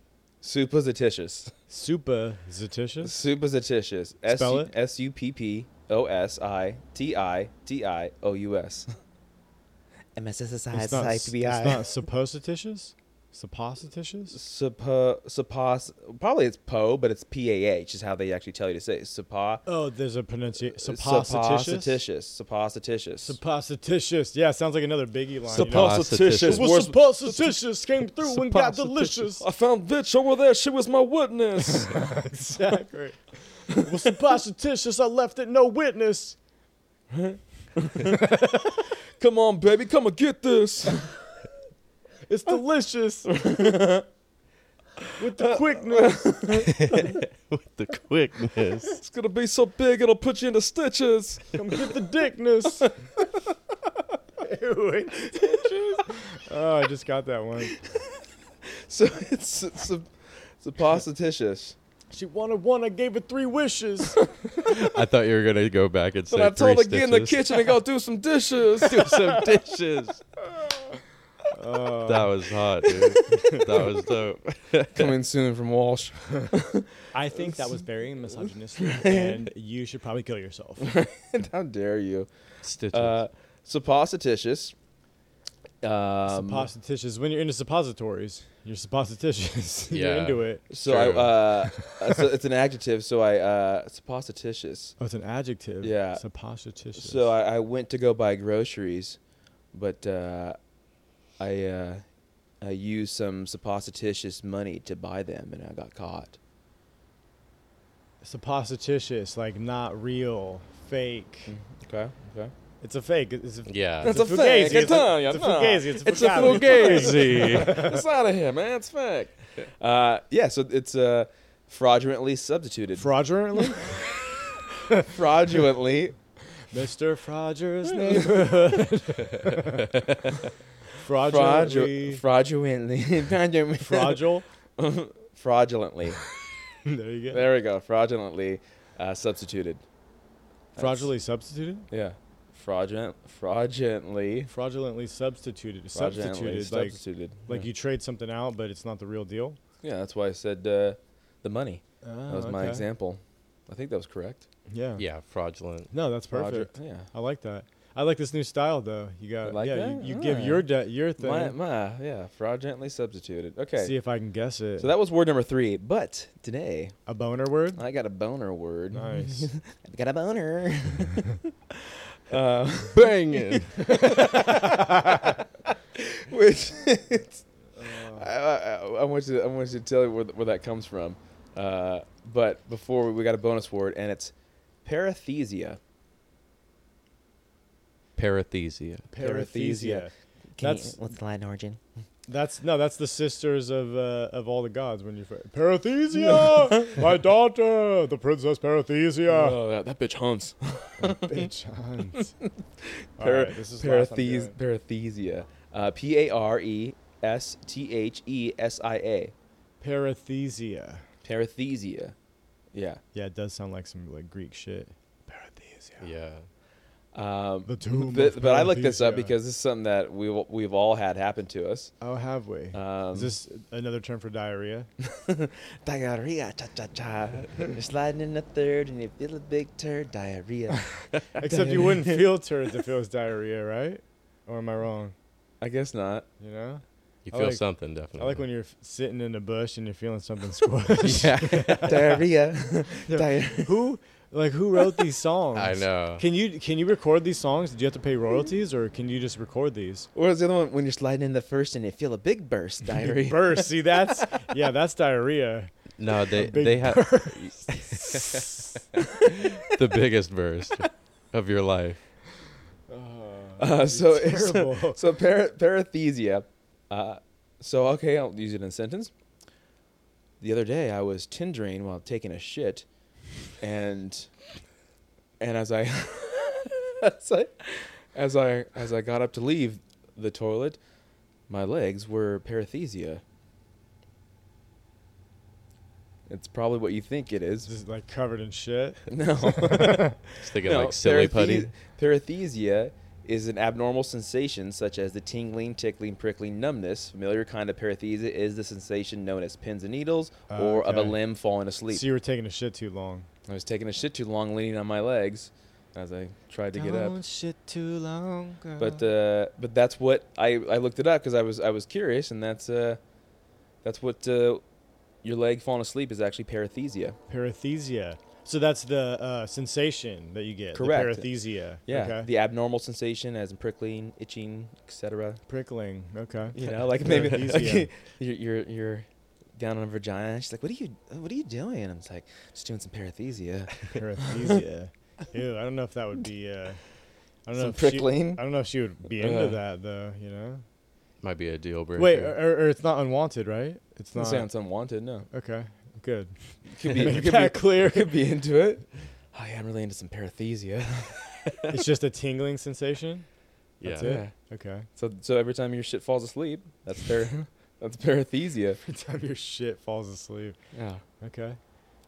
Supposititious. Super Zetitious. Supposititious. Spell it. S U P P O S I T I T I O U S. MSSSI, It's not, it's not supposititious. Supposititious. Suppo, suppos, probably it's po, but it's P A H is how they actually tell you to say it. Suppo, Oh, there's a Uh, pronunciation. Supposititious. supposititious, Supposititious. Yeah, sounds like another Biggie line. you know? supposititious. Supposititious. Well, Was- supposititious came through and got supposititious. delicious. I found bitch over there. She was my witness. exactly. well, supposititious, I left it no witness. come on, baby, come and get this. It's delicious. With the quickness. the quickness. It's gonna be so big it'll put you into stitches. Come get the dickness. Ew, wait, stitches. oh, I just got that one. So it's, it's a, supposititious. She wanted one, I gave her three wishes. I thought you were gonna go back and say Then I told her three to get in the stitches. kitchen and go do some dishes. do some dishes. Uh, that was hot, dude. that was dope. Coming soon from Walsh. I think that was very misogynistic, and you should probably kill yourself. How dare you? Stitches. Uh, supposititious. Um, supposititious. When you're into suppositories, you're supposititious. you're Yeah. into it. so I, True. uh, uh, so it's an adjective. So I uh, supposititious. Oh, it's an adjective. Yeah. Supposititious. So I, I went to go buy groceries, but uh, I uh, I used some supposititious money to buy them, and I got caught. supposititious, like not real, fake. Okay. Okay. It's a fake. Mm-hmm. It's a, yeah. That's a a fugazi, it's fake. I a- tell ya, it's a nah. fugazi, it's a It's a fugazi. fugazi. It's out of here, man. It's fake. Uh, yeah. So it's uh, fraudulently substituted. fraudulently. fraudulently. Mr. Hmm. Frogers' neighborhood. Fraudu- Fraudulently. fraudulently. fraudulently. Fraudul. fraudulently. there you go. There we go. Fraudulently uh, substituted. Fraudulently substituted. Yeah. Fraudulent. Fraudulently. Fraudulently substituted. Fraudulently Substituted. Like substituted. like you trade something out, but it's not the real deal. yeah. yeah, that's why I said uh, the money. Oh, That was my okay. example. I think that was correct. Yeah. yeah, fraudulent. No, that's Fraudu- perfect. yeah. I like that. I like this new style though. You got like yeah. that? You, you give Alright. your de- your thing. My, my, yeah. Fraudulently substituted. Okay. See if I can guess it. so that was word number three. But today, a boner word. I got a boner word. Nice. I've got a boner. Uh, Banging. which it's, Uh. I, I, I want you to, I want you to tell you where, th- where that comes from. Uh, but before we, we got a bonus word, and it's parathesia. Parathesia. Parathesia. Can you- That's- what's the Latin origin? That's no. That's the sisters of uh, of all the gods. When you Parathesia, my daughter, the princess Parathesia. Oh, that, that bitch hunts. Bitch, Hans. All Para- right, this is last I'm parathes- doing. parathesia. Uh, P A R E S T H E S I A. Parathesia. Parathesia. Yeah. Yeah, it does sound like some like Greek shit. Parathesia. Yeah. Um, The tomb but, of but I looked this up Parathesia. because this is something that we will- we've all had happen to us. Oh, have we? Um, is this another term for diarrhea? Diarrhea, cha cha cha. You're sliding in the third and you feel a big turd. Diarrhea. Except you wouldn't feel turds if it was diarrhea, right? Or am I wrong? I guess not. You know, You I feel like- something I definitely. Uh-huh. like when you're f- sitting in a bush and you're feeling something squash. yeah. Diarrhea. Diarrhea. Who Like who wrote these songs? I know. Can you can you record these songs? Do you have to pay royalties or can you just record these? What was the other one? When you're sliding in the first and you feel a big burst, diary. Burst. See that's yeah, that's diarrhea. No, they big they have the biggest burst of your life. Uh, so, so terrible. so para, parathesia. Uh, so okay, I'll use it in a sentence. The other day, I was tindering while taking a shit, and and as I as I as I as I got up to leave the toilet, my legs were parathesia. It's probably what you think it It's is. Just like covered in shit. No. Just thinking like silly putty. parathe- Parathesia is an abnormal sensation such as the tingling, tickling, prickling, numbness. Familiar kind of parathesia is the sensation known as pins and needles Ah, or of a okay. limb falling asleep. So you were taking a shit too long. I was taking a shit too long leaning on my legs as I tried to get up. shit too long. But uh, but that's what I, I looked it up because I was I was curious and that's uh, that's what uh, your leg falling asleep is actually parathesia. parathesia. So that's the uh, sensation that you get. the Correct. parathesia. Yeah, Okay. the abnormal sensation as in prickling, itching, etc. Prickling. Okay. You know, like maybe Parathesia. okay, you're, you're you're down on a vagina. And she's like, "What are you? What are you doing?" I'm just like, "Just doing some parathesia, Parathesia. Ew, I don't know if that would be. Uh, I don't know some if prickling." She, I don't know if she would be into Uh. that though. You know. Might be a deal breaker. Wait, uh, or, or- or it's not unwanted, right? It's Doesn't not. sounds unwanted. No, Okay. Good. could be, Make could that be, clear. could be into it. Oh yeah, I'm really into some parathesia. it's just a tingling sensation. yeah. That's it. Okay. So so every time your shit falls asleep, that's par that's parathesia. Every time your shit falls asleep. Yeah. Okay.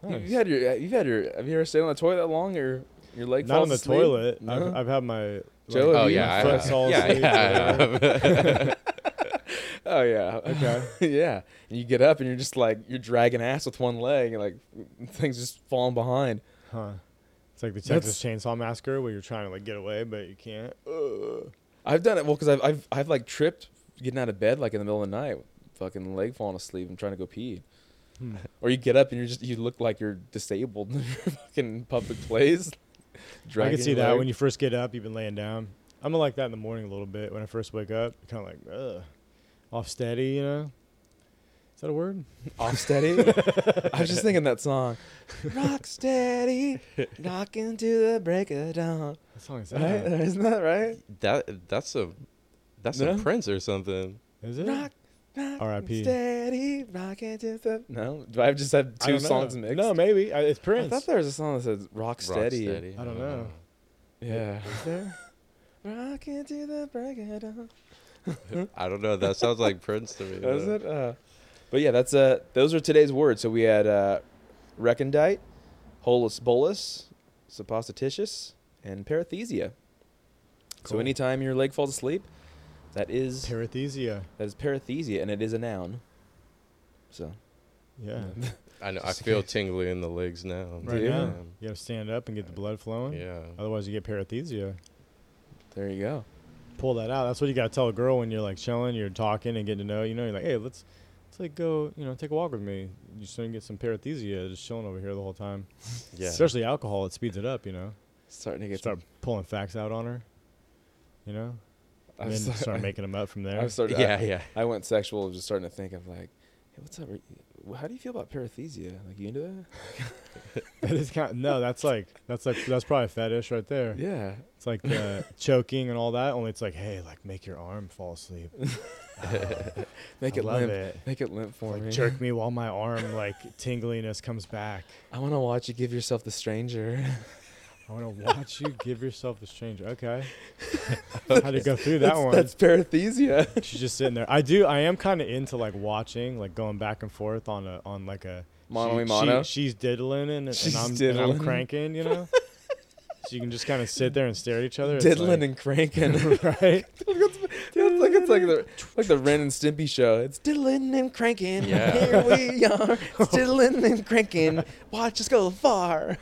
You, Nice. you had your you've had your have you ever stayed on the toilet that long or your leg Not falls on the asleep? toilet. I've, No? I've had my. like, Joe, have Oh you- my yeah. I foot's have. all yeah, asleep yeah, or I have. Oh yeah. Okay. yeah. And you get up and you're just like you're dragging ass with one leg and like things just falling behind. Huh. It's like the Texas Chainsaw Massacre where you're trying to like get away but you can't. I've done it well because I've, I've I've like tripped getting out of bed like in the middle of the night, fucking leg falling asleep. I'm trying to go pee, Hmm. or you get up and you're just you look like you're disabled in your fucking public place. I can Dragging see your that leg. when you first get up, you've been laying down. I'm like that in the morning a little bit when I first wake up. Kind of like ugh, off steady, you know. Is that a word? off steady. I was just thinking that song, rock steady, knocking to the break of dawn. That song is Right? that? Isn't that right? that that's a that's No? a prince or something. Is it? Rock, rock, R.I.P.. steady, rocking to the. No, do I just have I two don't know. songs mixed? No, maybe I, it's I Prince. thought there was a song that says rock steady. Rocksteady. I don't know. Yeah. Is there? Rocking to the break of dawn. I don't know. That sounds like Prince to me. Does though. it? Uh, but yeah, that's uh, those are today's words. So we had uh, recondite, holus bolus, supposititious, and parathesia. So Cool. anytime your leg falls asleep, that is Parathesia. that is parathesia, and it is a noun. So Yeah. I know. I feel tingly in the legs now. Right Dude. now, you gotta stand up and get the blood flowing. Yeah. Otherwise, you get parathesia. there you go. Pull that out. That's what you gotta tell a girl when you're like chilling, you're talking and getting to know. You know, you're like, hey, let's let's like go, you know, take a walk with me. You just don't get some parathesia, just chilling over here the whole time. Yeah. Especially alcohol, it speeds it up, you know. Starting to get Start pulling facts out on her, you know, I and then was like- start making them up from there. I was starting. Yeah. I, Yeah. I went sexual, just starting to think of like, hey, what's up? How do you feel about parathesia? Like you into that? that is kind no, that's like that's like that's probably a fetish right there. Yeah. It's like the choking and all that. Only it's like, hey, like make your arm fall asleep. Ah, Make I it love limp. it. Make it limp for Like me. jerk me while my arm like tingliness comes back. I want to watch you give yourself the stranger. I want to watch you give yourself the strange. Okay, how to go through that that's, one? That's parathesia. She's just sitting there. I do. I am kind of into like watching, like going back and forth on a on like a Mono she- y mono. she- she's diddling and, and She's I'm and diddling. I'm cranking. You know, so you can just kind of sit there and stare at each other. It's Diddling like- and cranking. right. it's like it's like the like the Ren and Stimpy show. It's diddling and cranking. Yeah. Here we are. It's diddling and cranking. Watch us go far.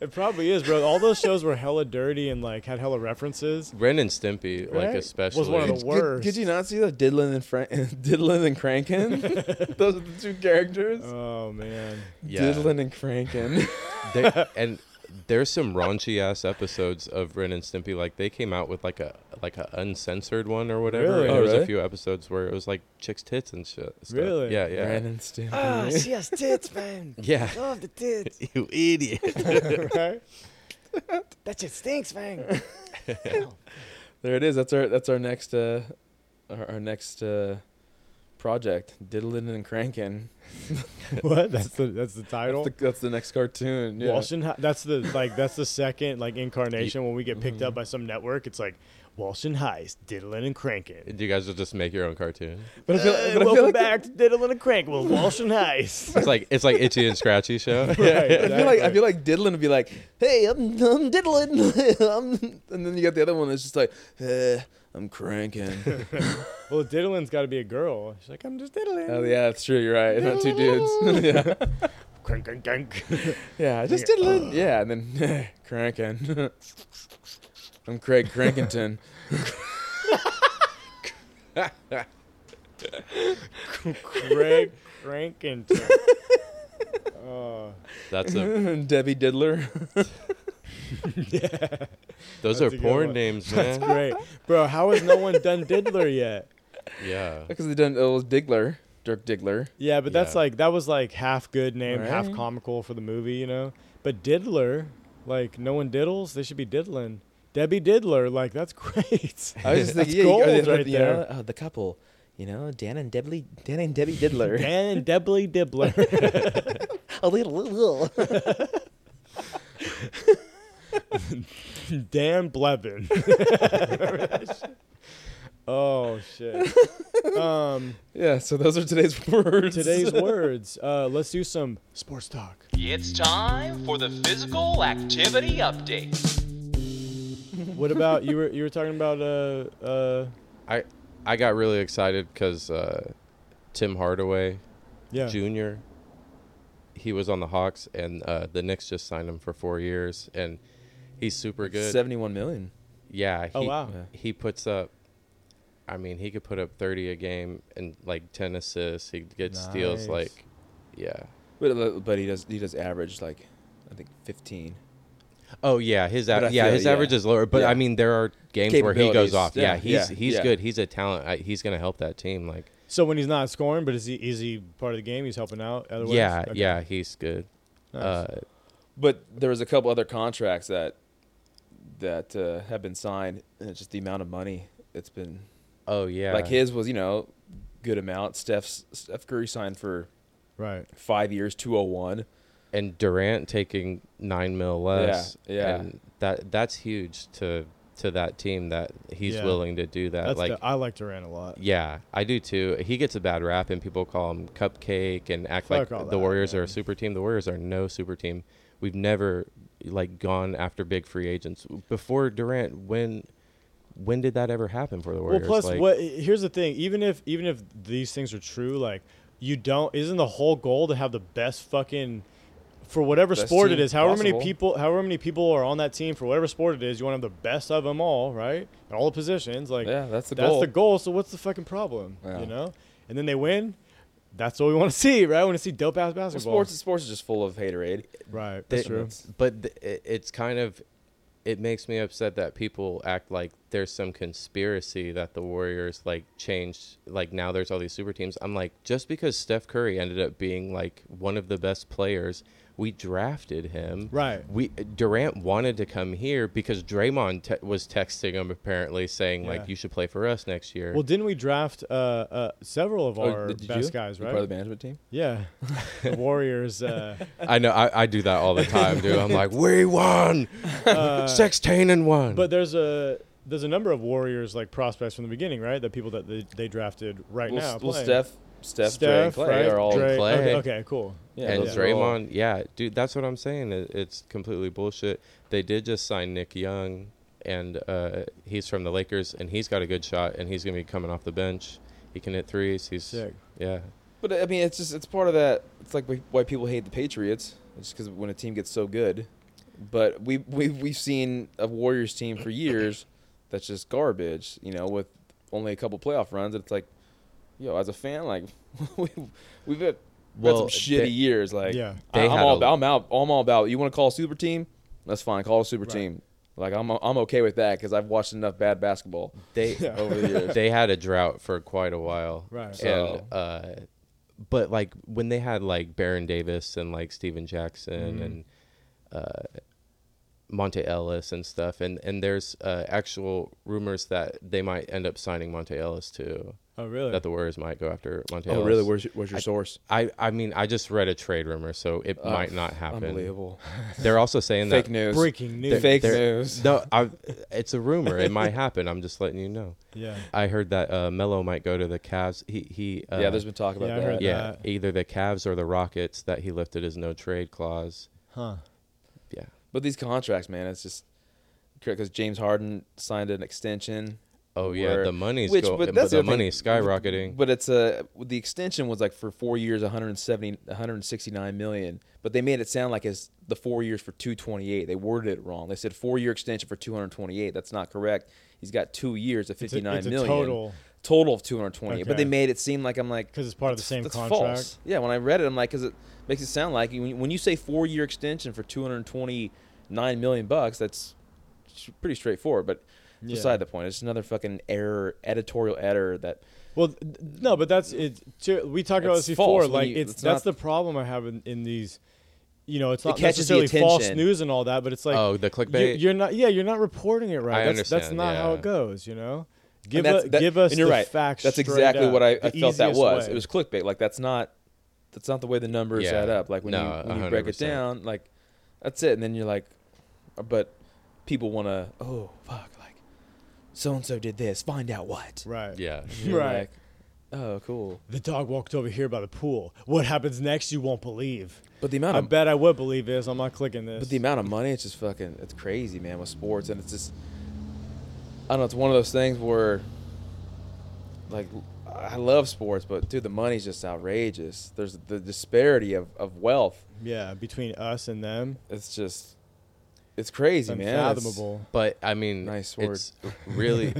It probably is, bro. All those shows were hella dirty and like had hella references. Ren and Stimpy, Right? like Was especially. one of the Did, did you not see the diddling and Fran- diddling and cranking? Those are the two characters. Oh man, yeah. Diddling and cranking. They- and there's some raunchy ass episodes of Ren and Stimpy. Like they came out with like a like a uncensored one or whatever. Really? And Oh, there was really? a few episodes where it was like chicks tits and shit. stuff. Really? Yeah, yeah. Brandon Stimpy. Ah, she has tits, man. Yeah. Love the tits. you idiot. right? That shit stinks, man. Uh, There it is. That's our that's our next uh our, our next uh project. Diddling and cranking. What? That's the that's the title. That's the, that's the next cartoon. Yeah. Walsh and Hi- that's the like that's the second like incarnation when we get picked up by some network. It's like Walsh and Heist, diddling and cranking. you guys will just make your own cartoon. But I feel, Hey, uh, but I welcome feel like back to diddling and crank with Walsh and Heist. It's like it's like itchy and scratchy show. Right, I feel like I exactly. feel like diddling would be like, hey, I'm, I'm diddling, I'm, and then you got the other one that's just like, eh, I'm cranking. well, diddling's got to be a girl. She's like, I'm just diddling. oh yeah, that's true. You're right. Not two dudes. yeah, Crank, crank, crank. yeah, just Yeah. diddling. Yeah, and then eh, cranking. I'm Craig Crankington. Greg Crankington. Oh, That's a Debbie Diddler. those That's are a good porn one. names, man. great, bro. How has no one done Diddler yet? Yeah. Because they done it was Diggler, Dirk Diggler. Yeah, but that's Yeah. like that was like half good name, half Right. comical for the movie, you know. But Diddler, like no one diddles, they should be diddling. Debbie Diddler, like that's great. I was just That's thinking, yeah, you- gold you know, right you there. know, oh, the couple, you know, Dan and Debbie, Dan and Debbie Diddler. Dan and Debbie Dibbler. A little, little. Dan Blevin. oh shit. Um, yeah, so those are today's words. today's words. Uh, let's do some sports talk. It's time for the physical activity update. What about you were you were talking about uh uh I I got really excited because uh, Tim Hardaway yeah Jr. He was on the Hawks, and uh, the Knicks just signed him for four years, and he's super good. Seventy-one million. Yeah. He, Oh, wow. Yeah. He puts up. I mean, he could put up thirty a game and like ten assists. He gets steals. Nice. Like, yeah. But, but he does he does average like, I think fifteen. Oh yeah, his But I av- yeah feel- his yeah. average is lower, but Yeah. I mean there are games where he goes Capabilities. off. Yeah, Yeah, he's yeah, he's yeah. good. He's a talent. I, he's gonna help that team. Like, So when he's not scoring, but is he is he part of the game? He's helping out. Otherwise, yeah, Okay. yeah, he's good. Nice. Uh, But there was a couple other contracts that that uh, have been signed, and it's just the amount of money it's been. oh yeah, Like his was, you know, good amount. Steph's Steph Curry signed for right. five years, two hundred one. and Durant taking nine mil less. yeah. and that that's huge to to that team that he's Yeah. willing to do that. That's uh, like, the, I like Durant a lot. yeah, I do too. He gets a bad rap, and people call him cupcake and act Fuck all like the that, Warriors are man. a super team. The Warriors are no super team. We've never like gone after big free agents before Durant. When when did that ever happen for the Well, Warriors? plus, Like, what? Here's the thing. Even if even if these things are true, like you don't. Isn't the whole goal to have the best fucking for whatever Best sport it team is? However possible. many people, however many people are on that team for whatever sport it is, you want to have the best of them all, right? In all the positions, like Yeah, that's the that's goal. the goal. So what's the fucking problem? Yeah. You know? And then they win. That's what we want to see, right? We want to see dope ass Well, basketball. sports sports is just full of haterade. right? They- That's true. But th- it, it's kind of it makes me upset that people act like there's some conspiracy that the Warriors like changed like now there's all these super teams. I'm like just because Steph Curry ended up being like one of the best players, we drafted him. Right. We Durant wanted to come here because Draymond te- was texting him apparently saying Yeah. like you should play for us next year. Well, didn't we draft uh, uh, several of Oh, our did you? best guys, You right? Part of the management team. yeah, the Warriors. Uh, I know I, I do that all the time, dude. I'm like we won. Uh, Sextain and won. but there's a there's a number of Warriors like prospects from the beginning, right? The people that they, they drafted right well, now. s- well, playing. Steph, Steph, Dre, and Clay right? are all Dre- Clay. Okay, okay, cool. Yeah, and those are all- Draymond, yeah, dude, that's what I'm saying. It, it's completely bullshit. They did just sign Nick Young, and uh, he's from the Lakers, and he's got a good shot, and he's gonna be coming off the bench. He can hit threes. He's Sick. yeah, But I mean, it's just it's part of that. It's like wh- why people hate the Patriots. It's because when a team gets so good, but we we we've seen a Warriors team for years that's just garbage. You know, with only a couple playoff runs, and it's like, yo, as a fan, like we we've had, had some Well, shitty they- years. Like, Yeah. I, they am had all a- about, I'm out. I'm all about. You want to call a super team? That's fine. Call it a super team. Like I'm I'm okay with that because I've watched enough bad basketball They over the years. they had a drought for quite a while. Right. And, So- uh, but like when they had like Baron Davis and like Steven Jackson Mm-hmm. and uh, Monte Ellis and stuff, and and there's uh, actual rumors that they might end up signing Monte Ellis too. Oh, really? That the Warriors might go after Monte oh Ellis. really? Where's your, where's your source? I, I mean I just read a trade rumor, so it might not happen. Unbelievable. They're also saying Fake that news. Breaking news. Fake they're- news. No, I, it's a rumor. It might happen. I'm just letting you know. Yeah. I heard that uh, Melo might go to the Cavs. He he. Uh, yeah, there's been talk about yeah, I that. heard yeah that. either the Cavs or the Rockets that he lifted his no trade clause. Huh. Yeah, But these contracts, man, it's just because James Harden signed an extension. Oh, yeah, the money's go- but that's other the thing. money's skyrocketing. But it's a the extension was like for four years, 170, 169 million. But they made it sound like it's the four years for 228. They worded it wrong. They said four year extension for 228. That's not correct. He's got two years of It's a- fifty nine it's a million. total. total of 228. But they Okay. made it seem like I'm like 'Cause it's part of the that's- same that's contract. False. Yeah, when I read it, I'm like, because it makes it sound like when you- when you say four year extension for 229 million bucks, that's s- pretty straightforward. But Yeah. beside the point, it's just another fucking error, editorial error that Well, th- no, but that's it. to- We talked about That's this before. false when Like you- it's, it's that's not- the problem I have in, in these. You know, it's It not catches the necessarily false attention. news and all that, but it's like Oh, the You're, clickbait? you're not. Yeah, you're not reporting it right. I that's, That's understand, not how yeah. it goes. You know, give and that's, u- that- give us and you're the right. facts. That's straight exactly up, what I, the I felt that easiest was. way. It was clickbait. Like that's not that's not the way the numbers Yeah. add up. Like when No, you when you break it 100%. down, like that's it. And then you're like, but people want to. Oh fuck! Like so and so did this. Find out what. right. yeah. You're Right. like, oh, cool. The dog walked over here by the pool. What happens next? You won't believe. But the I, amount of bet I would believe this. I'm not clicking this. but the amount of money, it's just fucking, it's crazy, man, with sports, and it's just, I don't know, it's one of those things where, like, I love sports, but dude, the money's just outrageous. There's the disparity of of wealth. yeah, between us and them, It's just, it's crazy, man. It's- unfathomable. But I mean, Nice word. it's really,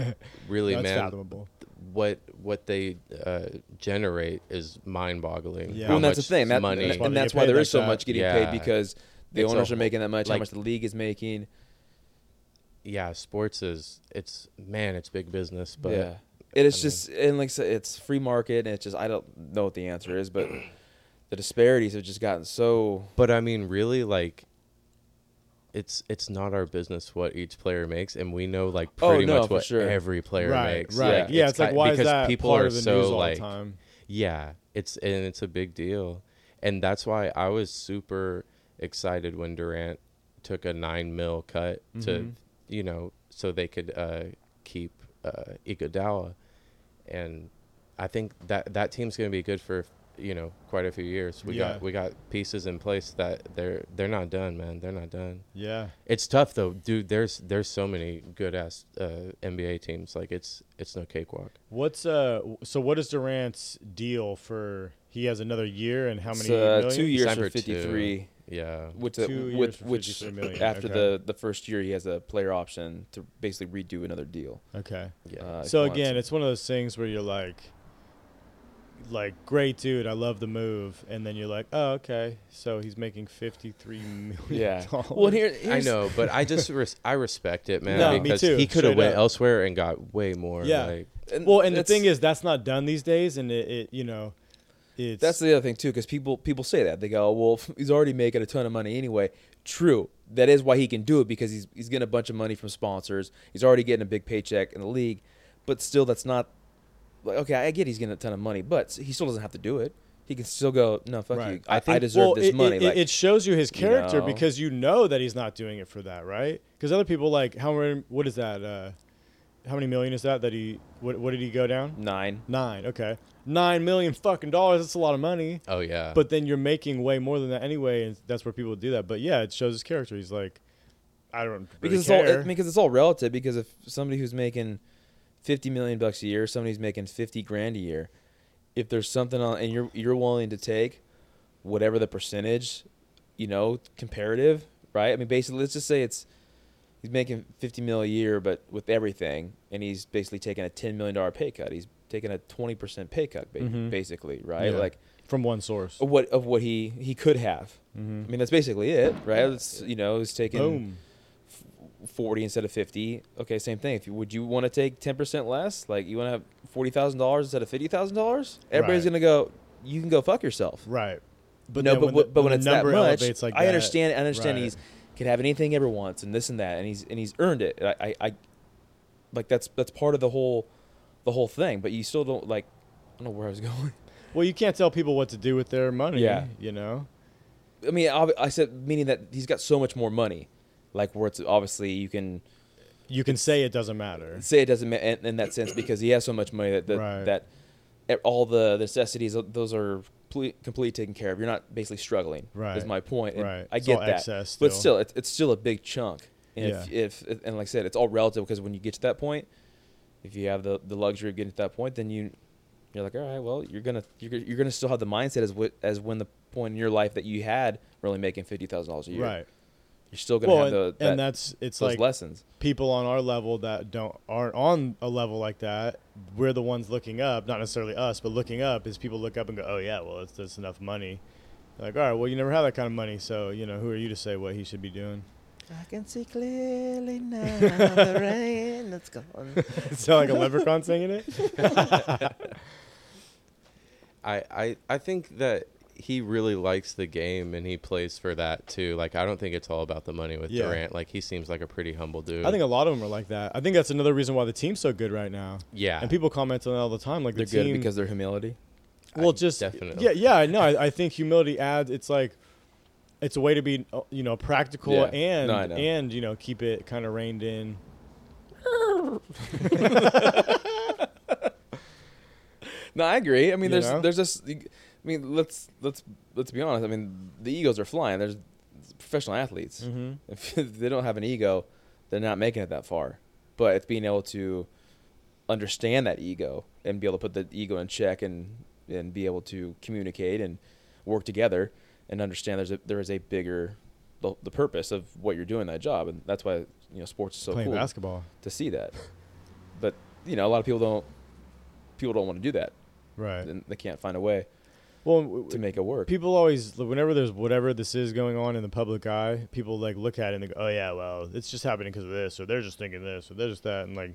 really, That's man. fathomable. What what they uh, generate is mind-boggling. Yeah. How Well, and that's the much thing. That, money. and- why and they that's get why paid there like is so that. much getting Yeah. paid because the It's a owners are whole- making that much, how like- much the league is making. yeah, sports is it's man, it's big business. But yeah, it is I mean- just and like I said, it's free market, and it's just I don't know what the answer is, but the disparities have just gotten so. But I mean, really, like, it's it's not our business what each player makes, and we know like Oh, pretty no, much for what sure. every player Right. makes. Right. Yeah. Yeah. It's, like ki- why is because that people part are of the so news all like, the time? yeah, it's and it's a big deal, and that's why I was super excited when Durant took a nine mil cut Mm-hmm. to, you know, so they could uh, keep uh, Iguodala, and I think that that team's gonna be good for you know quite a few years. We Yeah. got we got pieces in place that they're they're not done, man. They're not done. Yeah. It's tough though, dude. There's there's so many good ass uh, NBA teams. Like it's it's no cakewalk. What's uh? w- So what is Durant's deal for? He has another year, and how It's, many? uh, million? two years Signed for for two. fifty three. Yeah. Which, uh, Two years with, for which 53 million, after okay. the, the first year he has a player option to basically redo another deal. Okay. Yeah. Uh, if so he wants again, to. it's one of those things where you're like, like, great dude, I love the move, and then you're like, oh, okay, so he's making fifty three million. yeah. dollars. Well, and here I here's- know, but I just res- I respect it, man. No, me because too, He could have straight went up. elsewhere and got way more. Yeah. Like, Well, and the that's- thing is, that's not done these days, and it, it you know, it's that's the other thing too, because people people say that they go, "Oh, well, he's already making a ton of money anyway. True, that is why he can do it because he's he's getting a bunch of money from sponsors. He's already getting a big paycheck in the league, but still, that's not like okay. I get he's getting a ton of money, but he still doesn't have to do it. He can still go, no, fuck Right. you. I, I, think- deserve well, this it, money. It, like, it shows you his you character know. because you know that he's not doing it for that, right? Because other people like how many? What is that? Uh, how many million is that? That he? What? What did he go down? nine. Nine. Okay, nine million fucking dollars. That's a lot of money. oh yeah. But then you're making way more than that anyway, and that's where people do that. But yeah, it shows his character. He's like, I don't really because it's all care. it, because it's all relative. Because if somebody who's making fifty million bucks a year, somebody's making fifty grand a year, if there's something on and you're you're willing to take whatever the percentage, you know, comparative, right? I mean, basically, let's just say it's he's making fifty mil a year, but with everything, and he's basically taking a ten million dollar pay cut. He's taking a twenty percent pay cut, ba- Mhm. basically, right? Yeah. Like from one source. of what of what he he could have I mean, that's basically it, right? It's you know, it's taking Mm-hmm. Boom. 40 instead of 50 okay same thing if you would you want to take 10% less like you want to have $40000 instead of $50000 everybody's Right. gonna go you can go fuck yourself Right. but no then but when when, the- but when the it's that number much elevates like i that, understand i understand right. he's could have anything he ever wants and this and that and he's and he's earned it I, I i like that's that's part of the whole the whole thing but you still don't like i don't know where i was going Well, you can't tell people what to do with their money. Yeah. You know. i mean ob- i said meaning that he's got so much more money like where it's obviously you can You can say it doesn't matter. say it doesn't ma- in, in that sense because he has so much money that that, Right. that e- all the necessities uh, those are ple- completely taken care of. You're not basically struggling. Is Right. my point. And Right. I It's all get that. excess But still. still, it's, it's still a big chunk. And if, if and like I said, it's all relative because when you get to that point, if you have the, the luxury of getting to that point, then you you're like, all right, well, you're gonna you're, gonna- you're gonna still have the mindset as what as when the point in your life that you had really making fifty thousand dollars a year. Right. You're still gonna Well, have and, the, that, and that's it's those like lessons. people on our level that don't aren't on a level like that. We're the ones looking up, not necessarily us, but looking up is people look up and go, "Oh yeah, well, it's that's enough money." Like, all right, well, you never had that kind of money, so you know who are you to say what he should be doing? I can see clearly now the rain that's gone. It's not like a leprechaun singing it. I, I I think that he really likes the game and he plays for that too. Like I don't think it's all about the money with Yeah. Durant. Like he seems like a pretty humble dude. I think a lot of them are like that. I think that's another reason why the team's so good right now. yeah. And people comment on it all the time, like They're the team good because they're humility. well I- just definitely. yeah yeah no I, I think humility adds it's like it's a way to be uh, you know practical Yeah. and No, I know. and you know keep it kind of reined in No, I agree. I mean, You there's know? there's just. I mean, let's let's let's be honest. I mean, the egos are flying. There's professional athletes. Mhm. If they don't have an ego, they're not making it that far. But it's being able to understand that ego and be able to put the ego in check and and be able to communicate and work together and understand there's a there is a bigger the, the purpose of what you're doing in that job and that's why you know sports is so playing cool basketball to see that. But you know, a lot of people don't people don't want to do that right and they can't find a way well w- to w- make it work. people always whenever there's whatever this is going on in the public eye people like look at it and they go oh yeah well it's just happening because of this or they're just thinking this or they're just that and like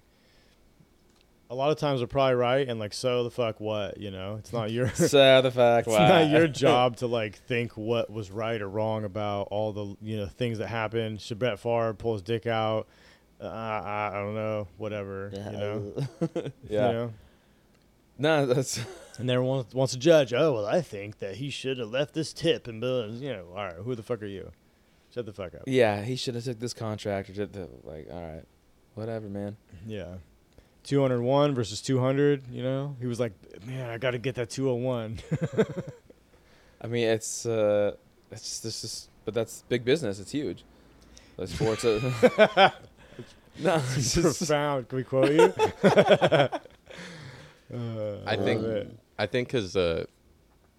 a lot of times they're probably right and like so the fuck what you know it's not your so the fact, it's not your job to like think what was right or wrong about all the you know things that happened. Should Brett Favre pull his dick out? Uh, I, I don't know. Whatever. You uh, know. yeah. You know? No, that's And then wants, wants to judge. Oh well, I think that he should have left this tip and blah. You know. All right. Who the fuck are you? Shut the fuck up. yeah. He should have took this contract or did the like. All right, whatever, man. Yeah. 201 versus 200, you know? He was like, man, I got to get that 201. I mean, it's uh, it's just, this is, but that's big business. It's huge. The sports. Are, no, it's just, Profound. Can we quote you? Uh, I love think it. I think because uh,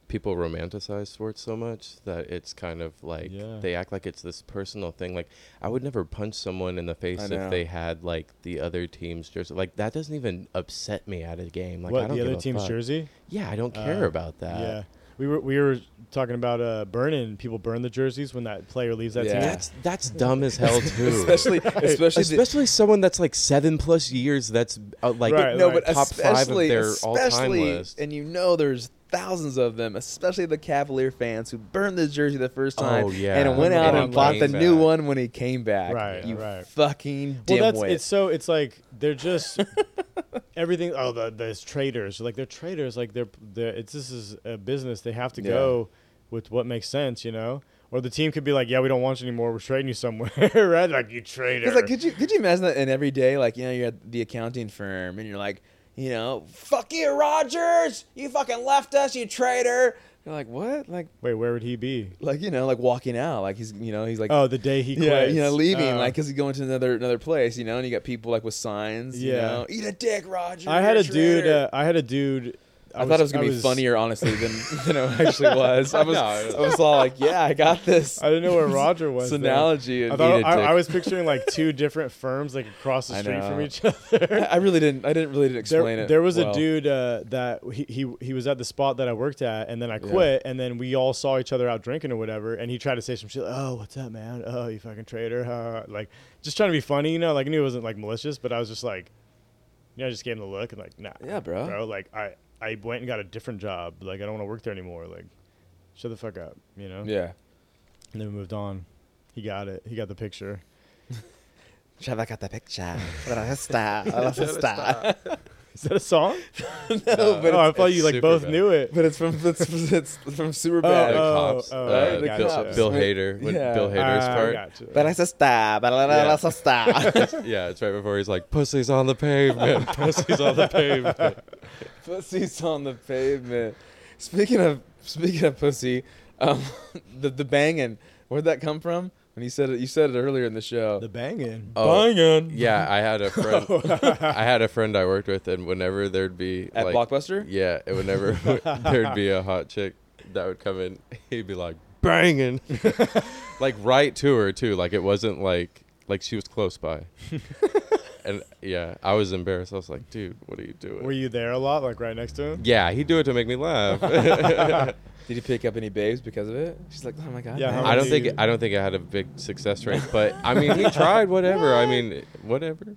people romanticize sports so much that it's kind of like Yeah. they act like it's this personal thing. Like I would never punch someone in the face know. if they had like the other team's jersey. Like that doesn't even upset me at a game. Like I what don't the give other a team's fuck. jersey? Yeah, I don't care Uh, about that. Yeah, we were we were talking about uh, burning. People burn the jerseys when that player leaves that Yeah. team. That's that's dumb as hell too. especially, especially, the- especially someone that's like seven plus years. That's uh, like Right, no, right. but top five of especially- their all time especially- list. And you know there's thousands of them, especially the Cavalier fans who burned the jersey the first time Oh, yeah. and went When out he and bought the came new back. one when he came back. Right, you right. fucking Well, dimwit. that's it's so it's like they're just everything. Oh, the those traders like they're traders. Like they're, they're it's this is a business. They have to Yeah. go with what makes sense, you know. Or the team could be like, yeah, we don't want you anymore. We're trading you somewhere, right? Like you trader. It's like, could you could you imagine that? And every day, like you know, you're at the accounting firm, and you're like, you know, fuck you, Rogers, you fucking left us, you traitor. You're like, what? Like, Wait, where would he be? like you know, like walking out, like he's you know, he's like, Oh, the day he yeah, quits. you know, leaving, Oh. like 'cause he's going to another another place, you know, and you got people like with signs, you Yeah. know, eat a dick, Roger. I had a you're dude. traitor." Uh, I had a dude. I, thought it was gonna I be funnier, honestly, than than it actually was. I was, No, it was- I was all like, "Yeah, I got this." I didn't know where Roger was. This though. analogy. I thought needed I, to- I was picturing like two different firms like across the I street from know. each other. I really didn't. I didn't really didn't There, explain it. there was a well. dude uh, that he, he he was at the spot that I worked at, and then I quit, and then we all saw each other out drinking or whatever, and he tried to say some shit. Like, oh, what's up, man? Oh, you fucking traitor! Huh? Like just trying to be funny, you know. Like I knew it wasn't like malicious, but I was just like, you know, I just gave him the look and like, nah, Yeah, bro. bro. Like I I went and got a different job. Like I don't want to work there anymore. Like shut the fuck up, you know. Yeah. And then we moved on. He got it. He got the picture. Trevor got the picture. What a star. What a star. Is that a song? No, oh, I thought you like super both bad. knew it. But it's from it's, it's from Superbad. The Oh, cops. oh, uh, the Bill, cops. Bill Hader. When Yeah. Bill Hader's Ah, part. gotcha. But it's a star. But it's a star. Yeah, it's right before he's like, "Pussy's on the pavement. Pussy's on the pavement." Pussy's on the pavement. Speaking of speaking of pussy, um, the the banging. Where'd that come from? When you said it, you said it earlier in the show. The banging. Oh, banging yeah, I had a friend. I had a friend I worked with, and whenever there'd be at like, Blockbuster. yeah, and whenever there'd be a hot chick that would come in, he'd be like, "Banging," like right to her too. Like it wasn't like like she was close by. and yeah, I was embarrassed. I was like, "Dude, what are you doing?" Were you there a lot, like right next to him? yeah, he'd do it to make me laugh. Did you pick up any babes because of it? She's like, oh my god. Yeah, man." how I don't do think you- I don't think I had a big success rate, but I mean he tried whatever. I mean whatever.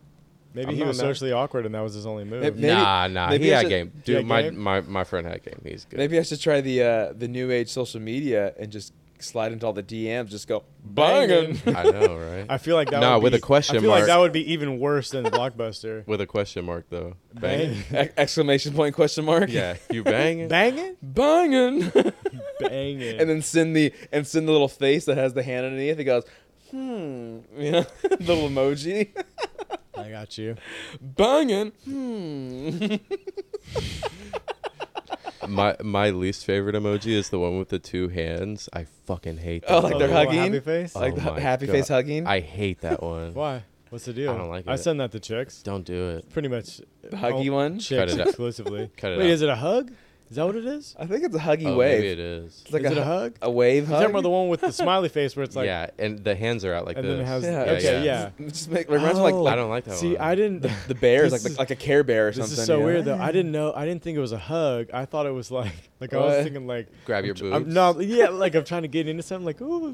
Maybe I'm he not was mad. socially awkward, and that was his only move. Maybe- nah, nah. maybe he I had should- game. he Dude, had my, game? my my friend had game. He's good. Maybe I should try the uh, the new age social media and just slide into all the DMs. Just go Bangin'. banging. I know, right? I feel like that. Nah, would with be- a question I feel like mark. that would be even worse than blockbuster. With a question mark though. Bang. Bang- Ex- exclamation point question mark. yeah, you banging. banging, Banging. banging. and then send the and send the little face that has the hand underneath. It goes, hmm, you know, little emoji, I got you. banging, hmm. My my least favorite emoji is the one with the two hands. I fucking hate that. Oh, like Oh, they're the little hugging? Happy face. Oh like the my happy God. face hugging. I hate that one. Why? What's the deal? I don't like I it. send that to chicks. Don't do it. Pretty much. The huggy oh, one. Chicks Cut it out. exclusively. Cut it Wait, out. is it a hug? Is that what it is? I think it's a huggy Oh, wave. maybe it is. It's like is a, it a hu- hug? a wave You talking hug. about the one with the smiley face where it's like? yeah, and the hands are out like And this. then it has- Yeah, yeah, okay, yeah. yeah. Just make, reminds me like, Oh. I like don't like that one. See, I didn't. the bears, like This the, is- like a Care Bear or This something. is so you know? weird though. I didn't know. I didn't think it was a hug. I thought it was like like I What? was thinking like grab your boobs. I'm not. Yeah, like I'm trying to get into something. Like, ooh,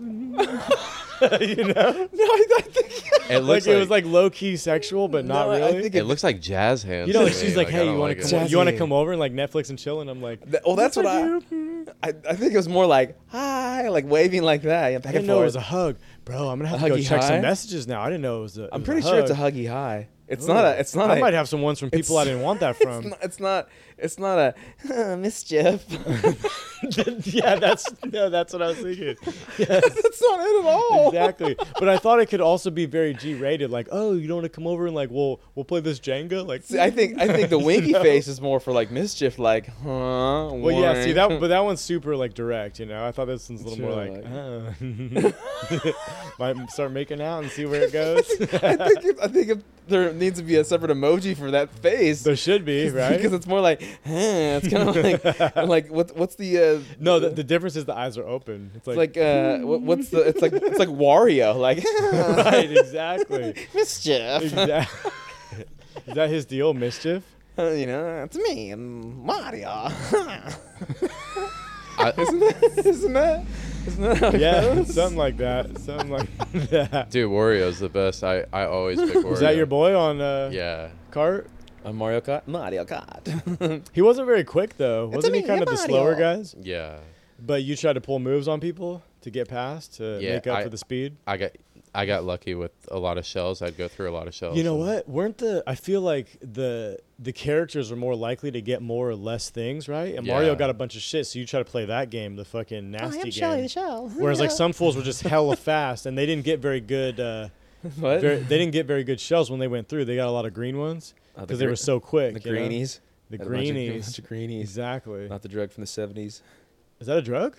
you know. No, I, I think It Like, looks it was like low key sexual, but not No, I- I really. think It looks like jazz hands. you know, to like me. she's like, I "Hey, don't you want like to it. come? You want to Jazzy. come over and like Netflix and chill?" And I'm like, That- well, that's what I- do. I, I think it was more like hi, like waving like that. Yeah, I back didn't and know it forth. was a hug, bro. I'm gonna have A to go huggy check hi? some messages now. I didn't know it was a. It I'm was pretty a sure it's a hug. huggy high. It's Ooh. not a. It's not. I a, might have some ones from people I didn't want that from. It's not. It's not, it's not a mischief. yeah, that's no, that's what I was thinking. Yes. That's not it at all. exactly. But I thought it could also be very G-rated, like, oh, you don't want to come over and like, we'll we'll play this Jenga, like. See, I think I think the winky face is more for like mischief, like huh. well, yeah. See that, but that one's super like direct, you know. I thought this one's a little more Sure, like, oh. might start making out and see where it goes. I think if, I think if there needs to be a separate emoji for that face. there should be, right? Because it's more like, huh, it's kind of like, like what, what's the, uh, no, the, the difference is the eyes are open. It's it's like, like, uh, what, what's the, it's like, it's like Wario, like uh, right, exactly, Mischief. exactly. is that his deal, mischief? you know, it's me and Mario. I- isn't that, isn't that, isn't that how it Yeah, goes? something like that. Something like that. Dude, Wario's the best. I, I always pick Wario. Is that your boy on uh, Yeah. cart? A Mario Kart? Mario Kart. He wasn't very quick though. Wasn't he me, kind of the slower Mario. guys? Yeah. But you tried to pull moves on people to get past to Yeah, make up I- for the speed. I got I got lucky with a lot of shells. I'd go through a lot of Oh. shells. You know and- what? Weren't the I feel like the the characters are more likely to get more or less things, right? And Mario Yeah. got a bunch of shit, so you try to play that game, the fucking Oh, nasty game. Shell. Whereas like some fools were just hella fast and they didn't get very good uh what? very, they didn't get very good shells when they went through. They got a lot of green ones Oh, the because they gre- were so quick. the you know? greenies. The Had a bunch of- greenies. bunch of greenies. Exactly. Not the drug from the 70s. Is that a drug?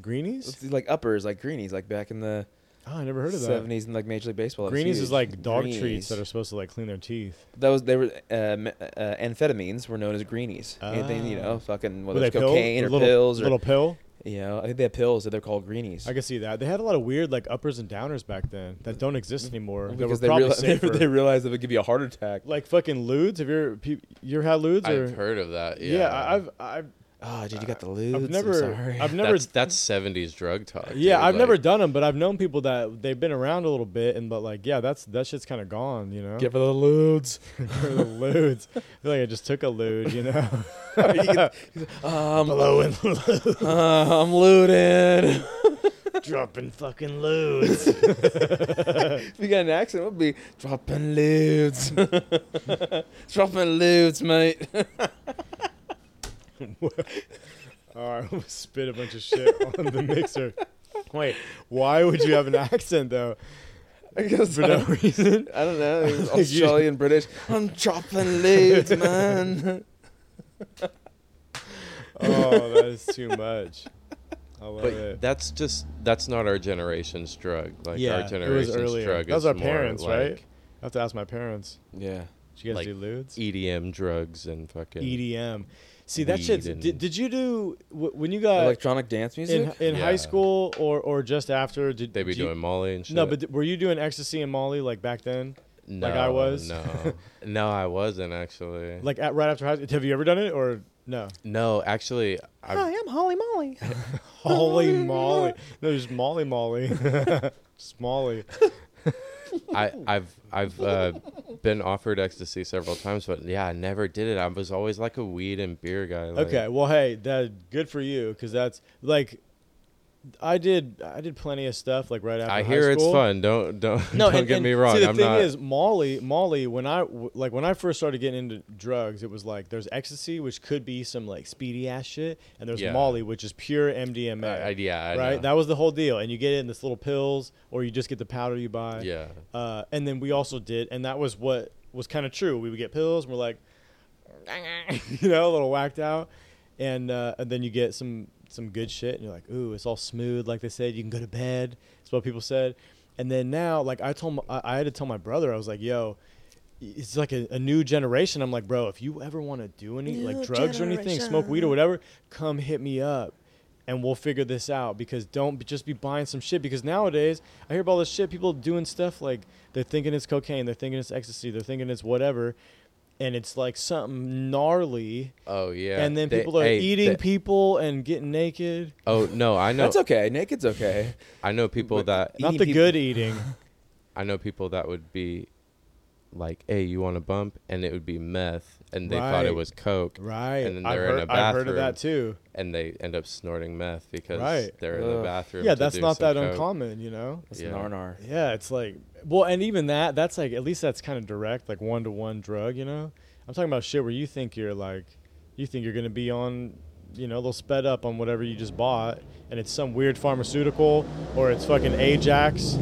Greenies? It's like uppers, like greenies, like back in the Oh, I never heard of that. Seventies and like Major League Baseball. that was Greenies is huge. like dog treats Greenies. that are supposed to like clean their teeth. That was they were uh, me- uh, amphetamines were known as greenies. Anything you Ah. know, fucking Were whether it's they pill- cocaine or little, pills or little pill. you know, I think they have pills that they're called greenies. I can see that. They had a lot of weird like uppers and downers back then that don't exist anymore. That were Mm. because they, probably reali- they, safer. they realized it would give you a heart attack. like fucking ludes. Have you ever, pe- you ever had ludes? or- I've heard of that. Yeah, Yeah, I- I've I've Oh, dude, you got the lubes. I've I'm never sorry. I've never that's that's seventies drug talk. yeah dude, I've like- never done them, but I've known people that they've been around a little bit and but like yeah that's that shit's kind of gone you know Get for the ludes. for the ludes. I feel like I just took a lude you know Um, blowing uh, I'm looted. dropping fucking ludes. if you got an accent, it would be dropping ludes. dropping ludes, mate. All right, we'll spit a bunch of shit on the mixer. Wait, why would you have an accent though? I guess For no I- reason. I don't know. it was Like you- Australian, British. I'm dropping ludes, man. Oh, that is too much. I love it. But that's just that's not our generation's drug. Like yeah, our generation's it was earlier. drug that was is our more parents, like right? I have to ask my parents. Yeah. Did you guys Like do ludes? EDM E drugs and fucking EDM. See that Weed shit. and- Did, did you do wh- when you got Electronic dance music. in in high Yeah. school or or just after? Did They be do you- doing Molly and shit. No, but d- were you doing ecstasy and Molly like back then? like I No, was? No, no, I wasn't actually. Like at, right after high school? Have you ever done it or no? no, actually, I, I'm Holly Molly. Holy moly! No, just Molly Molly. just Molly. I, I've I've uh, been offered ecstasy several times, but yeah, I never did it. I was always like a weed and beer guy. Like, Okay, well, hey, that good for you because that's like, I did I did plenty of stuff like right after. I high hear it's school. fun. Don't don't don't and- get and me wrong. See, the I'm thing not. is, Molly, Molly, when I w- like when I first started getting into drugs, it was like there's ecstasy, which could be some like speedy ass shit, and there's Yeah. Molly, which is pure MDMA. I- I- yeah, I right. know. That was the whole deal, and you get it in this little pills, or you just get the powder you buy. Yeah. Uh, and then we also did, and that was what was kind of true. We would get pills, and we're like, you know, a little whacked out, and uh, and then you get some some good shit, and you're like, ooh, it's all smooth, like they said. You can go to bed. That's what people said. And then now, like I told, my, I I had to tell my brother, I was like, yo. It's like a, a new generation. I'm like, bro, if you ever want to do any like drugs or anything, smoke weed or whatever, come hit me up, and we'll figure this out. Because don't be- just be buying some shit. Because nowadays, I hear about all this shit. People doing stuff like they're thinking it's cocaine, they're thinking it's ecstasy, they're thinking it's whatever, and it's like something gnarly. oh yeah. and then They- people are hey, eating they- people and getting naked. Oh no, I know. That's okay. Naked's okay. I know people that Not Eating the people- good eating. I know people that would be like, "Hey, you want a bump?" and it would be meth, and they thought Right. it was coke, Right. And then I've, they're heard, in a I've bathroom, heard of that too. and they end up snorting meth because Right. they're in Ugh. the bathroom. Yeah, to that's do not some that coke. uncommon, you know? That's Yeah. Narnar. Yeah, it's like, well, and even that, that's like, at least that's kind of direct, like one to one drug, you know? I'm talking about shit where you think you're like, you think you're going to be on, you know, they'll sped up on whatever you just bought, and it's some weird pharmaceutical, or it's fucking Ajax.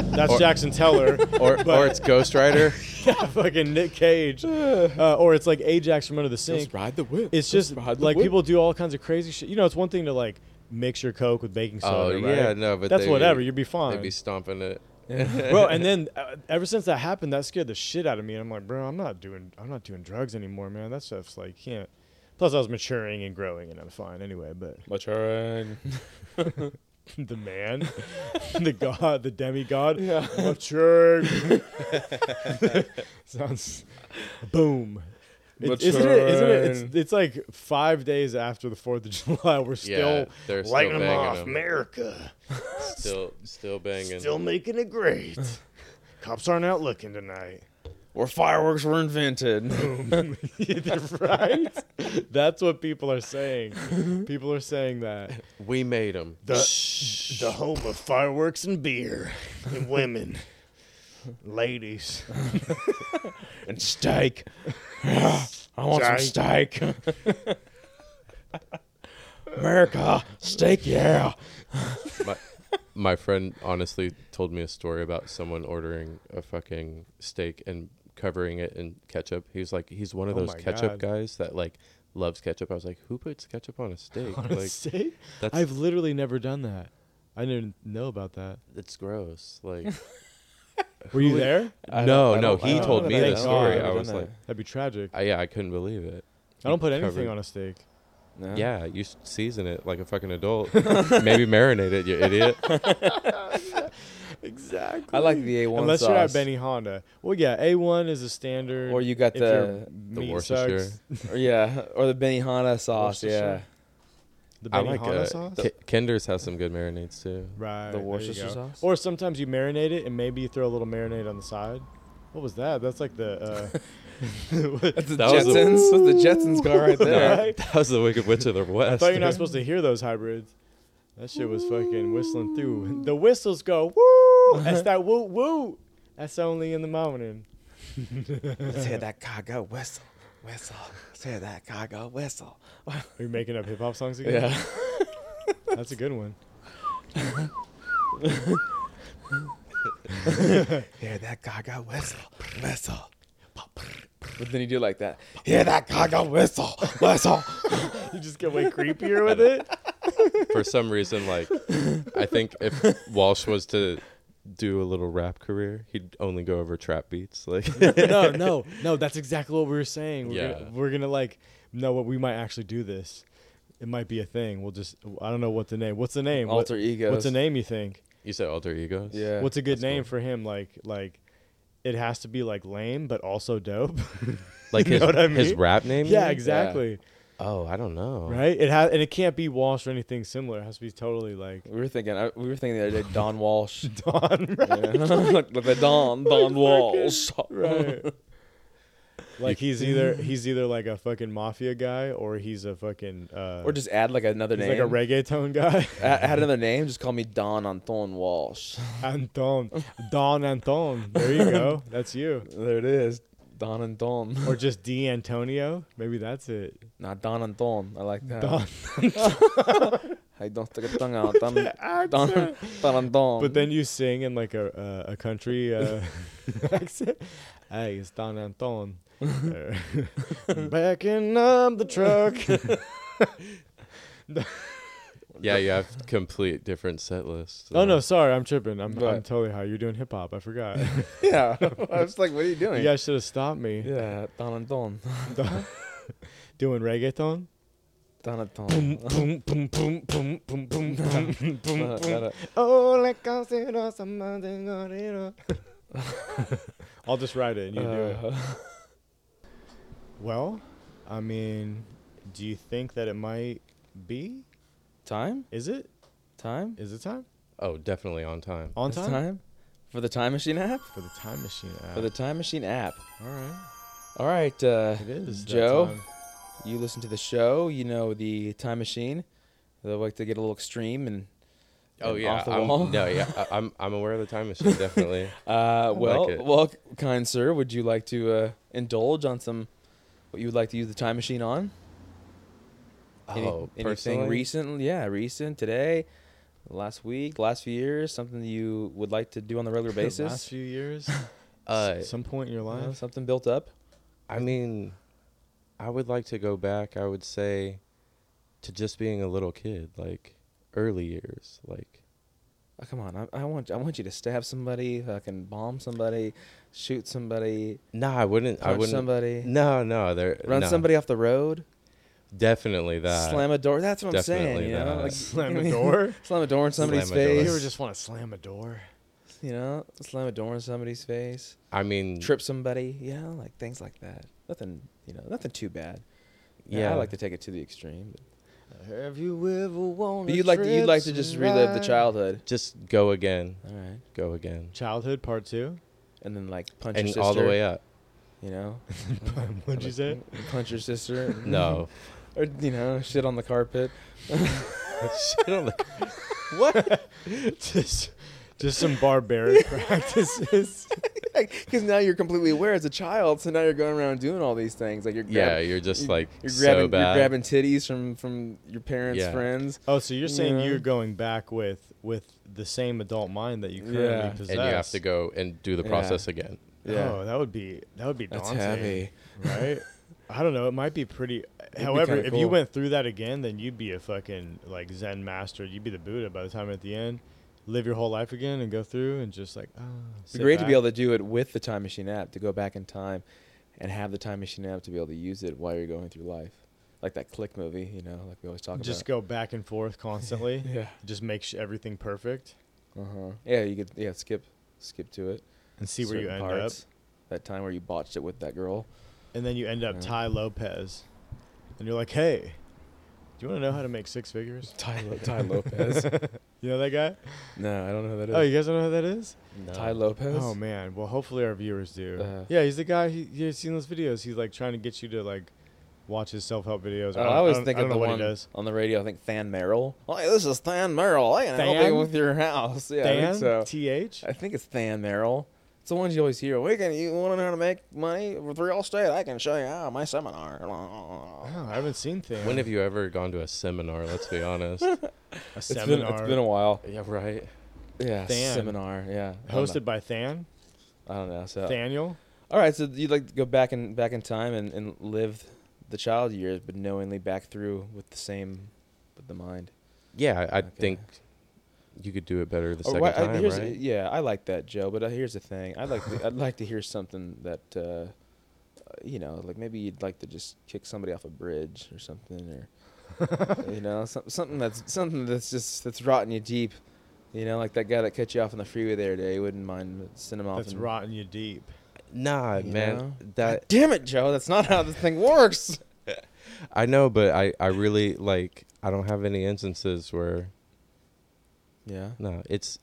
That's Or- Jackson Teller. Or, but- or it's Ghost Rider. yeah, fucking Nick Cage. Uh, or it's like Ajax from under the sink. Just ride the whip. It's just ride the like whip. people do all kinds of crazy shit. You know, it's one thing to like mix your Coke with baking soda. oh right? yeah, no, but that's they'd whatever. Be, You'd be They'd fine, be stomping it. bro. And then uh, ever since that happened, that scared the shit out of me. And I'm like, bro, I'm not doing, I'm not doing drugs anymore, man. That stuff's like can't. Plus, I was maturing and growing, and I'm fine anyway. But Maturing. the man, the god, the demigod, Yeah. maturing. Sounds boom. It, isn't it? Isn't it? It's, Maturing. it's like five days after the Fourth of July. We're still yeah, they're still lighting banging them off, them. America. Still, still banging. Still making it great. Cops aren't out looking tonight. Where fireworks were invented. right? That's what people are saying. People are saying that. we made them. The, the home of fireworks and beer and women. Ladies. and steak. I want some steak. America, steak, yeah. my, my friend honestly told me a story about someone ordering a fucking steak and covering it in ketchup. He was like, he's one of Oh those my God. ketchup guys that like loves ketchup. I was like, who puts ketchup on a steak? like, Honestly, that's I've literally never done that. I didn't know about that. It's gross. Like Were you there? I don't- no, I no, don't- I he don't told know me that I the know. story. Yeah, I I was don't like, know. That'd be tragic. I, yeah, I couldn't believe it. I don't put anything covered. on a steak. No. Yeah, you should season it like a fucking adult. Maybe marinate it, you idiot. Exactly. I like the A1 Unless sauce. you're at Benny Honda. Well, yeah, A one is a standard. Or you got if your the, The meat Worcestershire. sucks. or yeah, or the Benihana sauce. Yeah, Worcestershire? The I Benny like Hanna uh, sauce. Ki- Kinder's has some good marinades too. right. the there you Worcestershire go. sauce. Or sometimes you marinate it and maybe you throw a little marinade on the side. What was that? That's like the. Uh, that's the That was a- Jetsons. that's the Jetsons car right there. Right? That was the Wicked Witch of the West. I thought you're not dude. supposed to hear those hybrids. That shit was fucking whistling through. The whistles go woo. That's that woo woo. That's only in the morning. Let's hear that cargo whistle, whistle. Let's hear that cargo whistle. Are you making up hip hop songs again? Yeah. That's a good one. Hear that cargo whistle, whistle. But then you do like that. Hear that cargo whistle, whistle. You just get way creepier with it. For some reason, like I think if Walsh was to do a little rap career, he'd only go over trap beats. Like no, no, no. That's exactly what we were saying. We're, Yeah. gonna, we're gonna like, no, what we might actually do this. It might be a thing. We'll just, I don't know what the name. What's the name? What- Alter egos. What's the name you think? you said, alter egos. Yeah. What's a good name for him? Like, like, it has to be like lame, but also dope. like You his, know what I his mean? rap name. you yeah, mean? exactly. Oh, I don't know. Right. It has, and it can't be Walsh or anything similar. It has to be totally like We were thinking. I- We were thinking the other day. Don Walsh. Don. Yeah. like the Don. Don Walsh. Right. Like he's either he's either like a fucking mafia guy or he's a fucking uh, Or just add like another he's name. like a reggaeton guy. A- add another name. Just call me Don Anton Walsh. Anton, Don Anton. There you go. That's you. There it is. Don Anton. Or just D Antonio. Maybe that's it. Not Don Anton. I like that. Don. Hey, don't stick a tongue out. Don, Don, Don Anton. But then you sing in like a uh, a country uh, accent. Hey, it's Don Anton. Uh, Backing up the truck. Yeah, you have complete different set lists. oh no, sorry, I'm tripping. I'm, I'm Right. totally high. You're doing hip hop. I forgot. yeah, I was like, what are you you doing? guys should have stopped me. yeah, Don Anton. Doing reggaeton. Don Anton. Boom, boom, boom, boom, boom, boom, boom, boom, boom. Don- Oh, like I said, or something, or it, or- I'll just write it and you do it. Don- uh, Well, I mean, do you think that it might be? Time? Is it? Time? Is it time? Oh, definitely on time. On It's time? For the time machine app? For the time machine app. For the time machine app. All right. All right, uh, It is. that Joe, time. you listen to the show. You know the time machine. They like to get a little extreme and. Oh and yeah, off the I'm, wall. no, yeah, I, I'm I'm aware of the time machine definitely. Uh, well, it. well, kind sir, would you like to uh, indulge on some what you would like to use the time machine on? Any- oh, anything personally? recent? Yeah, recent today, last week, last few years, something you would like to do on the regular The basis? last few years, Uh, some point in your You know, life. something built up. I mean, I would like to go back. I would say to just being a little kid, like early years, like Oh, come on, I, I want I want you to stab somebody, fucking bomb somebody, shoot somebody, no, I wouldn't. I punch wouldn't. somebody, No, no, there. run no, somebody off the road, Definitely that. slam a door. That's what I'm saying. Definitely You know, that. like, Uh, Slam I a mean, door? slam a door in Slam somebody's a door. face. You ever just want to slam a door? you know, slam a door in somebody's face, I mean, trip somebody, you know, like things like that. Nothing, you know, nothing too bad. Yeah, I Yeah. like to take it to the extreme. But, Have you ever wanted? but you'd like to, you'd like to just relive the childhood. just go again, All right, go again, Childhood part two. and then like punch and your sister, all the way up. you know. What'd you like, say? Punch your sister. No, or you know, shit on the carpet. shit on the just, just some barbaric practices. Because now you're completely aware as a child, so now you're going around doing all these things. Like you're Yeah, grabbing, you're just you- like you're so grabbing, bad. you're grabbing titties from from your parents' Yeah. friends. Oh, so you're saying Yeah. you're going back with with the same adult mind that you currently Yeah. And possess, and you have to go and do the Yeah. process again. Yeah, Oh, that would be that would be that's daunting, heavy. right? I don't know. It might be pretty. However, kinda if you cool. went through that again, then you'd be a fucking like Zen master. You'd be the Buddha by the time at the end. live your whole life again and go through and just like ah. It'd be great to be able to do it with the time machine app to go back in time and have the time machine app to be able to use it while you're going through life. Like that click movie, you know, like we always talk just about. go back and forth constantly. Yeah. Just make sh- everything perfect Uh-huh. Yeah, you could yeah, skip skip to it. and see where you end Certain up. parts. That time where you botched it with that girl. And then you end up Yeah. Ty Lopez, and you're like, hey, do you want to know how to make six figures? Ty, Ty Lopez. You know that guy? no, I don't know who that is. Oh, you guys don't know who that is? Ty Lopez. Oh man. Well, hopefully our viewers do. Uh. yeah, he's the guy. He, you've seen those videos. He's like trying to get you to like watch his self-help videos. Oh, don't- I always don't- think I of don't the know what one he does. on the radio. I think Than Merrill. Oh, hey, this is Than Merrill. I can help Than? you with your house. Yeah, I Dan think so. Th. I think it's Than Merrill. It's the ones you always hear. We can. You want to know how to make money with real estate? I can show you how my seminar. Oh, I haven't seen things. When have you ever gone to a seminar? Let's be honest. a It's been, seminar it's been a while. yeah, right. Yeah, Than. seminar. Yeah, I don't hosted by Than know. I don't know. So Daniel? all right, so you'd like to go back in back in time and, and live the child years, but knowingly back through with the same, with the mind. Yeah, I, I Okay. think you could do it better the Or second why- I- time, here's- right? Yeah, I like that, Joe. But uh, here's the thing: I'd like to, I'd like to hear something that, uh, uh, you know, like maybe you'd like to just kick somebody off a bridge or something, or you know, some, something that's something that's just that's rotting you deep. You know, like that guy that cut you off on the freeway the other day. He wouldn't mind sending him off. That's and- rotting you deep. Nah, You man. know? That Damn it, Joe! That's not how this thing works. I know, but I, I really like I don't have any instances where Yeah. no, it's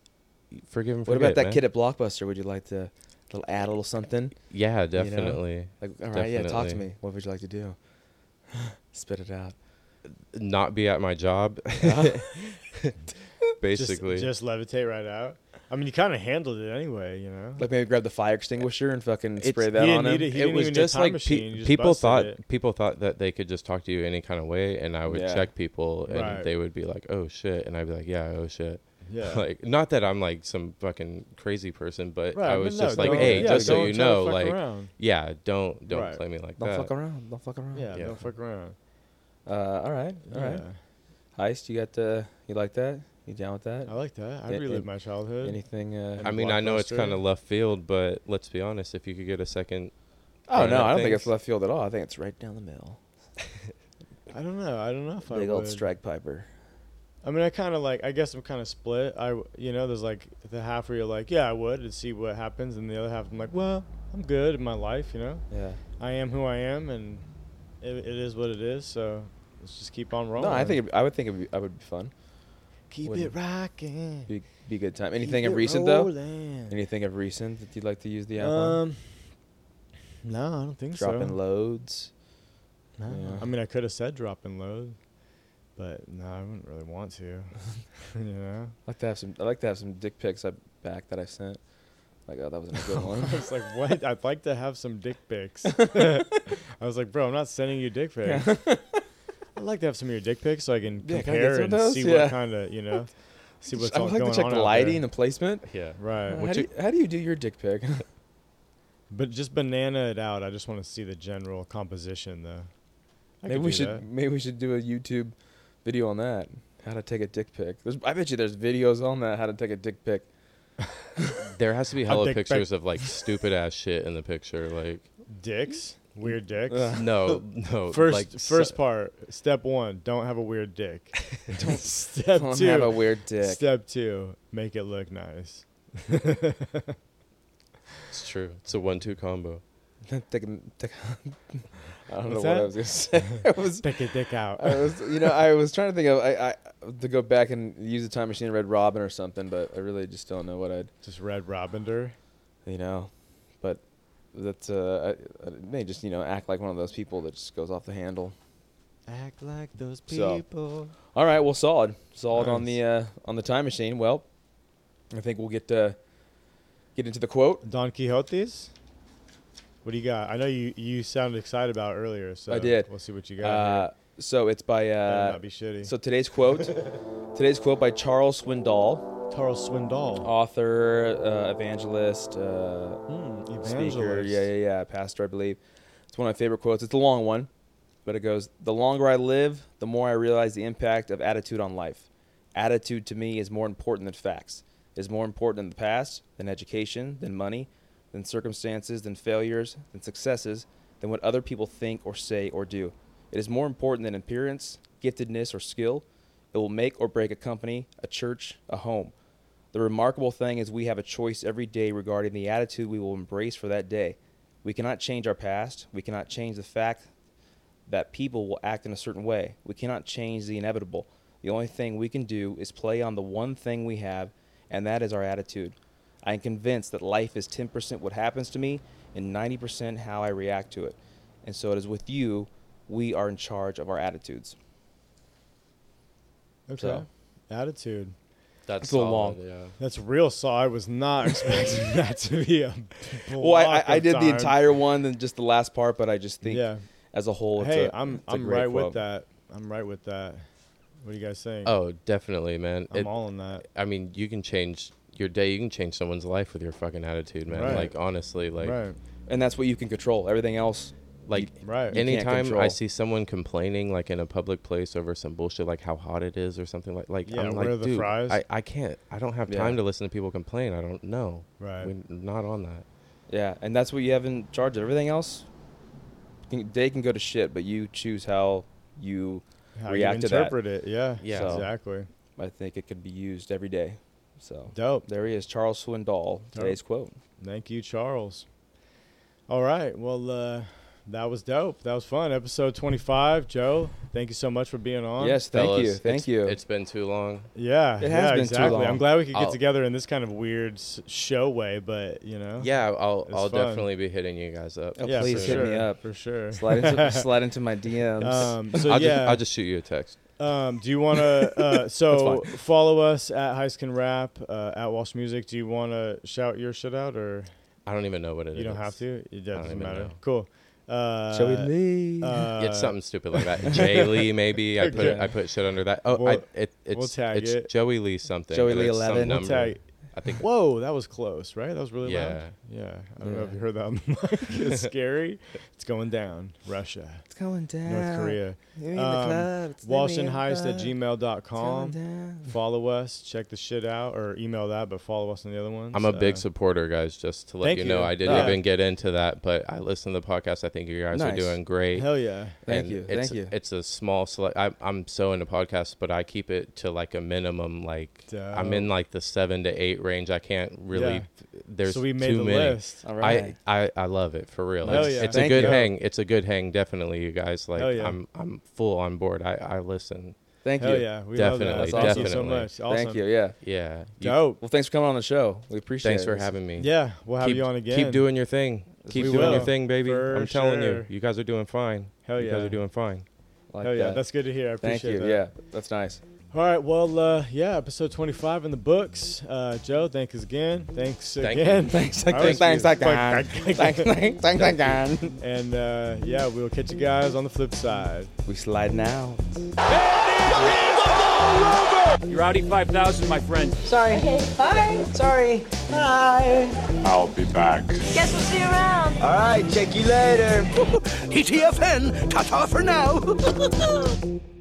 forgive and What forget. about that man. kid at Blockbuster? Would you like to little add a little something? Yeah, definitely. Like, all right, yeah, talk to Definitely. me. What would you like to do? Spit it out. Not be at my job. Just- Basically. Just, levitate right out. I mean, you kind of handled it anyway, you know. Like maybe grab the fire extinguisher and fucking It's- spray he that didn't on need him. it. he it didn't was even need a just time like machine, pe- you just people busted thought it. people thought that they could just talk to you any kind of way, and I would Yeah. check people, and Right. they would be like, "Oh shit," and I'd be like, "Yeah, oh shit." Yeah. like not that I'm like some fucking crazy person, but Right, I but was no, just like, don't- "Hey, yeah, just so don't you try to know, fuck like, around. yeah, don't don't Right. play me like Don't that." fuck around. Don't fuck around. yeah, Uh, yeah. don't fuck around. Uh, all right. All right. Yeah. Heist. You got. Uh, you like that? You down with that? I like that. I Yeah, relived and- my childhood. Anything? Uh, I mean, I know it's Blockbuster. kind of left field, but let's be honest. If you could get a second, oh Internet no, I don't think things? it's left field at all. I think it's right down the middle. I don't know. I don't know if I Big old would. strike piper. I mean, I kind of like. I guess I'm kind of split. I, w- you know, there's like the half where you're like, yeah, I would, and see what happens, and the other half I'm like, well, I'm good in my life, you know. Yeah. I am who I am, and it, it is what it is. So let's just keep on rolling. No, I think it'd- I would think it'd be, I would be fun. keep would- it rocking. Be, be a good time. Anything of recent though? Anything of recent that you'd like to use the app on? Um, no, I don't think Dropping so. loads. No. yeah. I mean, I could have said dropping low, but no, I wouldn't really want to. you know, I like to have some. I like to have some dick pics I back that I sent. Like, oh, that wasn't a good one. I was like, what? I'd like to have some dick pics. I was like, bro, I'm not sending you dick pics. I'd like to have some of your dick pics so I can Yeah, can I get compare some and of those? see Yeah. what kind of you know, see what's I all would like going to check on the out lighting, there. the placement. yeah, Right, How do, you, how do you do your dick pic? but just banana it out. I just want to see the general composition, though. I maybe could we do should that. maybe we should do a YouTube video on that. How to take a dick pic. There's, I bet you there's videos on that. How to take a dick pic. there has to be I hella think back- pictures of like stupid ass shit in the picture. Like, Dicks, weird dicks. Ugh. no, no. First, like, so- first part. Step one: don't have a weird dick. Don't, Step don't two: have a weird dick. step two: make it look nice. it's true. It's a one-two combo. take a, take a, I don't know What's what I that? was gonna say. I was, Stick a dick out. I was, you know, I was trying to think of I, I to go back and use the time machine, Red Robin or something, but I really just don't know what I'd, Just Red Robinder. you know, but that uh, I, I may just you know act like one of those people that just goes off the handle. Act like those So- people. All right, well, solid, solid on the uh, on the time machine. Well, I think we'll get uh, get into the quote. Don Quixote's. What do you got? I know you you sounded excited about it earlier, so did. We'll see what you got. Uh, so it's by here. Better uh, not be shitty. so today's quote, today's quote by Charles Swindoll, Carl Swindoll, Oh, author, uh, evangelist, uh, Hmm, speaker, evangelist. yeah, yeah, yeah, pastor, I believe. It's one of my favorite quotes. It's a long one, but it goes: "The longer I live, the more I realize the impact of attitude on life. Attitude to me is more important than facts. is more important than the past, than education, than money, than circumstances, than failures, than successes, than what other people think or say or do. It is more important than appearance, giftedness, or skill. It will make or break a company, a church, a home. The remarkable thing is we have a choice every day regarding the attitude we will embrace for that day. We cannot change our past. We cannot change the fact that people will act in a certain way. We cannot change the inevitable. The only thing we can do is play on the one thing we have, and that is our attitude. I am convinced that life is 10% what happens to me and 90% how I react to it. And so it is with you, we are in charge of our attitudes. Okay. So- Attitude. That's a little long. solid, Yeah. That's real. So I was not expecting that to be a. Well, I, I, block I of did the time. entire one, then just the last part, but I just think Yeah. as a whole, it's Hey, a, i am it's a I'm great right quote. with that. I'm right with that. What are you guys saying? Oh, definitely, man. I'm It- all in that. I mean, you can change your day. You can change someone's life with your fucking attitude, man. Right. Like honestly, like right. And that's what you can control. Everything else, like Right. can't anytime I control. see someone complaining like in a public place over some bullshit like how hot it is or something like like Yeah, I'm where like are the dude, fries?" I, I can't I don't have Yeah. time to listen to people complain. I don't know. Right. We're not on that. yeah, and that's what you have in charge of. Everything else, can, day can go to shit, but you choose how you How react you to that. interpret it. Yeah. Yeah. So- Exactly. I think it could be used every day. So Dope. there he is, Charles Swindoll. Today's Oh. quote. Thank you, Charles. All right. Well, uh, that was dope. That was fun. Episode 25. Joe, thank you so much for being on. Yes, thank you, Fellas, thank it's- you. It's been too long. Yeah. It has yeah, been too exactly. I'm long. glad we could get I'll- together in this kind of weird s- show way, but you know. Yeah, I'll It's I'll fun. definitely be hitting you guys up. Oh, Yeah, please for hit me sure, up. for sure. Slide into, slide into my DMs. Um, so I'll yeah, just I'll just shoot you a text. Um, do you want to? Uh, so follow us at Heiskin Rap uh, at Walsh Music. Do you want to shout your shit out, or I don't even know what it is. you don't have to? It doesn't even matter. know. Cool. Uh, Shall we leave? Uh, it's something stupid like that. Joey Lee, maybe I put Okay. I put shit under that. Oh, We'll- I, it, it's we'll tag it's it. Joey Lee something. Joey and Lee it's some 11. We'll number. tag- I think Whoa, that was close, right? That was really Yeah. loud. Yeah, I don't know if Yeah. you heard that. On the mic. It's scary. it's going down. Russia, It's going down. North Korea. You're in the Um, club. It's in the Walshandheist at club. It's going gmail.com. down. Follow us. Check the shit out, or email that, but follow us on the other ones. I'm a big Uh, supporter, guys. Just to let Thank you know, you. I didn't Yeah. even get into that, but I listen to the podcast. I think you guys are Nice. doing great. Hell yeah. Thank and you, It's, thank you. It's a small select. I, I'm so into podcasts, but I keep it to like a minimum. Like I'm in Dope. like the seven to eight range. I can't really. There's so we made too the many. list. All right. I, I I love it for real. Hell it's yeah. it's a Thank good you. hang. It's a good hang, definitely, you guys. Like Hell yeah. I'm I'm full on board. I I listen. Thank Hell you. yeah. We love that. Definitely, That's awesome. Thank you so definitely. much. Awesome. Thank you. Yeah. Yeah. You- Dope. Well, thanks for coming on the show. We appreciate Thanks it. for This- having me. Yeah, we'll have keep, you on again. Keep doing your thing. Keep We doing your will. thing, baby. For I'm telling sure. you, you guys are doing fine. Hell You guys yeah. are doing fine. I like Hell Oh, yeah, that. that's good to hear. I appreciate Thank you. that. Yeah, that's nice. All right. Well, uh, yeah, episode 25 in the books. Uh, Joe, thanks again. Thanks Thank again. Thanks I always again. Thanks forget. again. Thanks thanks again. And uh, yeah, we'll catch you guys on the flip side. We slide now. You're Audi 5000, my friend. Sorry. Bye. Sorry. Bye. I'll be back. Guess we'll see you around. All right. Check you later. TTFN, ta-ta for now.